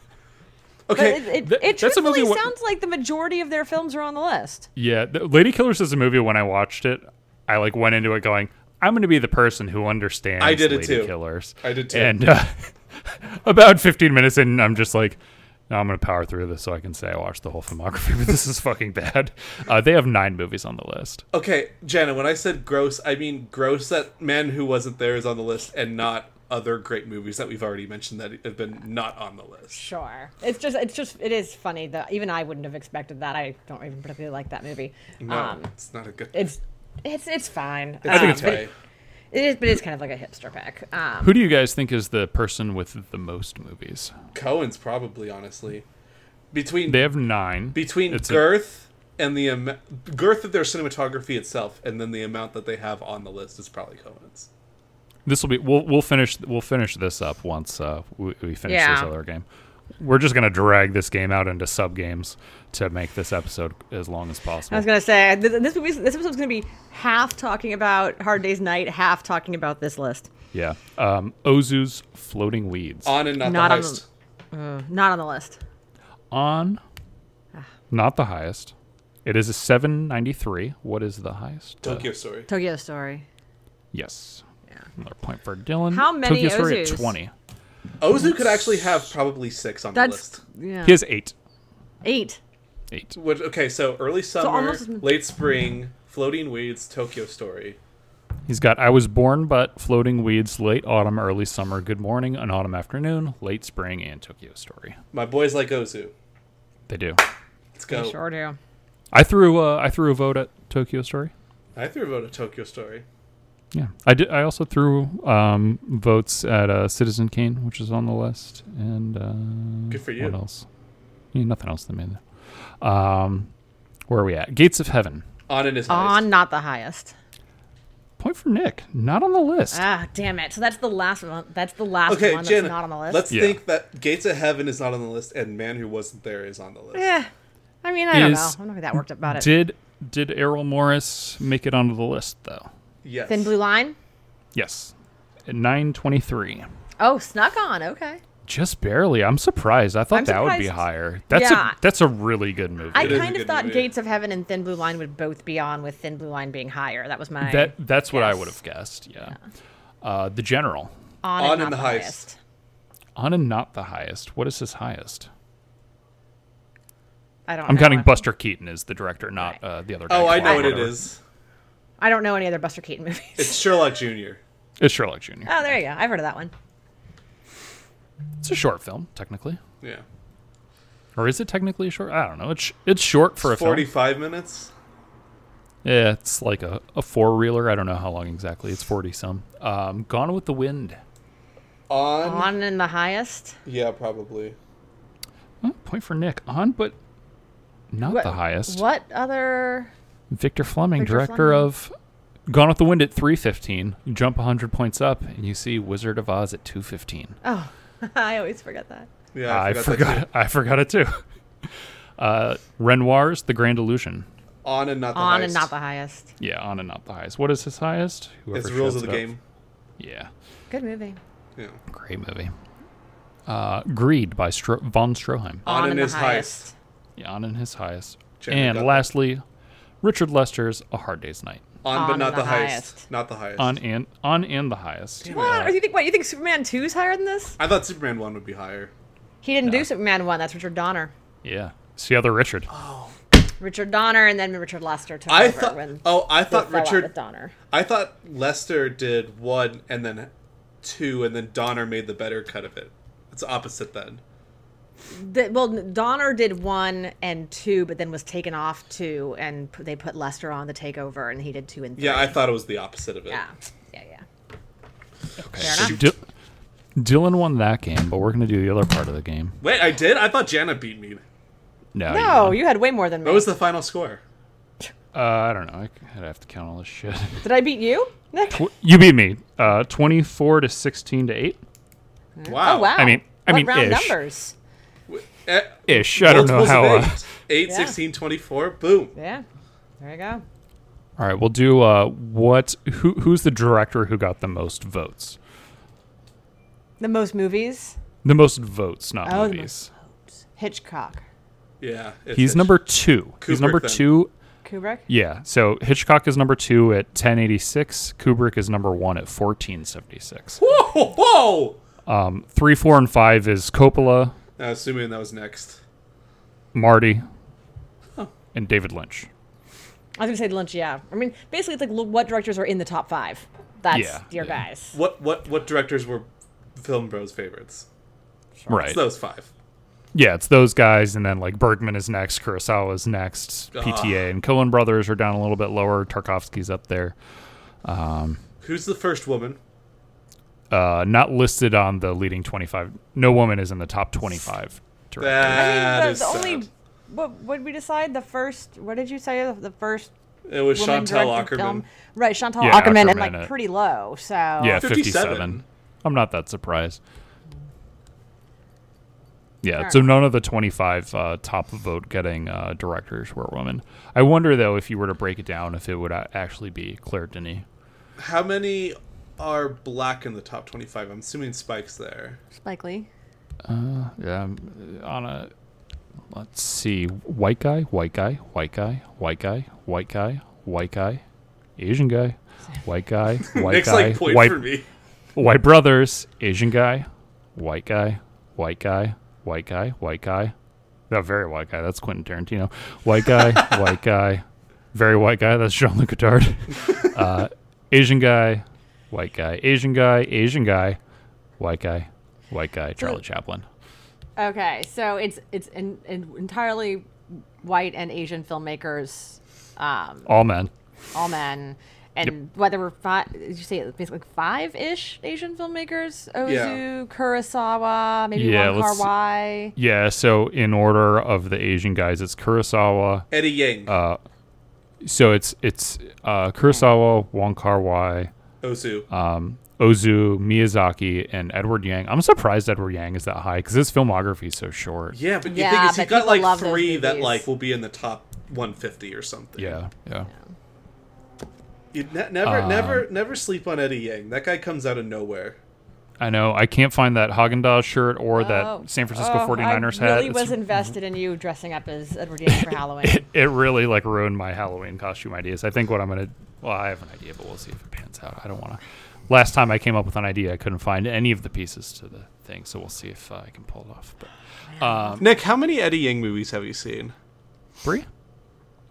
B: But
D: Okay,
B: it, it,
C: th-
B: it
C: that's a movie
B: truthfully
C: wh-
B: sounds like the majority of their films are on the list.
C: Yeah, th- Lady Killers is a movie. When I watched it, I like went into it going, "I'm going to be the person who understands."
D: I did it
C: Lady
D: too.
C: Killers.
D: I did too.
C: And uh, about 15 minutes in, I'm just like, "No, I'm going to power through this so I can say I watched the whole filmography." But this is fucking bad. Uh, they have nine movies on the list.
D: okay, Jenna. When I said gross, I mean gross that Man Who Wasn't There is on the list, and not other great movies that we've already mentioned that have been not on the list.
B: Sure. It's just, it's just, it is funny that even I wouldn't have expected that. I don't even particularly like that movie.
D: No,
B: Um,
D: it's not a good.
B: it's, it's, it's fine.
D: I
B: Um,
D: think it's
B: but
D: okay.
B: It, it is, but it's kind of like a hipster pick. Um,
C: Who do you guys think is the person with the most movies?
D: Cohen's probably honestly between
C: They have nine.
D: between
C: It's a-
D: girth and the am- girth of their cinematography itself, and then the amount that they have on the list is probably Cohen's.
C: This will be we'll we'll finish we'll finish this up once uh, we, we finish this
B: Yeah.
C: other game. We're just gonna drag this game out into sub games to make this episode as long as
B: I
C: possible.
B: was gonna say th- this movie, this episode's gonna be half talking about Hard Day's Night, half talking about this list.
C: yeah, um, Ozu's floating weeds
D: On and not,
B: Not
D: the
B: on the-
D: highest.
B: Not on the list.
C: on,
B: Ah.
C: not the highest. It is a seven ninety three. What is the highest? Uh,
D: Tokyo Story.
B: Tokyo Story.
C: yes. Another point for Dylan.
B: How many
C: Tokyo Story at
B: Ozus?
C: twenty.
D: Ozu could actually have probably six on the
B: That's
D: list.
B: yeah.
C: He has eight.
B: Eight.
C: Eight.
D: Which, okay, so early summer,
B: almost-
D: late spring, floating weeds, Tokyo Story.
C: He's got I was born but floating weeds, late autumn, early summer, good morning, an autumn afternoon, late spring, and Tokyo Story.
D: My boys like Ozu.
C: They do.
D: Let's go.
B: They sure do.
C: I threw uh, I threw a vote at Tokyo Story.
D: I threw a vote at Tokyo Story.
C: Yeah, I did. I also threw um, votes at uh, Citizen Kane, which is on the list, and uh,
D: Good for you.
C: What else? Yeah, nothing else than me. There. Um, where are we at? Gates of Heaven.
D: On and his
B: On
D: highest.
B: not the highest.
C: Point for Nick. Not on the list.
B: Ah, damn it. So that's the last one. That's the last
D: Okay,
B: one that's
D: Jenna,
B: not on the list.
D: let's
C: Yeah.
D: think that Gates of Heaven is not on the list and Man Who Wasn't There is on the list.
B: Yeah. I mean, I don't know.
C: Is-
B: I'm not that worked up about it.
C: Did Did Errol Morris make it onto the list though?
D: Yes.
B: Thin Blue Line?
C: Yes. Nine twenty three.
B: Oh, snuck on. Okay.
C: Just barely. I'm surprised. I thought
B: I'm
C: that would be
B: surprised.
C: higher. That's
B: Yeah.
C: a that's a really good movie.
B: I
D: It is a
B: kind of
D: good
B: thought
D: movie.
B: Gates of Heaven and Thin Blue Line would both be on, with Thin Blue Line being higher. That was my
C: that that's what I
B: guess.
C: would have guessed. Yeah. Uh, the General.
B: on,
D: On
B: and
D: in
B: not
D: the
B: the
D: Heist.
B: highest.
C: On and not the highest. What is his highest?
B: I don't.
C: I'm
B: know.
C: counting Buster Keaton as the director, not uh, the other. guy
D: Oh, I
C: Clark,
D: know what it
C: whatever.
D: is.
B: I don't know any other Buster Keaton movies.
D: It's Sherlock Jr.
C: It's Sherlock Jr.
B: Oh, there you go. I've heard of that one.
C: It's a short film, technically,
D: Yeah.
C: or is it technically short? I don't know. It's it's short for a film.
D: 45 minutes?
C: Yeah, it's like a, a four reeler. I don't know how long exactly. It's forty some. Um, Gone with the Wind.
D: On?
B: On in the highest.
D: Yeah, probably.
C: Oh, point for Nick. On, but not
B: What-
C: the highest.
B: What other?
C: Victor Fleming,
B: Victor
C: director
B: Fleming.
C: of Gone with the Wind at 315. You jump 100 points up and you see Wizard of Oz at 215.
B: Oh, I always forget that.
D: Yeah, I,
C: I forgot.
D: forgot. that too.
C: I forgot it too. Uh, Renoir's The Grand Illusion.
D: On and not the
B: on
D: heist.
B: and not the highest.
C: Yeah, on and not the highest. What is his highest? Whoever
D: It's rules of
C: shuts
D: the
C: it up.
D: game.
C: Yeah,
B: Good movie.
D: Yeah.
C: great movie. Uh, Greed by Stro- von Stroheim.
D: On
B: in
D: and
B: the
D: his highest.
C: Yeah, on and his highest.
D: Jeremy
C: and
D: got that.
C: lastly, Richard Lester's A Hard Day's Night.
D: On,
B: On
D: but
B: and
D: not
B: the
D: the, heist.
B: highest.
D: Not the highest.
C: On and on and the highest.
B: What? Or you think what? You think Superman 2 is higher than this?
D: I thought Superman 1 would be higher.
B: He didn't do Superman 1. That's Richard Donner.
C: Yeah, it's the other Richard.
B: Richard Donner and then Richard Lester took
D: I
B: over
D: thought.
B: when
D: Oh, I
B: they
D: thought
B: fell out
D: Richard.
B: with Donner.
D: I thought Lester did one and then two, and then Donner made the better cut of it. It's opposite then.
B: The, well, Donner did 1 and 2 but then was taken off 2 and p- they put Lester on the takeover and he did 2 and 3.
D: Yeah, I thought it was the opposite of it.
B: Yeah. Yeah, yeah.
C: So Dil- Dylan won that game, but we're going to do the other part of the game.
D: Wait, I did? I thought Jana beat me.
C: No. you
B: No,
C: won.
B: you had way more than me.
D: What was the final score?
C: Uh, I don't know. I c- I'd have to count all this shit.
B: Did I beat you? Nick?
C: Tw- you beat me. Uh, 24 to 16 to 8.
D: Wow.
B: Oh, wow.
C: I mean- I
B: What
C: mean,
B: round
C: ish.
B: numbers.
D: Eh,
C: Ish. I don't know
D: multiples of
C: how. Uh,
D: Eight, Eight,
B: Yeah.
D: 16, 24, boom.
B: Yeah. There you go.
C: all right, we'll do uh, what? Who, who's the director who got the most votes?
B: The most movies.
C: The most votes, not
B: Oh, the
C: movies.
B: Hitchcock.
D: Yeah. it's
C: He's
D: Hitch.
C: number two. He's
D: Kubrick,
C: number
D: then.
C: two.
B: Kubrick.
C: Yeah. So Hitchcock is number two at 1086. Kubrick is number one at 1476.
D: Whoa, whoa!
C: Um, three, four, and five is Coppola,
D: Uh, assuming that was next.
C: Marty, and David Lynch.
B: I was gonna say Lynch. Yeah. I mean, basically, it's like look, what directors are in the top five. That's
C: Yeah,
B: your
C: yeah.
B: guys.
D: What what what directors were Film Bros favorites?
C: Right.
D: It's those five.
C: yeah, it's those guys, and then like Bergman is next, Kurosawa is next,
D: Ah.
C: PTA and Coen Brothers are down a little bit lower. Tarkovsky's up there,
D: Who's the first woman?
C: uh, not listed on the leading twenty-five. No woman is in the top twenty-five. directors.
D: That
B: I mean,
D: is
B: the, the only.
D: sad.
B: What would we decide? The first. What did you say? The, the first.
D: It was
B: woman
D: Chantal
B: directed
D: Ackerman.
B: Film? Right, Chantal
C: Yeah,
B: Ackerman, and
C: Ackerman,
B: like
C: uh,
B: pretty low. So
C: yeah,
D: 57.
C: fifty-seven. I'm not that surprised. Yeah,
B: All
C: so
B: right.
C: none of the 25 uh, top vote getting uh, directors were women. I wonder, though, if you were to break it down, if it would uh, actually be Claire Denis.
D: How many are black in the top 25? I'm assuming Spike's there.
B: Spike Lee.
C: Yeah, um, on a let's see, white guy, white guy, white guy, white guy, white guy, white guy, Asian guy, white guy, white
D: Nick's
C: guy,
D: like point
C: white
D: for me.
C: white brothers, Asian guy, white guy, white guy, white guy, white guy, no, very white guy. That's Quentin Tarantino. White guy, white guy, very white guy. That's Jean Luc Godard. Uh, Asian guy, white guy, Asian guy, Asian guy, white guy, white guy, Charlie Chaplin.
B: Okay, so it's it's in, in entirely white and Asian filmmakers, um,
C: All men.
B: all men, and whether we're five, did you say it was basically five ish Asian filmmakers? Ozu, Kurosawa, maybe
C: Yeah,
B: Wong Kar
C: let's-
B: Wai.
C: Yeah, so in order of the Asian guys, it's Kurosawa.
D: Eddie Yang,
C: Uh, So it's it's uh, Kurosawa, Wong Kar Wai,
D: Ozu.
C: uh, Ozu, Miyazaki, and Edward Yang. I'm surprised Edward Yang is that high because his filmography is so short.
D: yeah, but you
B: Yeah,
D: think is he
B: but
D: got
B: people
D: like
B: love those
D: three that
B: movies.
D: like will be in the top 150 or something.
C: Yeah, Um, yeah.
D: You ne- never, never, never sleep on Eddie Yang. That guy comes out of nowhere.
C: I know. I can't find that Haagen Dazs shirt or
B: Oh,
C: that San Francisco
B: oh,
C: 49ers
B: I
C: hat.
B: really
C: It's-
B: was invested in you dressing up as Edward Yates for Halloween.
C: it, it really like ruined my Halloween costume ideas. I think what I'm gonna well, I have an idea, but we'll see if it pans out. I don't want to. Last time I came up with an idea, I couldn't find any of the pieces to the thing, so we'll see if uh, I can pull it off. But uh,
D: Nick, how many Eddie Yang movies have you seen?
C: Brie,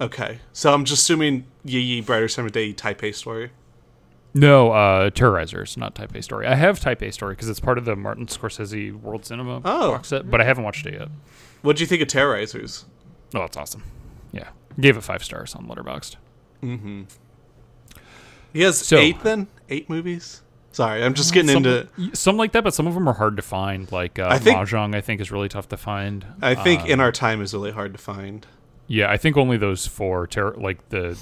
D: Okay, so I'm just assuming Yee Yee Brighter Summer Day Taipei story.
C: no, uh, Terrorizers, not Type A story. I have Type A story because it's part of the Martin Scorsese World Cinema
D: Oh.
C: box set, but I haven't watched it yet.
D: What do you think of Terrorizers?
C: Oh, it's awesome. Yeah, gave it five stars on Letterboxd.
D: He
C: Mm-hmm.
D: has
C: So-
D: eight then? Eight movies? Sorry, I'm just getting
C: Some,
D: into.
C: some like that, but some of them are hard to find. Like uh,
D: I think-
C: Mahjong, I think is really tough to find.
D: I think In
C: Um,
D: Our Time is really hard to find.
C: Yeah, I think only those four, terror, like the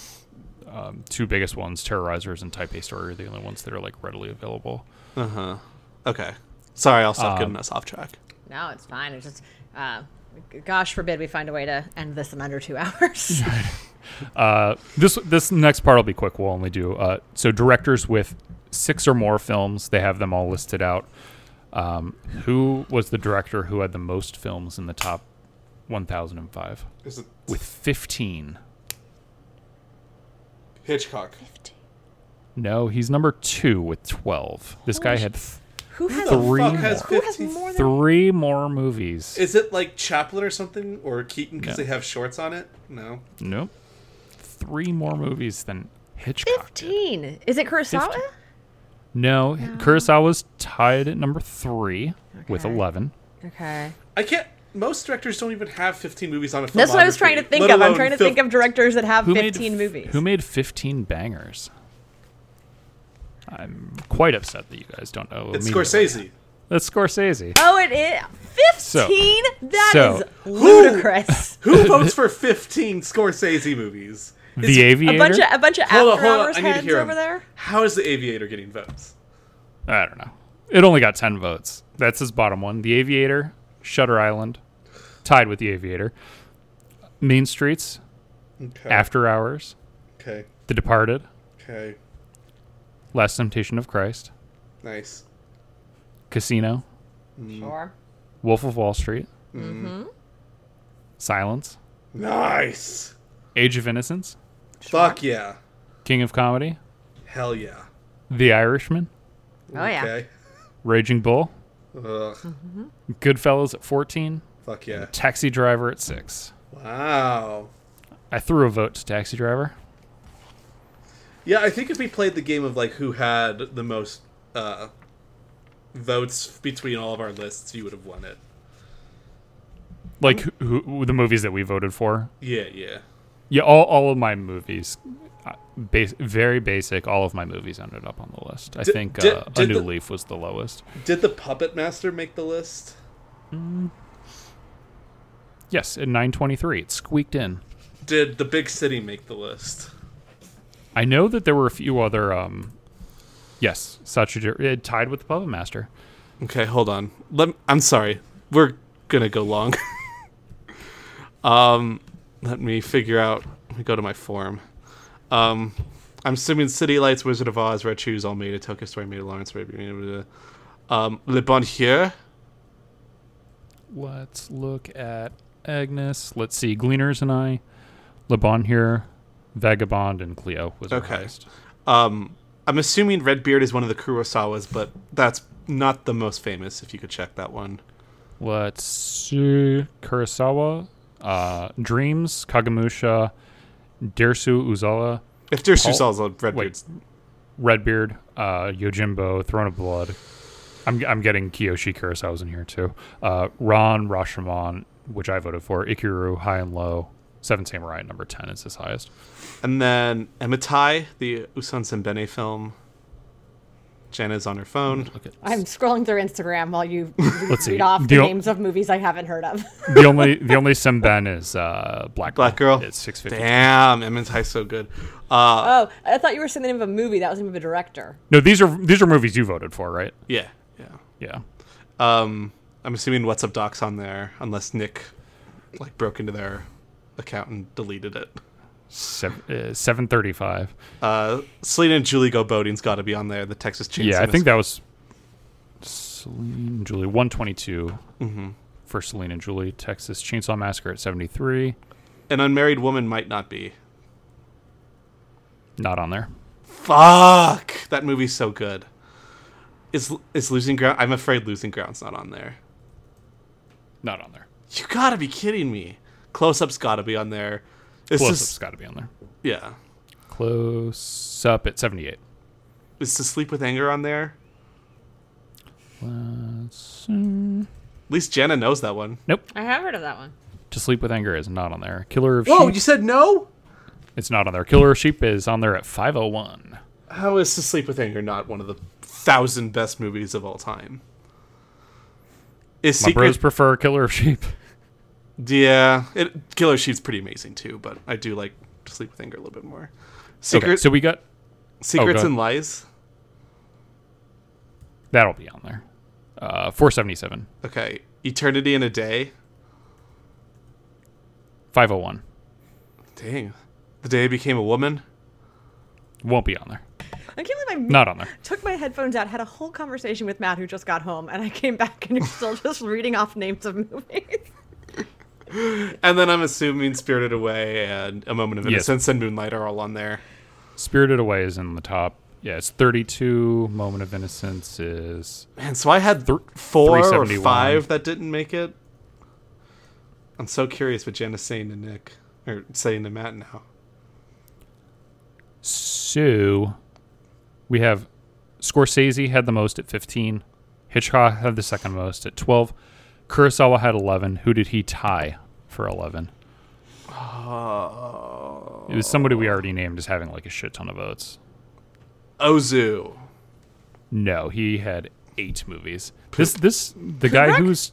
C: um, two biggest ones, Terrorizers and Type A Story, are the only ones that are like readily available.
D: Okay, sorry, I'll stop getting us off track.
B: no, it's fine. It's just, uh, gosh forbid we find a way to end this in under two hours.
C: Uh, this this next part will be quick. We'll only do uh, so directors with six or more films. They have them all listed out. Um, who was the director who had the most films in the top 1,005
D: Is it
C: with 15?
D: Hitchcock?
C: No, he's number two with 12. This guy had th-
B: Who has
C: Three
D: fuck
C: more.
D: has
B: who has
D: 15?
B: more than
C: three more movies.
D: Is it like Chaplin or something, or Keaton because
C: No.
D: they have shorts on it? No.
C: Nope. Three more movies than Hitchcock. did.
B: fifteen? Is it Kurosawa?
C: 15. No, Kurosawa's tied at number three with
B: Okay.
C: 11.
B: Okay.
D: I can't. Most directors don't even have 15 movies on a.
B: That's what I was trying to
D: filmography,
B: think
D: let
B: of. I'm
D: alone
B: trying to
D: fil-
B: think of directors that have
C: made
B: 15
C: f-
B: movies.
C: Who made 15 bangers? I'm quite upset that you guys don't know.
D: It's
C: immediately.
D: Scorsese.
C: That's Scorsese.
B: oh, it is 15. That is
C: so-
B: ludicrous.
D: Who votes for 15 Scorsese movies?
C: the Aviator.
B: a bunch of a bunch of
D: Hold on,
B: after
D: hold on.
B: hours
D: I need to
B: heads
D: hear
B: over
D: him.
B: there.
D: How is The Aviator getting votes?
C: I don't know. It only got 10 votes. That's his bottom one. The Aviator, Shutter Island, tied with The Aviator. Mean Streets,
D: Okay.
C: After Hours,
D: Okay.
C: The Departed,
D: Okay.
C: Last Temptation of Christ,
D: Nice.
C: Casino,
B: Sure.
C: Wolf of Wall Street,
D: Mm-hmm.
C: Silence,
D: Nice.
C: Age of Innocence,
D: Fuck yeah.
C: King of Comedy,
D: Hell yeah.
C: The Irishman,
B: Oh yeah.
D: Okay.
C: Raging Bull,
D: Ugh.
C: Goodfellas at 14,
D: Fuck yeah.
C: Taxi Driver at 6.
D: Wow.
C: I threw a vote to Taxi Driver.
D: Yeah, I think if we played the game of like who had the most uh, votes between all of our lists, you would have won it.
C: Like
D: Mm-hmm.
C: who, who, the movies that we voted for.
D: Yeah, yeah.
C: Yeah, all, all of my movies, uh, bas- very basic, all of my movies ended up on the list. I
D: Did-
C: think
D: did-
C: uh, A
D: did
C: New
D: the-
C: Leaf was the lowest.
D: Did the Puppet Master make the list?
C: Yes, at 923, it squeaked in.
D: Did the Big City make the list?
C: I know that there were a few other. Um, yes, Sachidir it tied with the Puppet Master.
D: Okay, hold on. Let me, I'm sorry. We're gonna go long. um, let me figure out. Let me go to my form. Um, I'm assuming City Lights, Wizard of Oz, Red Shoes, Almeida, Tokyo Story, Made Lawrence, blah, blah, blah, blah. um, Le Bonheur.
C: Let's look at Agnes. Let's see, Gleaners and I, Le Bon here, Vagabond, and Cleo was our
D: Okay.
C: highest.
D: Um, I'm assuming Redbeard is one of the Kurosawas, but that's not the most famous. If you could check that one.
C: Let's see, Kurosawa, uh, Dreams, Kagamusha, Dersu Uzawa,
D: If there's
C: Paul-
D: Susalza,
C: wait,
D: Redbeard's
C: Redbeard, uh, Yojimbo, Throne of Blood. I'm, I'm getting Kiyoshi Kurosawa's in here too. Uh, Ron Rashomon, which I voted for. Ikiru, High and Low. Seven Samurai at number 10 is his highest.
D: And then Emitai, the Usan Sembene film. Jana's on her phone.
C: Look at
B: I'm scrolling through Instagram while you
C: Let's see.
B: read off the
C: The o-
B: names of movies I haven't heard of.
C: the only the only Semben is uh, Black
D: Black Girl.
C: It's 650.
D: Damn, Emmentai's so good. Uh,
B: oh, I thought you were saying the name of a movie. That was the name of a director.
C: No, these are these are movies you voted for, right?
D: yeah, yeah.
C: Yeah.
D: Um, I'm assuming What's Up Doc's on there, unless Nick like broke into their account and deleted it.
C: Seven, uh, 735.
D: Uh, Selena and Julie Go Boating's got to be on there. The Texas Chainsaw.
C: Yeah, I think that was Celine and Julie 122
D: Mm-hmm.
C: for Celine and Julie. Texas Chainsaw Massacre at 73.
D: An unmarried woman might not be.
C: Not on there.
D: Fuck! That movie's so good. Is is losing ground? I'm afraid losing ground's not on there.
C: Not on there.
D: You gotta be kidding me. Close up's gotta be on there. This
C: Close
D: is
C: up's got to be on there.
D: yeah.
C: Close up at 78.
D: Is to sleep with anger on there?
C: Let's see.
D: At least Jenna knows that one.
B: I have heard of that one.
C: To Sleep with Anger is not on there. Killer of
D: Whoa!
C: Sheep.
D: Oh, You said no?
C: It's not on there. Killer of Sheep is on there at 501.
D: How is to sleep with anger not one of the thousand best movies of all time? Is
C: My bros
D: secret?
C: prefer Killer of Sheep.
D: yeah, it, Killer Sheep's pretty amazing too, but I do like to sleep with anger a little bit more. Secret,
C: Okay, so we got
D: secrets
C: ahead.
D: and lies.
C: that'll be on there. Uh, 477,
D: Okay, eternity in a day.
C: 501
D: Dang, the day I became a woman.
C: won't be on there.
B: I can't believe I
C: Not on there.
B: took my headphones out, had a whole conversation with Matt, who just got home, and I came back and you're still just reading off names of movies.
D: And then I'm assuming Spirited Away and A Moment of
C: Yes.
D: Innocence and Moonlight are all on there.
C: Spirited Away is in the top. Yeah, it's 32. Moment of Innocence is
D: Man, so I had four or
C: 371.
D: five that didn't make it. I'm so curious what Janice saying to Nick or saying to Matt now.
C: so. We have Scorsese had the most at 15. Hitchcock had the second most at 12. Kurosawa had 11. Who did he tie for 11?
D: Oh,
C: It was somebody we already named as having like a shit ton of votes.
D: Oh, Ozu.
C: No, he had eight movies. This this the guy
B: Kubrick?
C: who's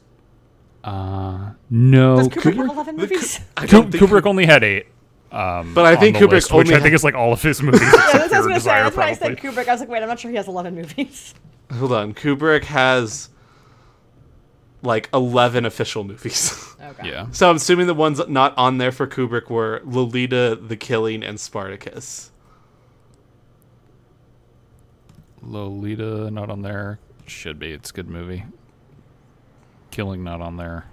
C: uh no
D: Oh,
B: Does Kubrick have
C: Kubrick,
B: 11
D: The Ku-
B: movies?
D: I
C: Ku-
D: don't think
C: Kubrick only had eight. Um,
D: But I
C: on
D: think
C: the
D: Kubrick
C: list,
D: only
C: which I
D: had-
C: think is like all of his movies. except
B: Yeah, that's what I was
C: Pure
B: gonna say.
C: Desire,
B: That's why I said
C: probably.
B: Kubrick. I was like, wait, I'm not sure he has 11 movies.
D: Hold on. Kubrick has like 11 official movies.
B: Okay.
C: Yeah,
D: so I'm assuming the ones not on there for Kubrick were Lolita, The Killing, and Spartacus.
C: Lolita not on there. Should be. It's a good movie. Killing not on there.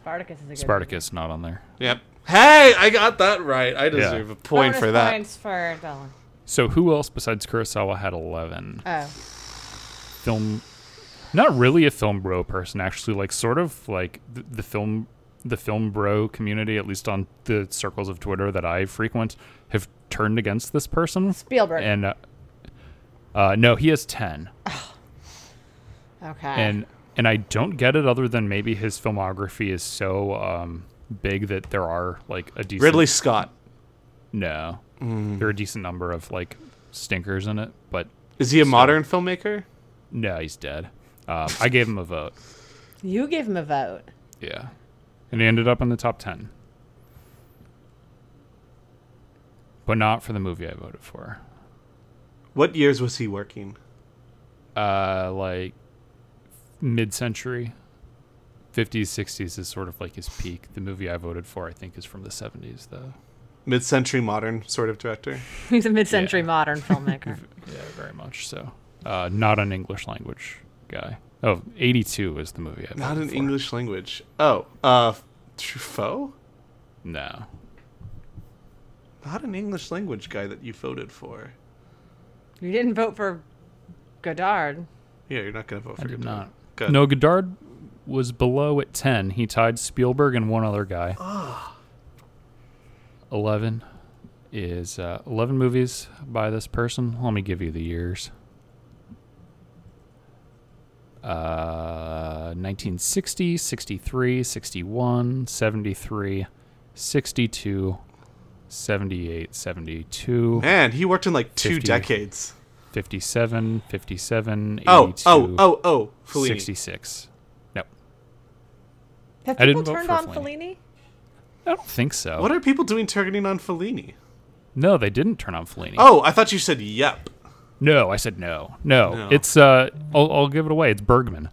B: Spartacus is a good
C: Spartacus not on there.
D: Yep. Hey, I got that right. I deserve a point for that.
B: Points for that one.
C: So who else besides Kurosawa had eleven?
B: Oh.
C: film not really a film bro person actually like sort of like the, the film the film bro community at least on the circles of twitter that i frequent have turned against this person
B: Spielberg.
C: and uh, uh no he has 10
B: okay.
C: and and i don't get it other than maybe his filmography is so um big that there are like a decent
D: Ridley Scott.
C: no there are a decent number of like stinkers in it but
D: Is he a modern filmmaker?
C: no he's dead um, i gave him a vote
B: you give him a vote.
C: Yeah. And he ended up in the top 10. But not for the movie I voted for.
D: What years was he working?
C: Uh, like mid century, 50s, 60s is sort of like his peak. The movie I voted for, I think, is from the 70s, though.
D: Mid century modern sort of director.
B: He's a mid-century
C: Yeah.
B: modern filmmaker.
C: Yeah, very much so. Uh, not an English language guy. Oh, 82 is the movie I voted
D: Not in
C: for.
D: English language. Oh, uh, Truffaut?
C: No.
D: Not an English language guy that you voted for.
B: you didn't vote for Godard.
D: Yeah, you're not going to vote for
C: I did
D: Godard.
C: not.
D: Good.
C: No, Godard was below at 10. He tied Spielberg and one other guy.
D: Ah.
C: 11 is uh, 11 movies by this person. Let me give you the years. Uh, 1960, 63, 61, 73, 62, 78, 72,
D: Man, he worked in like two
C: 50.
D: decades.
C: 57, 57, 82,
D: Oh, oh, oh, oh, Fellini.
C: 66. No,
B: Have
C: I
B: people
C: didn't vote
B: turned
C: for
B: on
C: Fellini.
B: Fellini?
C: I don't think so.
D: What are people doing targeting on Fellini?
C: No, they didn't turn on Fellini.
D: Oh, I thought you said yep.
C: No, I said no. No,
D: No.
C: it's uh, I'll, I'll give it away. It's Bergman.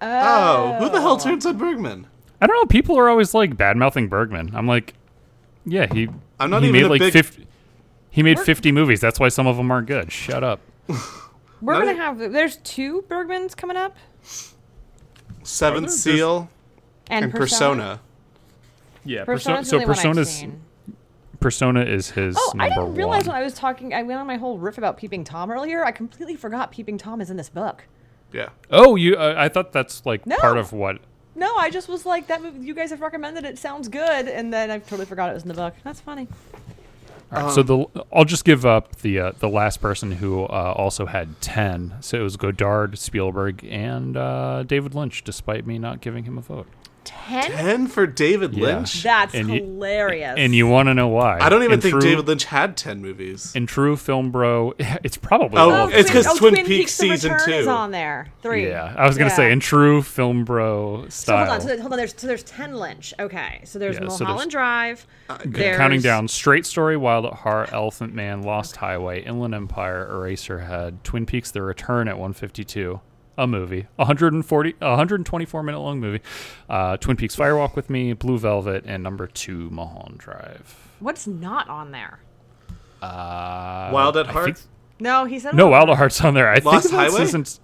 D: Oh, who the hell turns on Bergman?
C: I don't know. People are always like bad mouthing Bergman. I'm like, yeah, he.
D: I'm not
C: he
D: even
C: made
D: a
C: like
D: big-
C: 50, He made 50 movies. That's why some of them aren't good. Shut up.
B: We're
D: Another-
B: gonna have there's two Bergmans coming up
D: Seventh
C: There's-
D: Seal
B: and,
D: and Persona.
C: Yeah, Persona.
B: Persona's
C: So
B: the only one I've
C: Persona's
B: seen.
C: Persona is his
B: Oh, I
C: number
B: didn't realize
C: one.
B: when I was talking. I went on my whole riff about Peeping Tom earlier. I completely forgot Peeping Tom is in this book.
D: Yeah.
C: oh, you? Uh, I thought that's like
B: No.
C: part of what.
B: No, I just was like that. Movie, you guys have recommended it. Sounds good, and then I totally forgot it was in the book. That's funny.
C: All
D: Um,
C: right, so the I'll just give up the uh, the last person who uh, also had ten. So it was Godard, Spielberg, and uh, David Lynch, despite me not giving him a vote.
E: Ten?
D: Ten for David
C: Yeah.
D: Lynch.
B: That's
C: And you-
B: hilarious.
C: And you want to know why?
D: I don't even
C: In
D: think
C: true-
D: David Lynch had ten movies.
C: In true film bro, it's probably
D: Oh,
C: all of
D: it's
C: them.
D: 'cause Twin Peaks
B: The
D: season
B: Return is
D: two.
B: on there. Three.
C: yeah. I was gonna
B: Yeah.
C: say in true film bro
E: So hold
C: style.
E: on, so there- hold on. There's so there's ten Lynch. Okay, so there's
C: Yeah, so there's- Uh,
E: Mulholland Drive.
C: Okay,
E: there's
C: Counting down: Straight Story, Wild at Heart, Elephant Man, Lost Highway, Inland Empire, Eraserhead, Twin Peaks: The Return at 152. A movie, 140, 124 minute long movie. Uh, Twin Peaks: Firewalk with Me, Blue Velvet, and number two, Mulholland Drive.
E: What's not on there?
C: Uh,
D: Wild at
C: I
D: Heart?
C: think-
E: No, he said
C: no, Wild at Heart's on there. I
D: Lost
C: think that's
D: Highway?
C: isn't.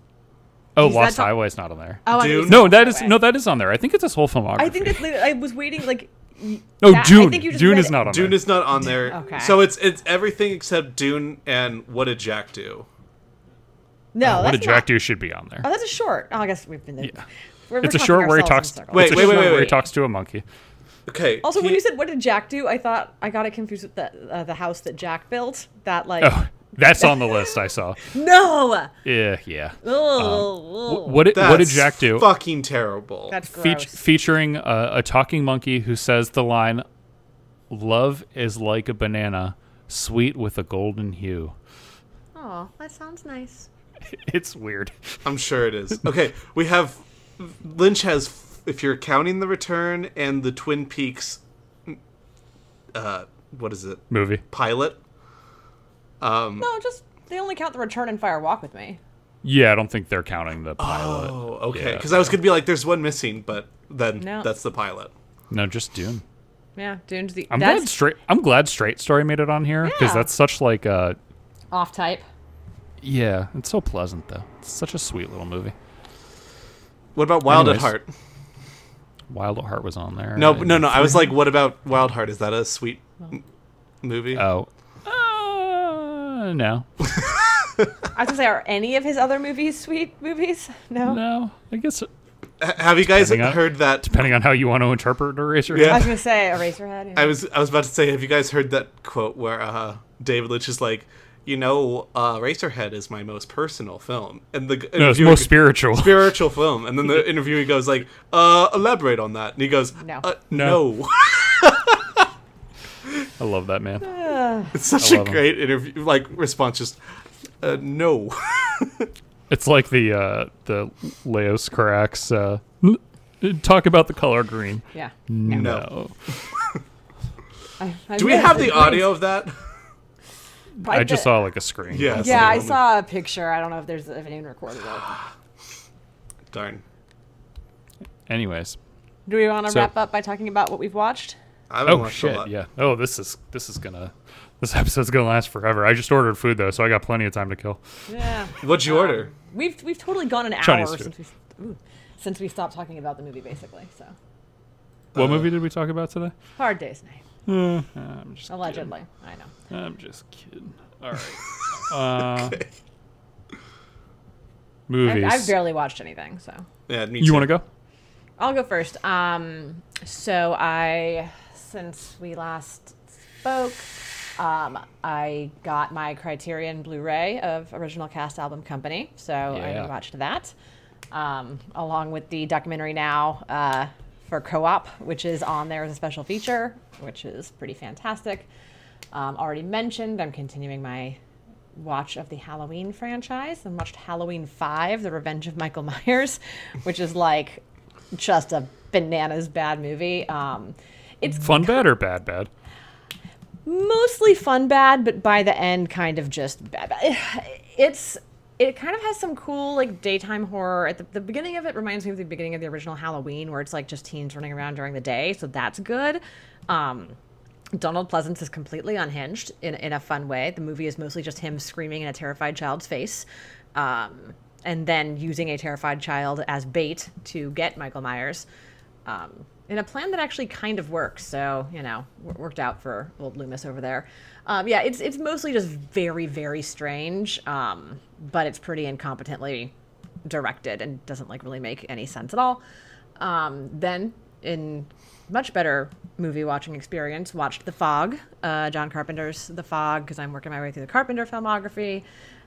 C: Oh,
E: Is that
C: Lost
E: on-
C: Highway's not on there.
E: Oh, I
D: Dune?
E: was-
C: no, that is
B: Highway.
C: no, that is on there. I think it's his whole filmography.
B: I think that's. I was waiting like. y-
C: no,
B: that- I
C: Dune.
B: think you just
C: Dune
B: read
C: is
B: it.
C: not on
D: Dune
C: there.
D: is not on there.
B: Okay.
D: So it's it's everything except Dune and What Did Jack Do?
B: No,
C: Oh, what
B: that's
C: did Jack
B: not-
C: do? Should be on there.
B: Oh, that's a short. Oh, I guess we've been there. We're-
C: It's
B: we're
C: a
B: talking
C: short where he
B: ourselves
C: talks.
B: in circles.
D: Wait,
C: it's a
D: wait, wait,
C: short
D: wait,
C: Where he
D: wait.
C: talks to a monkey.
D: Okay.
B: Also, when
D: he-
B: you said "What did Jack do?" I thought I got it confused with the uh, the house that Jack built. That like
C: Oh, Um, that's on the list I saw.
E: No.
C: Yeah, yeah.
E: Oh,
C: What did, what did
D: That's
C: Jack do?
D: Fucking terrible.
B: that's
C: Feat-
B: gross.
C: featuring a, a talking monkey who says the line, "Love is like a banana, sweet with a golden hue."
E: oh, that sounds nice.
C: It's weird.
D: I'm sure it is. Okay, we have Lynch has if you're counting the return and the Twin Peaks mm, uh what is it?
C: Movie.
D: Pilot. Um
B: no, just they only count the return and fire walk with me.
C: Yeah, I don't think they're counting the pilot.
D: Oh, okay.
C: Yeah.
D: Cuz I was going to be like there's one missing, but then
B: No.
D: that's the pilot.
C: No, just Dune.
B: Yeah, Dune's the
C: I'm glad
B: that's
C: straight. I'm glad Straight Story made it on here because
B: Yeah.
C: that's such like a
B: off type.
C: yeah. It's so pleasant though. It's such a sweet little movie.
D: What about Wild
C: Anyways.
D: at Heart?
C: Wild at Heart was on there.
D: No,
C: and-
D: no, no. I was like, what about Wild Heart? Is that a sweet m- movie?
C: Oh. Uh, no.
B: I was gonna say, are any of his other movies sweet movies? No.
C: No. I guess
D: H- have you guys
C: Depending on-
D: heard that?
C: depending on how you want to interpret Eraserhead.
B: I
D: Yeah.
B: was gonna say Eraserhead. Yeah.
D: I was I was about to say, have you guys heard that quote where uh, David Lynch is like, you know, uh, Racerhead is my most personal film, and the g-
C: No, it's
D: interviewer
C: more
D: g-
C: spiritual.
D: spiritual film, and then the interviewee goes like, uh, elaborate on that, and he goes,
B: No.
D: uh,
C: No.
D: no.
C: I love that man.
D: it's such a
C: love him.
D: great interview, like response, just uh, no.
C: It's like the uh, the Leos Carax uh, n- talk about the color green.
B: yeah.
C: No.
B: I, I
D: Do we
B: missed
D: have
B: it.
D: the audio of that?
B: Probably
C: I just
B: the-
C: saw like a screen.
D: Yes.
B: Yeah, I saw a picture. I don't know if there's if anyone recorded it.
D: Darn.
C: Anyways.
B: Do we want to
C: So-
B: wrap up by talking about what we've watched?
D: I haven't
C: Oh
D: watched a
C: shit.
D: lot.
C: Yeah. Oh, this is this is gonna this episode's gonna last forever. I just ordered food though, so I got plenty of time to kill.
B: Yeah.
D: What'd you
B: Um,
D: order?
B: We've we've totally gone an hour
C: Chinese food.
B: since we ooh, since we stopped talking about the movie basically. So
C: What
D: Uh,
C: movie did we talk about today? Uh,
B: hard days night
C: I'm just
B: allegedly. I know.
C: Kidding. I'm just kidding. All right. uh, Movies.
B: I've, I've barely watched anything, so
D: Yeah, me
C: you want to go?
B: I'll go first. Um, so I since we last spoke, um, I got my Criterion Blu-ray of Original Cast Album Company, so
C: Yeah.
B: I watched that um, along with the documentary now uh, for Co-op, which is on there as a special feature, which is pretty fantastic. Um, already mentioned, I'm continuing my watch of the Halloween franchise and watched Halloween 5, The Revenge of Michael Myers, which is like just a bananas bad movie. Um, it's
C: Fun bad or bad bad?
B: mostly fun bad, but by the end, kind of just bad. bad. It's it kind of has some cool like daytime horror. At the, the beginning of it reminds me of the beginning of the original Halloween, where it's like just teens running around during the day, so that's good. Um, Donald Pleasance is completely unhinged in, in a fun way. The movie is mostly just him screaming in a terrified child's face, um, and then using a terrified child as bait to get Michael Myers. Um, in a plan that actually kind of works, so you know, wor- worked out for old Loomis over there. Um, yeah, it's it's mostly just very very strange, um, but it's pretty incompetently directed and doesn't like really make any sense at all. Um, then, in much better movie watching experience, watched The Fog, uh, John Carpenter's The Fog, because I'm working my way through the Carpenter filmography.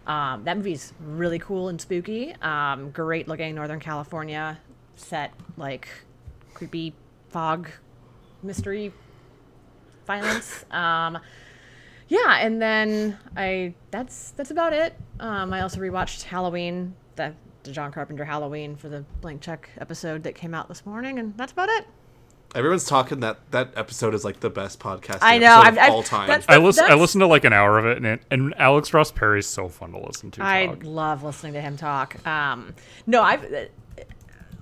B: Um, that movie's really cool and spooky. Um, great looking Northern California set, like creepy fog mystery violence. Um, yeah, and then I that's that's about it. Um, I also rewatched Halloween, the, the John Carpenter Halloween for the blank check episode that came out this morning, and that's about it.
D: Everyone's talking that that episode is like the best podcast
B: I know,
D: episode of
B: I've- I've-
D: all time.
B: that's-
C: I listen. I
B: That's-
C: listened to like an hour of it, and it, and Alex Ross Perry's so fun to listen to.
B: I
C: talk.
B: love listening to him talk. Um, no, I've uh,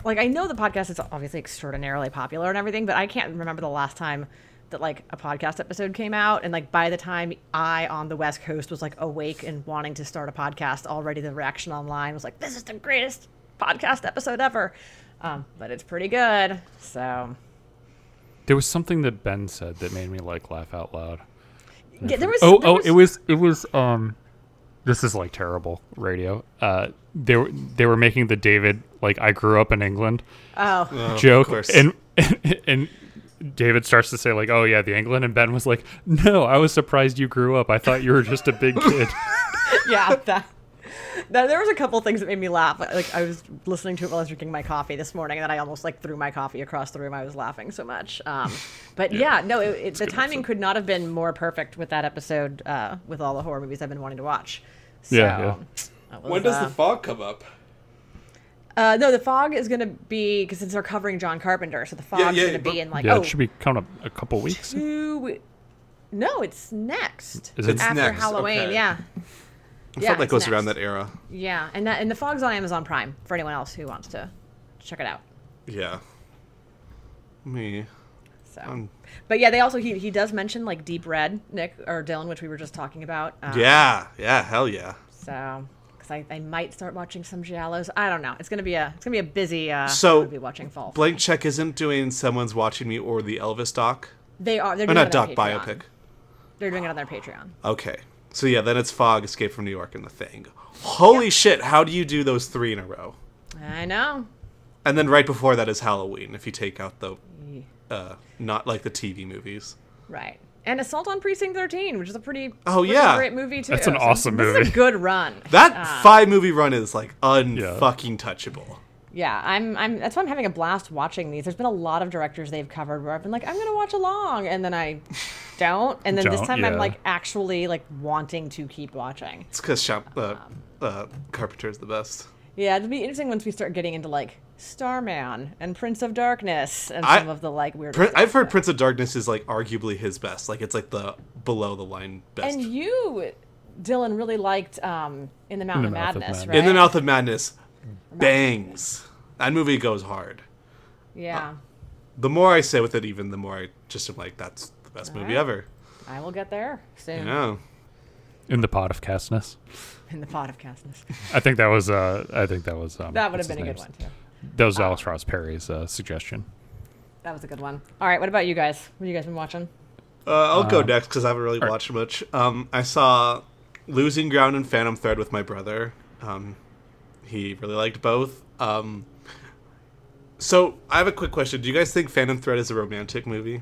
B: like I know the podcast is obviously extraordinarily popular and everything, but I can't remember the last time that like a podcast episode came out and like by the time I on the West Coast was like awake and wanting to start a podcast, already the reaction online was like, "This is the greatest podcast episode ever." Um, but it's pretty good, so
C: There was something that Ben said that made me like laugh out loud.
B: yeah, there was
C: Oh,
B: there
C: oh,
B: was-
C: it was it was um this is like terrible radio. Uh they were they were making the David like I grew up in England
B: oh
C: joke
D: course.
C: and, and David starts to say like, "Oh yeah, the England," and Ben was like, "No, I was surprised you grew up. I thought you were just a big kid."
B: yeah, that, that- there was a couple things that made me laugh. Like I was listening to it while I was drinking my coffee this morning, and then I almost like threw my coffee across the room. I was laughing so much. Um, but yeah, no, it, it, the timing could not have been more perfect with that episode. Uh, with all the horror movies I've been wanting to watch. So,
C: Yeah, yeah.
B: that was,
F: When does
B: uh,
F: the fog come up?
B: uh, no, the fog is gonna be because since they're covering John Carpenter, so the fog's
F: yeah,
B: gonna
F: but-
B: be in like
C: yeah,
B: oh
C: it should be coming up a couple weeks.
B: two we- No, it's next.
C: Is it-
D: It's
B: after
D: next,
B: Halloween?
D: okay.
B: Yeah,
D: I
B: yeah,
D: felt like
B: it's
D: it was around
B: next.
D: that era.
B: yeah, and that, and the fog's on Amazon Prime for anyone else who wants to check it out.
D: Yeah. Me.
B: So,
D: Um,
B: but yeah, they also he he does mention like Deep Red, Nick or Dylan, which we were just talking about. Um,
D: Yeah. Yeah. Hell yeah.
B: So, because I, I might start watching some giallos. I don't know. It's gonna be a it's gonna be a busy uh,
D: So,
B: movie watching fall.
D: Blank Check isn't doing someone's watching me or the Elvis doc
B: they are they're
D: or
B: doing
D: not
B: it on
D: doc
B: their Patreon.
D: biopic.
B: They're doing it on their Patreon.
D: Okay. So yeah, then it's Fog, Escape from New York, and the Thing. Holy shit! How do you do those three in a row?
B: I know.
D: And then right before that is Halloween. If you take out the, uh, not like the TV movies.
B: Right. And Assault on Precinct 13, which is a pretty
D: Oh,
B: pretty
D: yeah.
B: great movie too.
C: That's an awesome
B: this Is
C: movie.
B: a good run.
D: That
B: Ah.
D: five movie run is like
C: Yeah.
D: unfucking touchable.
B: Yeah, I'm. I'm. That's why I'm having a blast watching these. There's been a lot of directors they've covered where I've been like, I'm gonna watch along, and then I don't, and then this
C: Don't,
B: time I'm
C: yeah.
B: like actually like wanting to keep watching.
D: It's because Shop uh,
B: Um.
D: uh, Carpenter is the best.
B: Yeah, it'll be interesting once we start getting into like Starman and Prince of Darkness and
D: I-
B: some of the like weird.
D: Prin- I've heard Prince of Darkness is like arguably his best. Like it's like the below the line best.
B: and you, Dylan, really liked um, In the Mountain of
C: Mouth of
B: Madness,
C: Madness.
B: right?
D: In the Mouth of Madness bangs. That movie goes hard.
B: Yeah,
D: The more I say with it, even the more I just am like, that's the best movie
B: right.
D: ever.
B: I will get there soon
D: You know.
C: In the pot of castness.
B: in the pot of castness.
C: I think that was uh I think that was um,
B: That would
C: what's
B: have been a
C: his
B: good
C: name's-
B: one Um, too.
C: That was Alex Ross Perry's uh, suggestion.
B: That was a good one. All right, what about you guys? What have you guys been watching?
D: Uh, I'll go next because I haven't really watched much. Um, I saw Losing Ground and Phantom Thread with my brother. Um, he really liked both. Um, so I have a quick question. Do you guys think Phantom Thread is a romantic movie?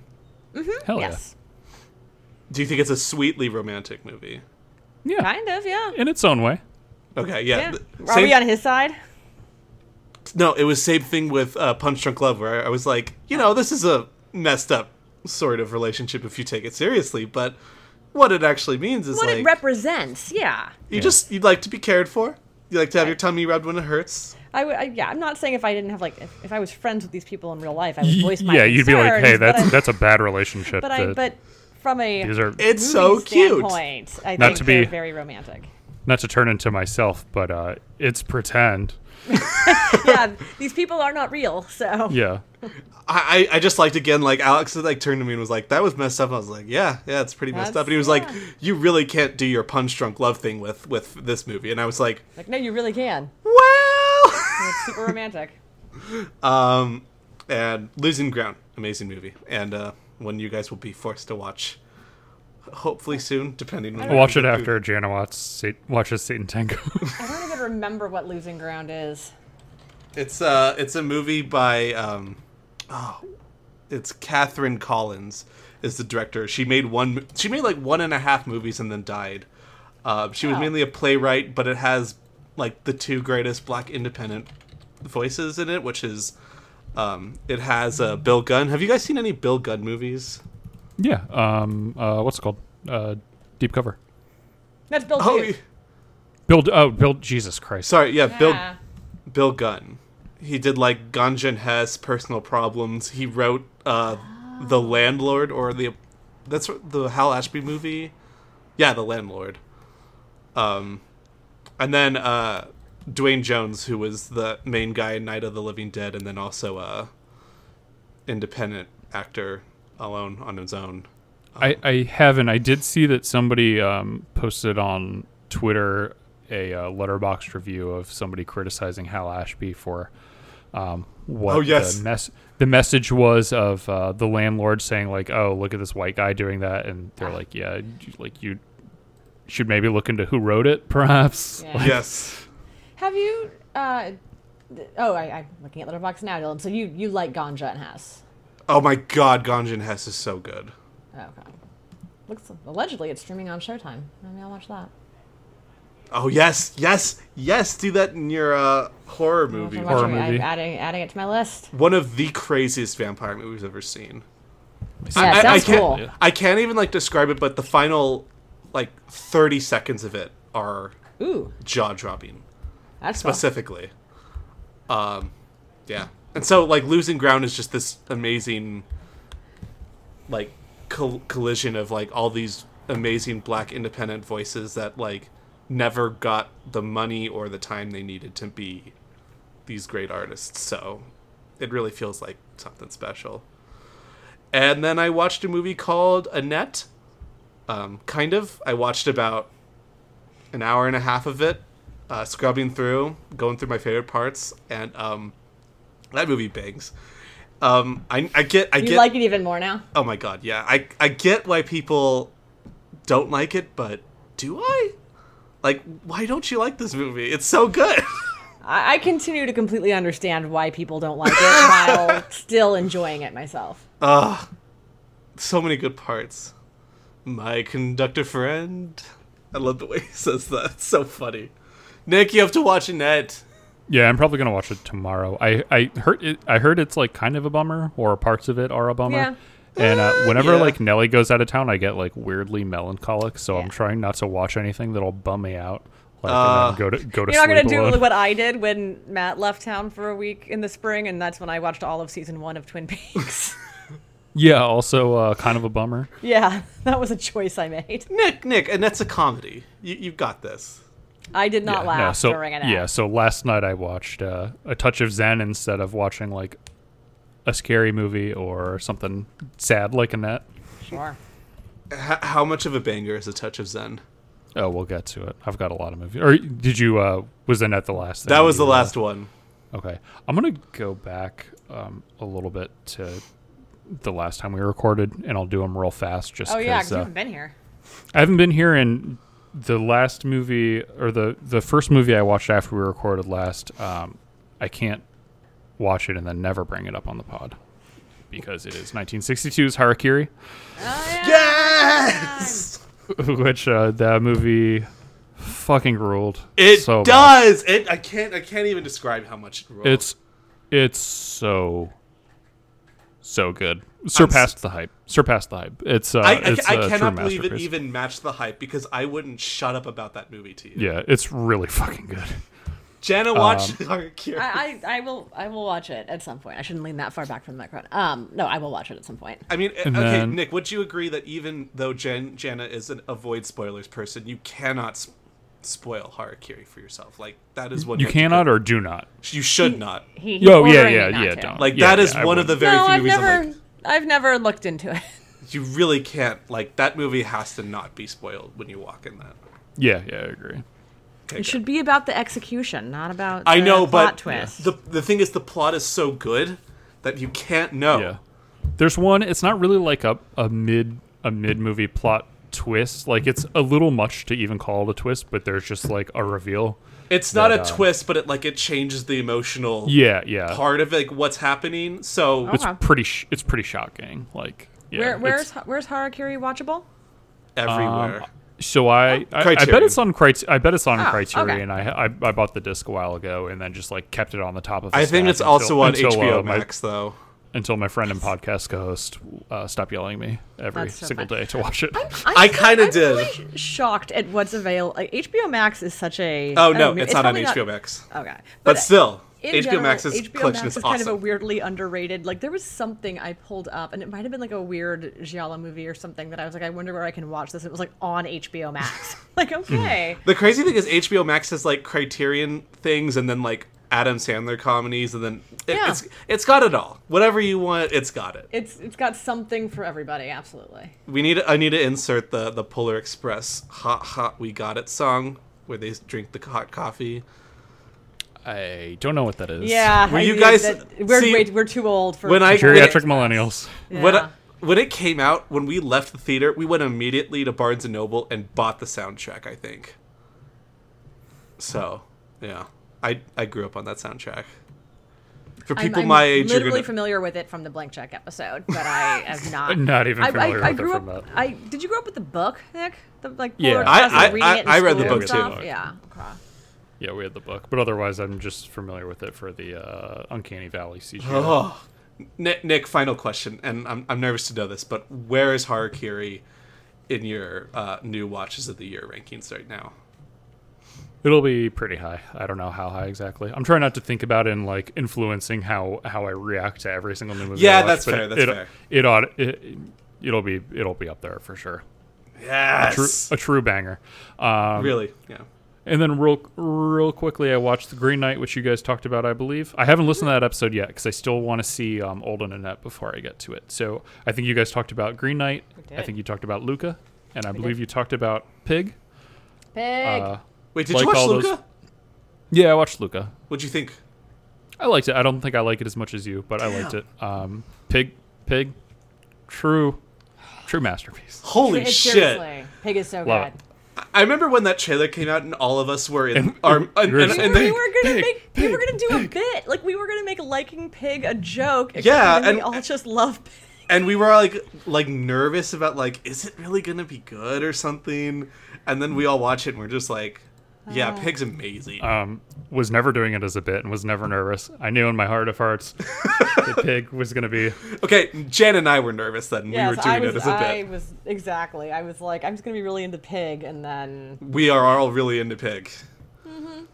C: Hell
B: Yes,
D: Do you think it's a sweetly romantic movie?
C: yeah. Yeah.
B: kind of. Yeah.
C: In its own way.
D: Okay, yeah.
B: Yeah.
D: th-
B: Are
D: same-
B: we on his side?
D: No, it was same thing with uh, Punch Drunk Love, where I- I was like, you know, this is a messed up sort of relationship if you take it seriously, but what it actually means is
B: What
D: like
B: it represents, yeah.
D: you just you'd like to be cared for, you like to have your tummy rubbed when it hurts.
B: I, would- I yeah, I'm not saying if I didn't have like if, if I was friends with these people in real life, I would
C: Y-
B: voice my
C: yeah, you'd be like,
B: concerns,
C: "Hey,
B: but
C: that's
B: I-
C: that's a bad relationship."
B: But I
C: that-
B: but from a
C: these are
D: It's
B: movie
D: so cute.
B: standpoint, I
C: Not
B: think
C: to
B: they're
C: be-
B: very romantic.
C: not to turn into myself, but uh, it's pretend.
B: yeah, these people are not real. So
C: Yeah.
D: I, I I just liked again like Alex like turned to me and was like that was messed up. I was like yeah yeah it's pretty messed
B: That's-
D: up. And he was like
B: yeah.
D: you really can't do your punch drunk love thing with with this movie. And I was like
B: like, no, you really can.
D: well.
B: It's super romantic.
D: um, and losing ground, amazing movie, and uh, one you guys will be forced to watch. Hopefully soon, depending on.
C: I'll
B: Mm-hmm.
C: watch it after Jana watch, Sa- watches Satan Tango.
B: I don't even remember what losing ground is.
D: It's uh, it's a movie by um, oh, it's Catherine Collins is the director. She made one. She made like one and a half movies and then died. Uh, she was
B: Oh.
D: mainly a playwright, but it has like the two greatest black independent voices in it, which is um, it has uh, Bill Gunn. Have you guys seen any Bill Gunn movies?
C: yeah. Um. Uh. What's it called? Uh. Deep cover.
B: That's Bill
D: Oh,
B: Duke.
D: y-
C: Build. Oh. Build. Jesus Christ.
D: sorry, yeah,
B: Yeah.
D: Bill Bill Gunn. He did like Ganjan Hess, Personal Problems. He wrote uh, the Landlord or the that's the Hal Ashby movie. Yeah, the Landlord. Um, and then uh, Dwayne Jones, who was the main guy in Night of the Living Dead, and then also a independent actor alone on his own.
C: I, I haven't. I did see that somebody um, posted on Twitter a uh, letterboxed review of somebody criticizing Hal Ashby for um, what
D: Oh, yes.
C: the, mes- the message was of uh, the landlord saying like, "Oh, look at this white guy doing that," and they're like, "Yeah, you- like you should maybe look into who wrote it, perhaps."
B: Yeah.
C: Like,
D: Yes.
B: Have you? Uh, th- oh, I, I'm looking at Letterboxd now, Dylan. So you you like Ganja and Hess?
D: Oh my God, Ganjan Hess is so good.
B: Oh god. Looks allegedly it's streaming on Showtime. Maybe I'll watch that.
D: Oh yes, yes, yes! Do that in your uh,
B: I'll
D: horror
B: have to
D: movie.
B: watch
C: Horror
B: it.
C: movie.
B: I'm adding adding it to my list.
D: One of the craziest vampire movies I've ever seen.
B: Yeah, it sounds
D: can't,
B: cool.
D: I can't even like describe it, but the final like thirty seconds of it are
B: Ooh,
D: jaw dropping.
B: that's cool.
D: Specifically, um, yeah. And so like losing ground is just this amazing like col- collision of like all these amazing black independent voices that like never got the money or the time they needed to be these great artists so it really feels like something special and then i watched a movie called annette um, kind of i watched about an hour and a half of it uh, scrubbing through going through my favorite parts and um, that movie bangs um, I, I get i
B: You
D: get
B: like it even more now?
D: Oh my god, yeah. I I get why people don't like it, but do I? Like, why don't you like this movie? It's so good.
B: I, I continue to completely understand why people don't like it while still enjoying it myself.
D: so many good parts. My conductor friend. I love the way he says that. It's so funny. Nick, you have to watch Annette.
C: yeah, I'm probably gonna watch it tomorrow. I, I heard it, I heard it's like kind of a bummer, or parts of it are a bummer.
B: Yeah.
C: And uh, whenever
D: yeah.
C: like Nelly goes out of town, I get like weirdly melancholic. So
B: Yeah.
C: I'm trying not to watch anything that'll bum me out. Like
D: Uh,
C: and then go to go to
B: You're not
C: sleep
B: gonna do
C: alone.
B: what I did when Matt left town for a week in the spring, and that's when I watched all of season one of Twin Peaks.
C: yeah. Also, uh, kind of a bummer.
B: yeah, that was a choice I made.
D: Nick, Nick, Annette's a comedy. You, you've got this.
B: I did not
C: Yeah,
B: laugh
C: no, so,
B: during it.
C: Yeah. So last night I watched uh, a touch of Zen instead of watching like a scary movie or something sad like Annette.
B: sure.
D: H- how much of a banger is a touch of Zen?
C: Oh, we'll get to it. I've got a lot of movies. Or did you? Uh, was Annette the last? Thing
D: That was
C: you,
D: the
C: uh,
D: last one.
C: Okay. I'm going to go back um, a little bit to the last time we recorded, and I'll do them real fast just
B: Oh yeah,
C: 'cause,
B: because you
C: uh,
B: haven't been here.
C: I haven't been here in the last movie or the, the first movie I watched after we recorded last. Um, I can't watch it and then never bring it up on the pod because it is 1962's Harakiri,
D: Yes!
C: which uh, that movie fucking ruled.
D: It
C: so much.
D: does. It. I can't. I can't even describe how much it rolls.
C: It's it's so so good. Surpassed the hype. Surpassed the hype. It's uh,
D: I, I,
C: it's
D: I
C: a true
D: cannot believe it
C: masterpiece.
D: even matched the hype because I wouldn't shut up about that movie to you.
C: Yeah, it's really fucking good.
D: Jana watched
C: Um,
D: Harakiri. I,
B: I, I, I will I will watch it at some point. I shouldn't lean that far back from the microphone. Um, no, I will watch it at some point.
D: mean, eh, okay,
C: And then-
D: Nick, would you agree that even though Jan, Jana is an avoid spoilers person, you cannot s- spoil Harakiri for yourself. Like that is one
C: You
D: that
C: cannot or do not.
D: You should not.
G: He,
C: Yo,
G: he's
C: yeah,
G: ordering
C: yeah,
G: me not
C: yeah,
G: to.
C: don't.
D: Like
C: Yeah,
D: that is
C: yeah, I
D: one of the
C: wouldn't.
D: very
B: no,
D: few
B: I've
D: movies.
B: never,
D: I'm like,
B: I've never looked into it.
D: you really can't. Like that movie has to not be spoiled when you walk in that.
C: Yeah, yeah, I agree.
D: Okay,
B: It
D: good.
B: should be about the execution, not about
D: I
B: the
D: know,
B: plot
D: but
B: twist.
D: the the thing is, the plot is so good that you can't know.
C: Yeah. There's one. It's not really like a, a mid a mid movie plot twist. Like it's a little much to even call it a twist, but there's just like a reveal.
D: It's not
C: That,
D: a
C: uh,
D: twist, but it like it changes the emotional
C: Yeah, yeah.
D: part of like what's happening. So
C: It's
B: Okay.
C: pretty. Sh- it's pretty shocking. Like yeah.
B: Uh-huh. Where, where's
C: it's-
B: where's Harakiri watchable?
D: everywhere.
C: um, so I, I I bet
D: Criterion.
C: it's on Crit- I bet it's on
B: Oh, okay.
C: Criterion. I, I I bought the disc a while ago and then just like kept it on the top of. the
D: I think
C: stack
D: it's
C: until-
D: also on
C: until,
D: HBO
C: uh, my-
D: Max though.
C: until my friend and podcast co-host uh, stopped yelling at me every
B: That's so
C: single
B: funny.
C: day to watch it.
B: I'm
D: I
B: so-
D: kind of
B: I'm
D: did.
B: really shocked at what's available. Like, HBO Max is such a
D: Oh
B: I
D: no,
B: mean,
D: it's, not on
B: probably
D: HBO Max.
B: Okay, but,
D: But still,
B: in
D: HBO
B: general,
D: Max's
B: HBO
D: collection
B: Max
D: is
B: kind of a
D: awesome.
B: weirdly underrated. Like there was something I pulled up, and it might have been like a weird Giallo movie or something that I was like, I wonder where I can watch this. It was like on HBO Max. like
D: Hmm.
B: okay,
D: The crazy thing is HBO Max has like Criterion things and then like Adam Sandler comedies and then it,
B: Yeah.
D: it's it's got it all. Whatever you want, it's got it.
B: it's it's got something for everybody. Absolutely.
D: We need I need to insert the the Polar Express "Hot Hot We Got It" song where they drink the hot coffee.
C: I don't know what that is.
B: Yeah,
D: Were
B: I
D: you
B: mean,
D: guys-
B: that- we're
D: see,
B: wait, we're too old for
D: When I
C: Geriatric millennials.
D: when
B: Yeah.
D: I, when it came out, when we left the theater, we went immediately to Barnes and Noble and bought the soundtrack. I think. So, yeah, I I grew up on that soundtrack. For
B: I'm,
D: people
B: I'm
D: my age, you're
B: literally
D: gonna,
B: familiar with it from the blank check episode, but I have not.
C: Not even
B: I,
C: familiar
B: I, I
C: with it
B: grew
C: from
B: up.
C: that.
B: I did you grow up with the book, Nick? The like
C: Yeah.
B: Polar
C: I-
B: Express and
D: I-
B: reading it in
D: I- I read the
B: school and
D: book,
B: stuff?
D: too.
B: Yeah. Okay.
C: Yeah, we had the book, but otherwise, I'm just familiar with it for the uh, Uncanny Valley CGI.
D: Oh, Nick, Nick, final question, and I'm I'm nervous to know this, but where is Harakiri in your uh, new watches of the year rankings right now?
C: It'll be pretty high. I don't know how high exactly. I'm trying not to think about it and like influencing how how I react to every single new movie. I
D: Yeah,
C: watch,
D: that's
C: but
D: fair,
C: It,
D: that's
C: it,
D: fair.
C: It ought it, it'll be it'll be up there for sure.
D: Yes,
C: True, a true banger. Um,
D: really, yeah.
C: And then real real quickly, I watched The Green Knight, which you guys talked about, I believe. I haven't listened to that episode yet because I still want to see um, Old and Annette before I get to it. So I think you guys talked about Green Knight. I
G: did.
C: think you talked about Luca, and I believe you talked about Pig.
G: Pig.
C: Uh,
D: Wait, did
C: Like
D: you watch
C: all those-
D: Luca?
C: yeah, I watched Luca.
D: What'd you think?
C: I liked it. I don't think I like it as much as you, but I liked it. Um, Pig, Pig, true, true masterpiece.
D: Holy
G: It's
D: shit!
G: Seriously, Pig is so
C: Love
G: good.
D: I remember when that trailer came out, and all of us were in our and, and,
C: we were
D: and,
C: just-
B: We
D: they-
B: were gonna
C: pig,
B: make. we were gonna do a bit. Like we were gonna make liking pig a joke. except
D: Yeah,
B: then we
D: and-
B: all just love. Pig.
D: and we were like like nervous about like is it really gonna be good or something? And then we all watch it, and we're just like, yeah,
G: Oh.
D: Pig's amazing.
C: Um, was never doing it as a bit and was never nervous. I knew in my heart of hearts that Pig was going to be.
D: okay, Jen and I were nervous then. we
G: Yes,
D: were
G: I
D: doing
G: was.
D: it as a
G: I
D: bit.
G: was exactly. I was like, I'm just gonna be really into Pig, and then
D: We are all really into Pig.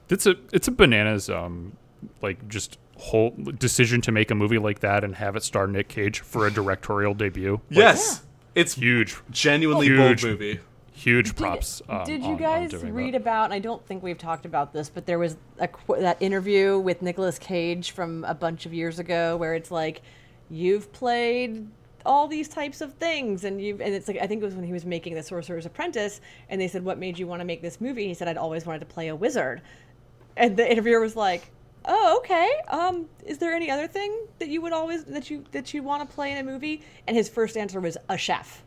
C: It's a it's a bananas um like just whole decision to make a movie like that and have it star Nick Cage for a directorial debut. Like,
D: yes, it's
C: huge,
D: genuinely
C: Huge.
D: bold movie.
C: huge
G: Did-
C: props.
G: Did,
C: um, on-
G: you
C: on
G: guys
C: doing
G: read
C: that.
G: about? And I don't think we've talked about this, but there was a, qu- that interview with Nicolas Cage from a bunch of years ago, where it's like, you've played all these types of things, and you've and it's like I think it was when he was making The Sorcerer's Apprentice, and they said, "What made you want to make this movie?" He said, "I'd always wanted to play a wizard," and the interviewer was like. Oh, okay. Um, is there any other thing that you would always that you that you want to play in a movie? And his first answer was a chef.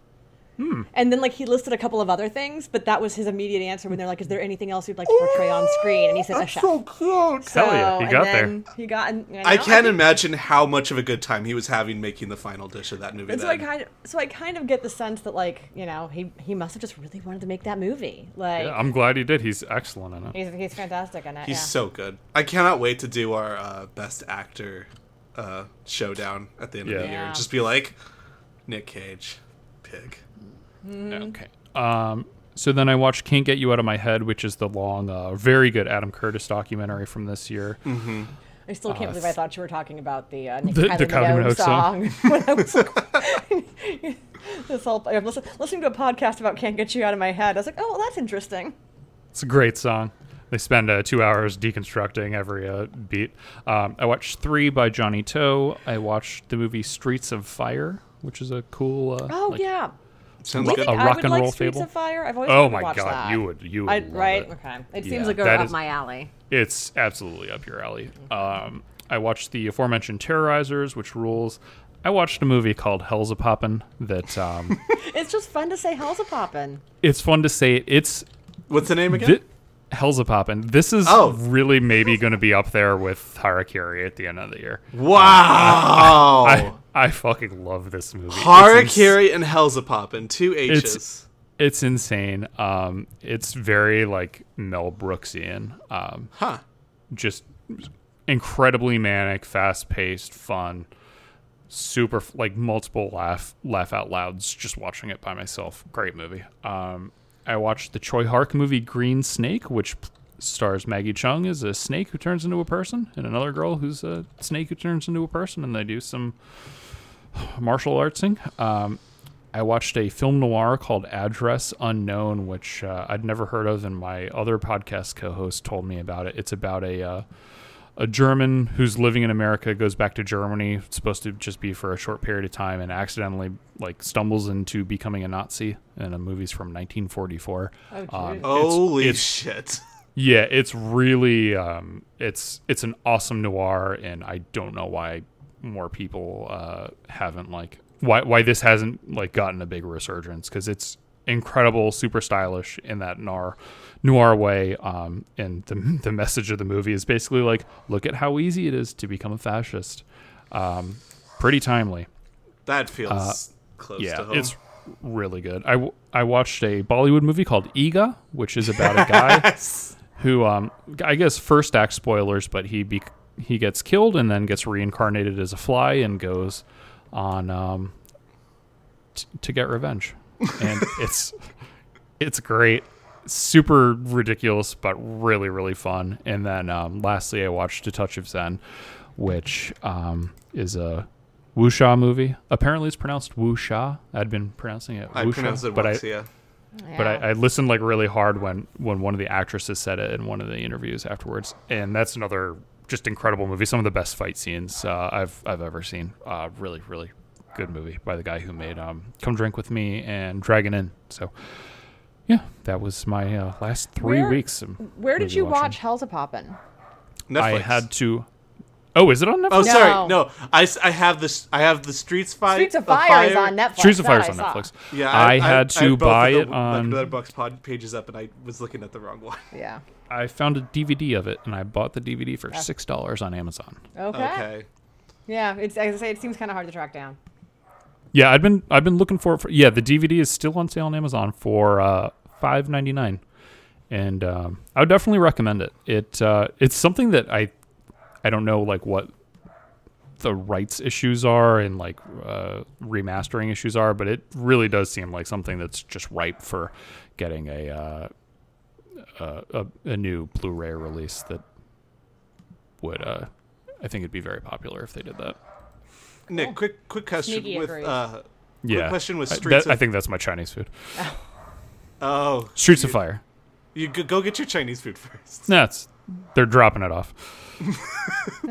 G: And then like he listed a couple of other things, but that was his immediate answer when they're like, "Is there anything else you'd like to portray on screen?" And he said, "A chef."
D: So cute.
C: Hell yeah, he
G: and
C: got
G: then He got. And, you know,
D: I can't
G: think-
D: imagine how much of a good time he was having making the final dish of that movie.
G: And so I
D: then.
G: kind of, so I kind of get the sense that like you know he he must have just really wanted to make that movie. Like
C: Yeah, I'm glad he did. He's excellent in it.
G: he's he's fantastic in it.
D: He's
G: yeah.
D: so good. I cannot wait to do our uh, best actor uh, showdown at the end of the
C: Yeah.
D: year.
G: Yeah.
D: Just be like, Nick Cage, pig.
C: Okay. Um, so then I watched Can't Get You Out of My Head, which is the long, uh, very good Adam Curtis documentary from this year.
G: Mm. I still can't believe I thought you were talking about the uh, Nicki
C: Uh, The-
G: Kylie
C: the
G: Minogue
C: Kylie Minogue song.
G: song. When I was like, this whole I'm listen, listening to a podcast about can't get you out of my head. I was like, oh, well, that's interesting.
C: It's a great song. They spend uh, two hours deconstructing every uh, beat. Um, I watched Three by Johnny Toe. I watched the movie Streets of Fire, which is a cool. Uh,
G: Oh
C: like-
G: yeah.
D: Sounds
G: I
D: good.
G: think
C: a
G: I
C: rock
G: would
C: and
G: like
C: roll
G: Streets
C: fable?
G: of Fire. I've always wanted
C: Oh
G: to
C: my
G: watch
C: god,
G: that.
C: you would you would
G: I,
C: love
G: right?
C: it.
G: Okay.
B: It
C: Yeah,
B: seems like a,
C: that
B: up
C: is-
B: my alley.
C: It's absolutely up your alley. Um, I watched the aforementioned Terrorizers, which rules. I watched a movie called Hell's a Poppin' that um,
G: It's just fun to say hell's a poppin'.
C: it's fun to say. It's
D: What's the name again?
C: Thi- Hell's a poppin'. This is
D: Oh.
C: really maybe going to be up there with Harakiri at the end of the year.
D: wow.
C: I, I fucking love this movie. It's ins-
D: Harakiri and Hell's a Poppin', two H's.
C: It's- It's, insane. Um, it's very like Mel Brooksian. Um,
D: huh.
C: just incredibly manic, fast paced, fun, super like multiple laugh laugh out louds. Just watching it by myself. Great movie. Um, I watched the Choi Hark movie Green Snake, which p- stars Maggie Chung as a snake who turns into a person, and another girl who's a snake who turns into a person, and they do some martial artsing. Um, I watched a film noir called Address Unknown, which uh, I'd never heard of, and my other podcast co-host told me about it. It's about a uh, a German who's living in America goes back to Germany, it's supposed to just be for a short period of time, and accidentally like stumbles into becoming a Nazi. And the movie's from 1944. Um,
D: Holy
C: it's-
D: shit.
C: yeah, it's really um, it's it's an awesome noir, and I don't know why more people uh, haven't like why why this hasn't like gotten a big resurgence because it's incredible, super stylish in that noir noir way. Um, and the the message of the movie is basically like, look at how easy it is to become a fascist. Um, pretty timely.
D: That feels close to
C: Uh, Yeah,
D: home.
C: it's really good. I, w- I watched a Bollywood movie called Iga, which is about a guy who um I guess first act spoilers, but he be- he gets killed and then gets reincarnated as a fly and goes on um t- to get revenge. And it's it's great. Super ridiculous, but really, really fun. And then um, lastly, I watched A Touch of Zen, which um, is a wuxia movie. Apparently, it's pronounced wuxia. I'd been pronouncing it
D: I
C: wuxia,
D: pronounced it
C: but I,
D: once, yeah.
C: but I, I listened like really hard when when one of the actresses said it in one of the interviews afterwards, and that's another just incredible movie. Some of the best fight scenes uh, I've I've ever seen. Uh, really, really good movie by the guy who made um, "Come Drink with Me" and "Dragon Inn." So, yeah, that was my uh, last three
G: Where-
C: weeks. um,
G: Where did
C: movie
G: you
C: watching.
G: watch Hell's a Poppin'?
D: Netflix.
C: I had to. Oh, is it on Netflix?
D: Oh,
G: No.
D: sorry. No, I, s- I have this. I have the Streets Fight.
G: Streets of
D: the
G: Fire, is on Netflix.
C: Streets of
G: That
C: Fire is
G: I
C: on
G: saw.
C: Netflix.
D: Yeah,
C: I, had to
D: both
C: buy
D: of
C: it
D: the,
C: on.
D: The Letterboxd pod pages up, and I was looking at the wrong one.
G: Yeah.
C: I found a DVD of it, and I bought the DVD for six dollars on Amazon.
G: Okay.
D: Okay.
G: Yeah. It's as I say, it seems kind of hard to track down.
C: Yeah, I've been I've been looking for, it for yeah. The DVD is still on sale on Amazon for uh, five ninety nine, and um, I would definitely recommend it. It uh, it's something that I I don't know like what the rights issues are and like uh, remastering issues are, but it really does seem like something that's just ripe for getting a uh, a, a, a new Blu-ray release that would uh, I think it'd be very popular if they did that.
D: Nick, quick, quick question
G: Sneaky
D: with.
G: Oh, agrees.
D: Uh,
C: Yeah.
D: question was
C: I-
D: Streets
C: that- I
D: of-
C: think that's my Chinese food.
D: oh,
C: Streets of Fire.
D: you go, go get your Chinese food first.
C: No, it's they're dropping it off.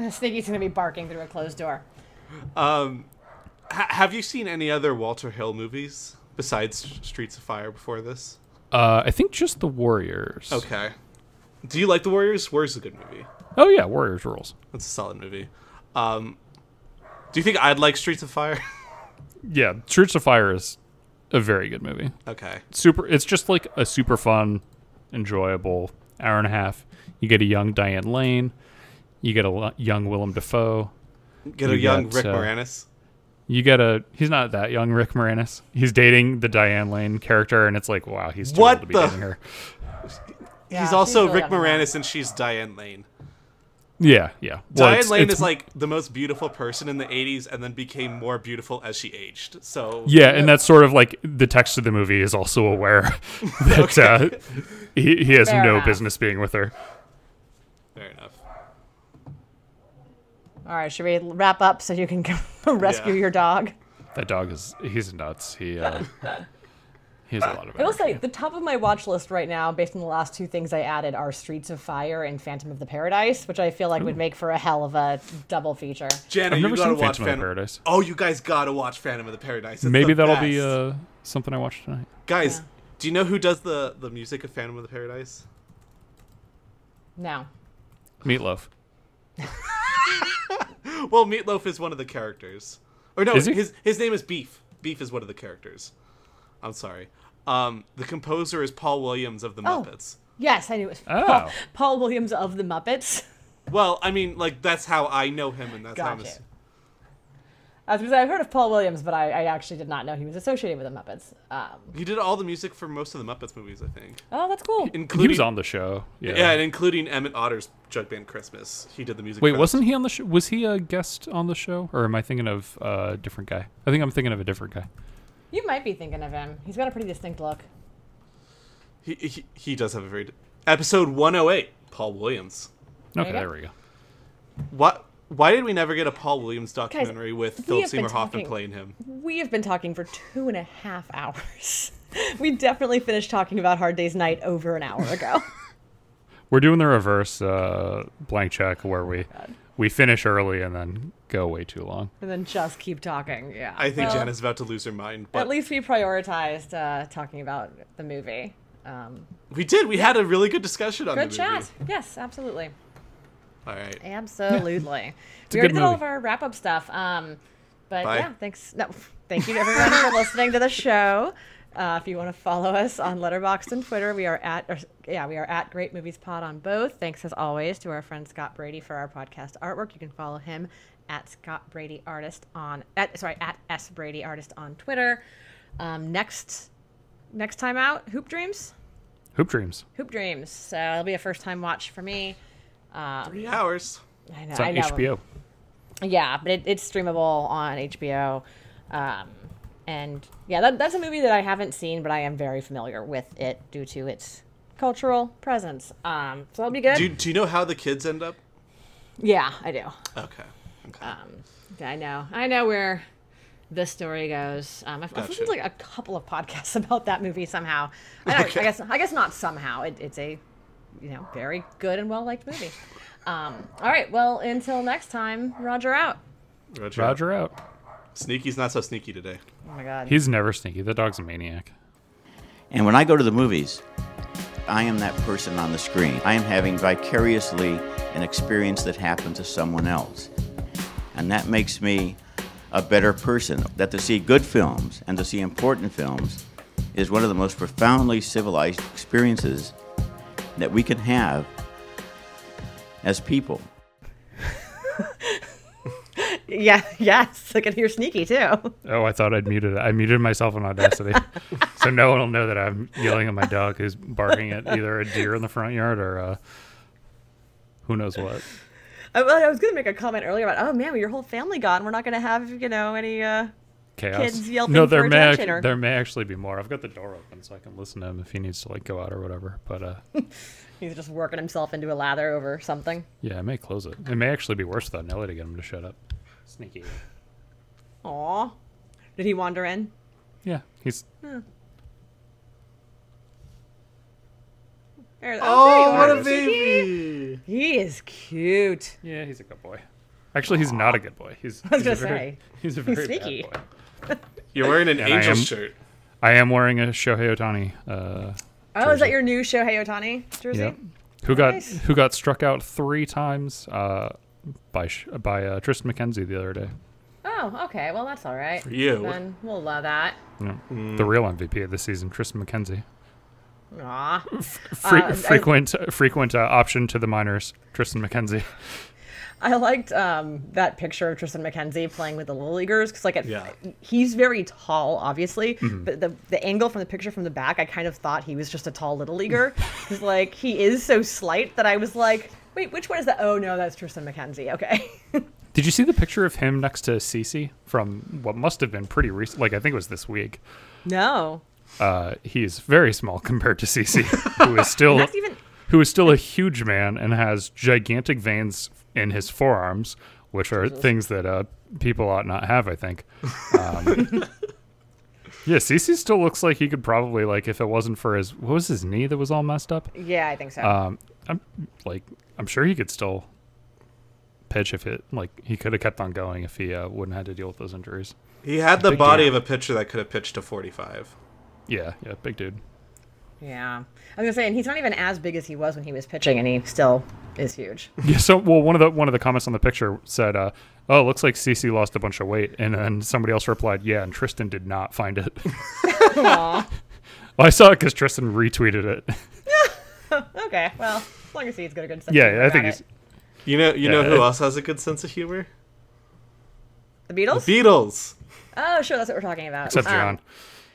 G: Sneaky's gonna be barking through a closed door.
D: Ha have you seen any other Walter Hill movies besides Streets of Fire before this?
C: Uh, I think just the Warriors.
D: Okay. Do you like The Warriors? Warriors is a good movie.
C: Oh yeah, Warriors rules.
D: That's a solid movie. Um, do you think I'd like Streets of Fire?
C: Yeah, Streets of Fire is a very good movie.
D: okay.
C: Super. It's just like a super fun, enjoyable hour and a half. You get a young Diane Lane. You get a lo- young Willem Dafoe.
D: Get a
C: You
D: young
C: got,
D: Rick
C: uh,
D: Moranis.
C: You get a. He's not that young, Rick Moranis. He's dating the Diane Lane character, and it's like, wow, he's too
D: What
C: old to be
D: the-
C: dating her.
G: Yeah,
D: He's
G: she's
D: also
G: really
D: Rick
G: young.
D: Moranis, and she's Diane Lane.
C: Yeah, yeah. Well,
D: Diane
C: it's-
D: Lane
C: it's-
D: is like the most beautiful person in the 80s and then became more beautiful as she aged. So,
C: Yeah, and that's sort of like the text of the movie is also aware that uh, he, he has
G: Fair
C: no
G: enough.
C: business being with her.
D: fair enough.
G: All right. Should we wrap up so you can go rescue
D: Yeah.
G: your dog?
C: That dog is he's nuts. He uh, He has a lot of.
B: I will
C: energy.
B: say the top of my watch list right now, based on the last two things I added, are Streets of Fire and Phantom of the Paradise, which I feel like would make for a hell of a double feature.
D: Jenna,
C: I've never
D: you gotta
C: seen
D: watch
C: Phantom of the Paradise.
D: Oh, you guys gotta watch Phantom of the Paradise. It's
C: Maybe
D: the
C: that'll be
D: best.
C: uh, something I watch tonight.
D: guys. Do you know who does the the music of Phantom of the Paradise?
B: No.
C: Meatloaf.
D: Well, Meatloaf is one of the characters. Or no,
C: Is he?
D: his his name is Beef. Beef is one of the characters. I'm sorry. Um, the composer is Paul Williams of the Muppets.
B: Yes, I knew it was
C: Oh.
B: Paul Williams of the Muppets.
D: Well, I mean, like that's how I know him, and that's how I'm
B: Gotcha.
D: ass-
B: I was gonna say I've heard of Paul Williams, but I, I actually did not know he was associated with the Muppets. Um,
D: he did all the music for most of the Muppets movies, I think,
B: oh, that's cool.
D: including
C: He was on the show. Yeah.
D: yeah, and including Emmett Otter's Jug Band Christmas. He did the music.
C: Wait,
D: for that.
C: wasn't he on the show? Was he a guest on the show, or am I thinking of uh, a different guy? I think I'm thinking of a different guy.
B: You might be thinking of him. He's got a pretty distinct look.
D: he, he? He does have a very episode 108. Paul Williams.
C: Okay,
B: go.
C: there we go.
D: What? Why did we never get a Paul Williams
B: Guys,
D: documentary with
B: we
D: Philip
B: have been
D: Seymour Hoffman
B: talking-
D: playing him?
B: We have been talking for two and a half hours. we definitely finished talking about Hard Day's Night over an hour ago.
C: We're doing the reverse uh, blank check where we we finish early and then go way too long.
B: and then just keep talking. Yeah.
D: I think
B: Well,
D: Jana's about to lose her mind. But
B: At least we prioritized uh, talking about the movie. Um,
D: we did. We had a really good discussion on
B: good
D: the
B: chat.
D: movie.
B: Yes, absolutely.
D: All right.
B: Absolutely.
C: a
B: we already
C: good
B: did all
C: movie.
B: of our wrap up stuff. Um, but
D: Bye.
B: yeah, thanks. No, thank you to everyone for listening to the show. Uh, if you want to follow us on Letterboxd and Twitter, we are at or, yeah we are at Great Movies Pod on both. Thanks as always to our friend Scott Brady for our podcast artwork. You can follow him at Scott Brady Artist on at sorry at S Brady Artist on Twitter. Um, next next time out, Hoop Dreams,
C: Hoop dreams.
B: Hoop Dreams. So it'll be a first time watch for me.
D: Three hours.
B: I know,
C: It's on
B: I know.
C: HBO.
B: Yeah, but it, it's streamable on HBO. Um, and yeah, that, that's a movie that I haven't seen, but I am very familiar with it due to its cultural presence. Um, so that'll be good.
D: Do, do you know how the kids end up?
B: Yeah, I do.
D: Okay. Okay.
B: Um, I know. I know where this story goes. Um, I've, I've listened to
D: Gotcha.
B: like a couple of podcasts about that movie somehow. I, don't- I
D: Okay.
B: guess I guess not somehow. It, it's a you know very good and well liked movie. Um, all right. Well, until next time, Roger out.
D: Roger.
C: Roger out.
D: Sneaky's not so sneaky today.
B: Oh my God.
C: He's never sneaky. The dog's a maniac.
A: And when I go to the movies, I am that person on the screen. I am having vicariously an experience that happened to someone else. And that makes me a better person. That to see good films and to see important films is one of the most profoundly civilized experiences that we can have as people.
B: Yeah. Yes. I can hear sneaky too.
C: Oh, I thought I'd muted it. I muted myself on Audacity. so no one will know that I'm yelling at my dog who's barking at either a deer in the front yard or uh, who knows what.
B: I, well, I was going to make a comment earlier about, oh man, well, your whole family gone. We're not going to have, you know, any. Uh...
C: Chaos.
B: Kids yelping
C: no,
B: for
C: there may
B: attention
C: act-
B: or-
C: there may actually be more. I've got the door open so I can listen to him if he needs to like go out or whatever. But uh,
B: He's just working himself into a lather over something.
C: yeah, I may close it. It may actually be worse without Nelly to get him to shut up. Sneaky.
B: Aw. Did he wander in?
C: Yeah, he's
B: There-
D: Oh,
B: there you
D: what
B: are.
D: a baby!
B: He is cute.
C: yeah, he's a good boy. Actually, he's not a good boy. He's I
B: was
C: he's a
B: gonna
C: very-
B: say,
C: he's a very bad
B: sneaky.
C: boy.
D: You're wearing an
C: And I
D: angel
C: am-
D: shirt.
C: I am wearing a Shohei Otani. Uh,
B: Oh, is that your new Shohei Otani jersey?
C: Yep. Who got
B: Nice.
C: who got struck out three times uh, by Sh- by uh, Tristan McKenzie the other day?
B: Oh, okay. Well, that's all right. For
D: you.
B: Then we'll allow that.
C: Yeah. The real MVP of the season, Tristan McKenzie.
B: Aw.
C: Fre-
B: Uh, I-
C: frequent frequent uh, option to the minors, Tristan McKenzie.
B: I liked um, that picture of Tristan McKenzie playing with the little leaguers because, like, at,
D: Yeah.
B: he's very tall, obviously,
C: Mm-hmm.
B: but the the angle from the picture from the back, I kind of thought he was just a tall little leaguer because, like, he is so slight that I was like, wait, which one is that? Oh no, that's Tristan McKenzie. Okay,
C: Did you see the picture of him next to Cece from what must have been pretty recent? Like I think it was this week.
B: no,
C: Uh, he is very small compared to Cece, who is still
B: that's even
C: who is still a huge man and has gigantic veins in his forearms, which are things that uh, people ought not have, I think. Um, Yeah, Cece still looks like he could probably like if it wasn't for his what was his knee that was all messed up.
B: Yeah, I think so.
C: Um, I'm like I'm sure he could still pitch if it like he could have kept on going if he uh, wouldn't had to deal with those injuries.
D: He had the
C: Big
D: body
C: deal.
D: of a pitcher that could have pitched to 45.
C: Yeah, yeah, big dude.
B: yeah, I was gonna say, and he's not even as big as he was when he was pitching, and he still is huge.
C: Yeah, so well one of the one of the comments on the picture said, uh, "Oh, it looks like Cece lost a bunch of weight," and then somebody else replied, "Yeah, and Tristan did not find it." well, I saw it because Tristan retweeted it.
B: Okay, well, as long as he's got a good sense. of humor
C: yeah, I think
B: about
C: he's
B: it.
D: You know, you know
C: Yeah.
D: who else has a good sense of humor?
B: the Beatles.
D: Beatles.
B: oh, sure, that's what we're talking about.
C: except
B: Um,
C: John.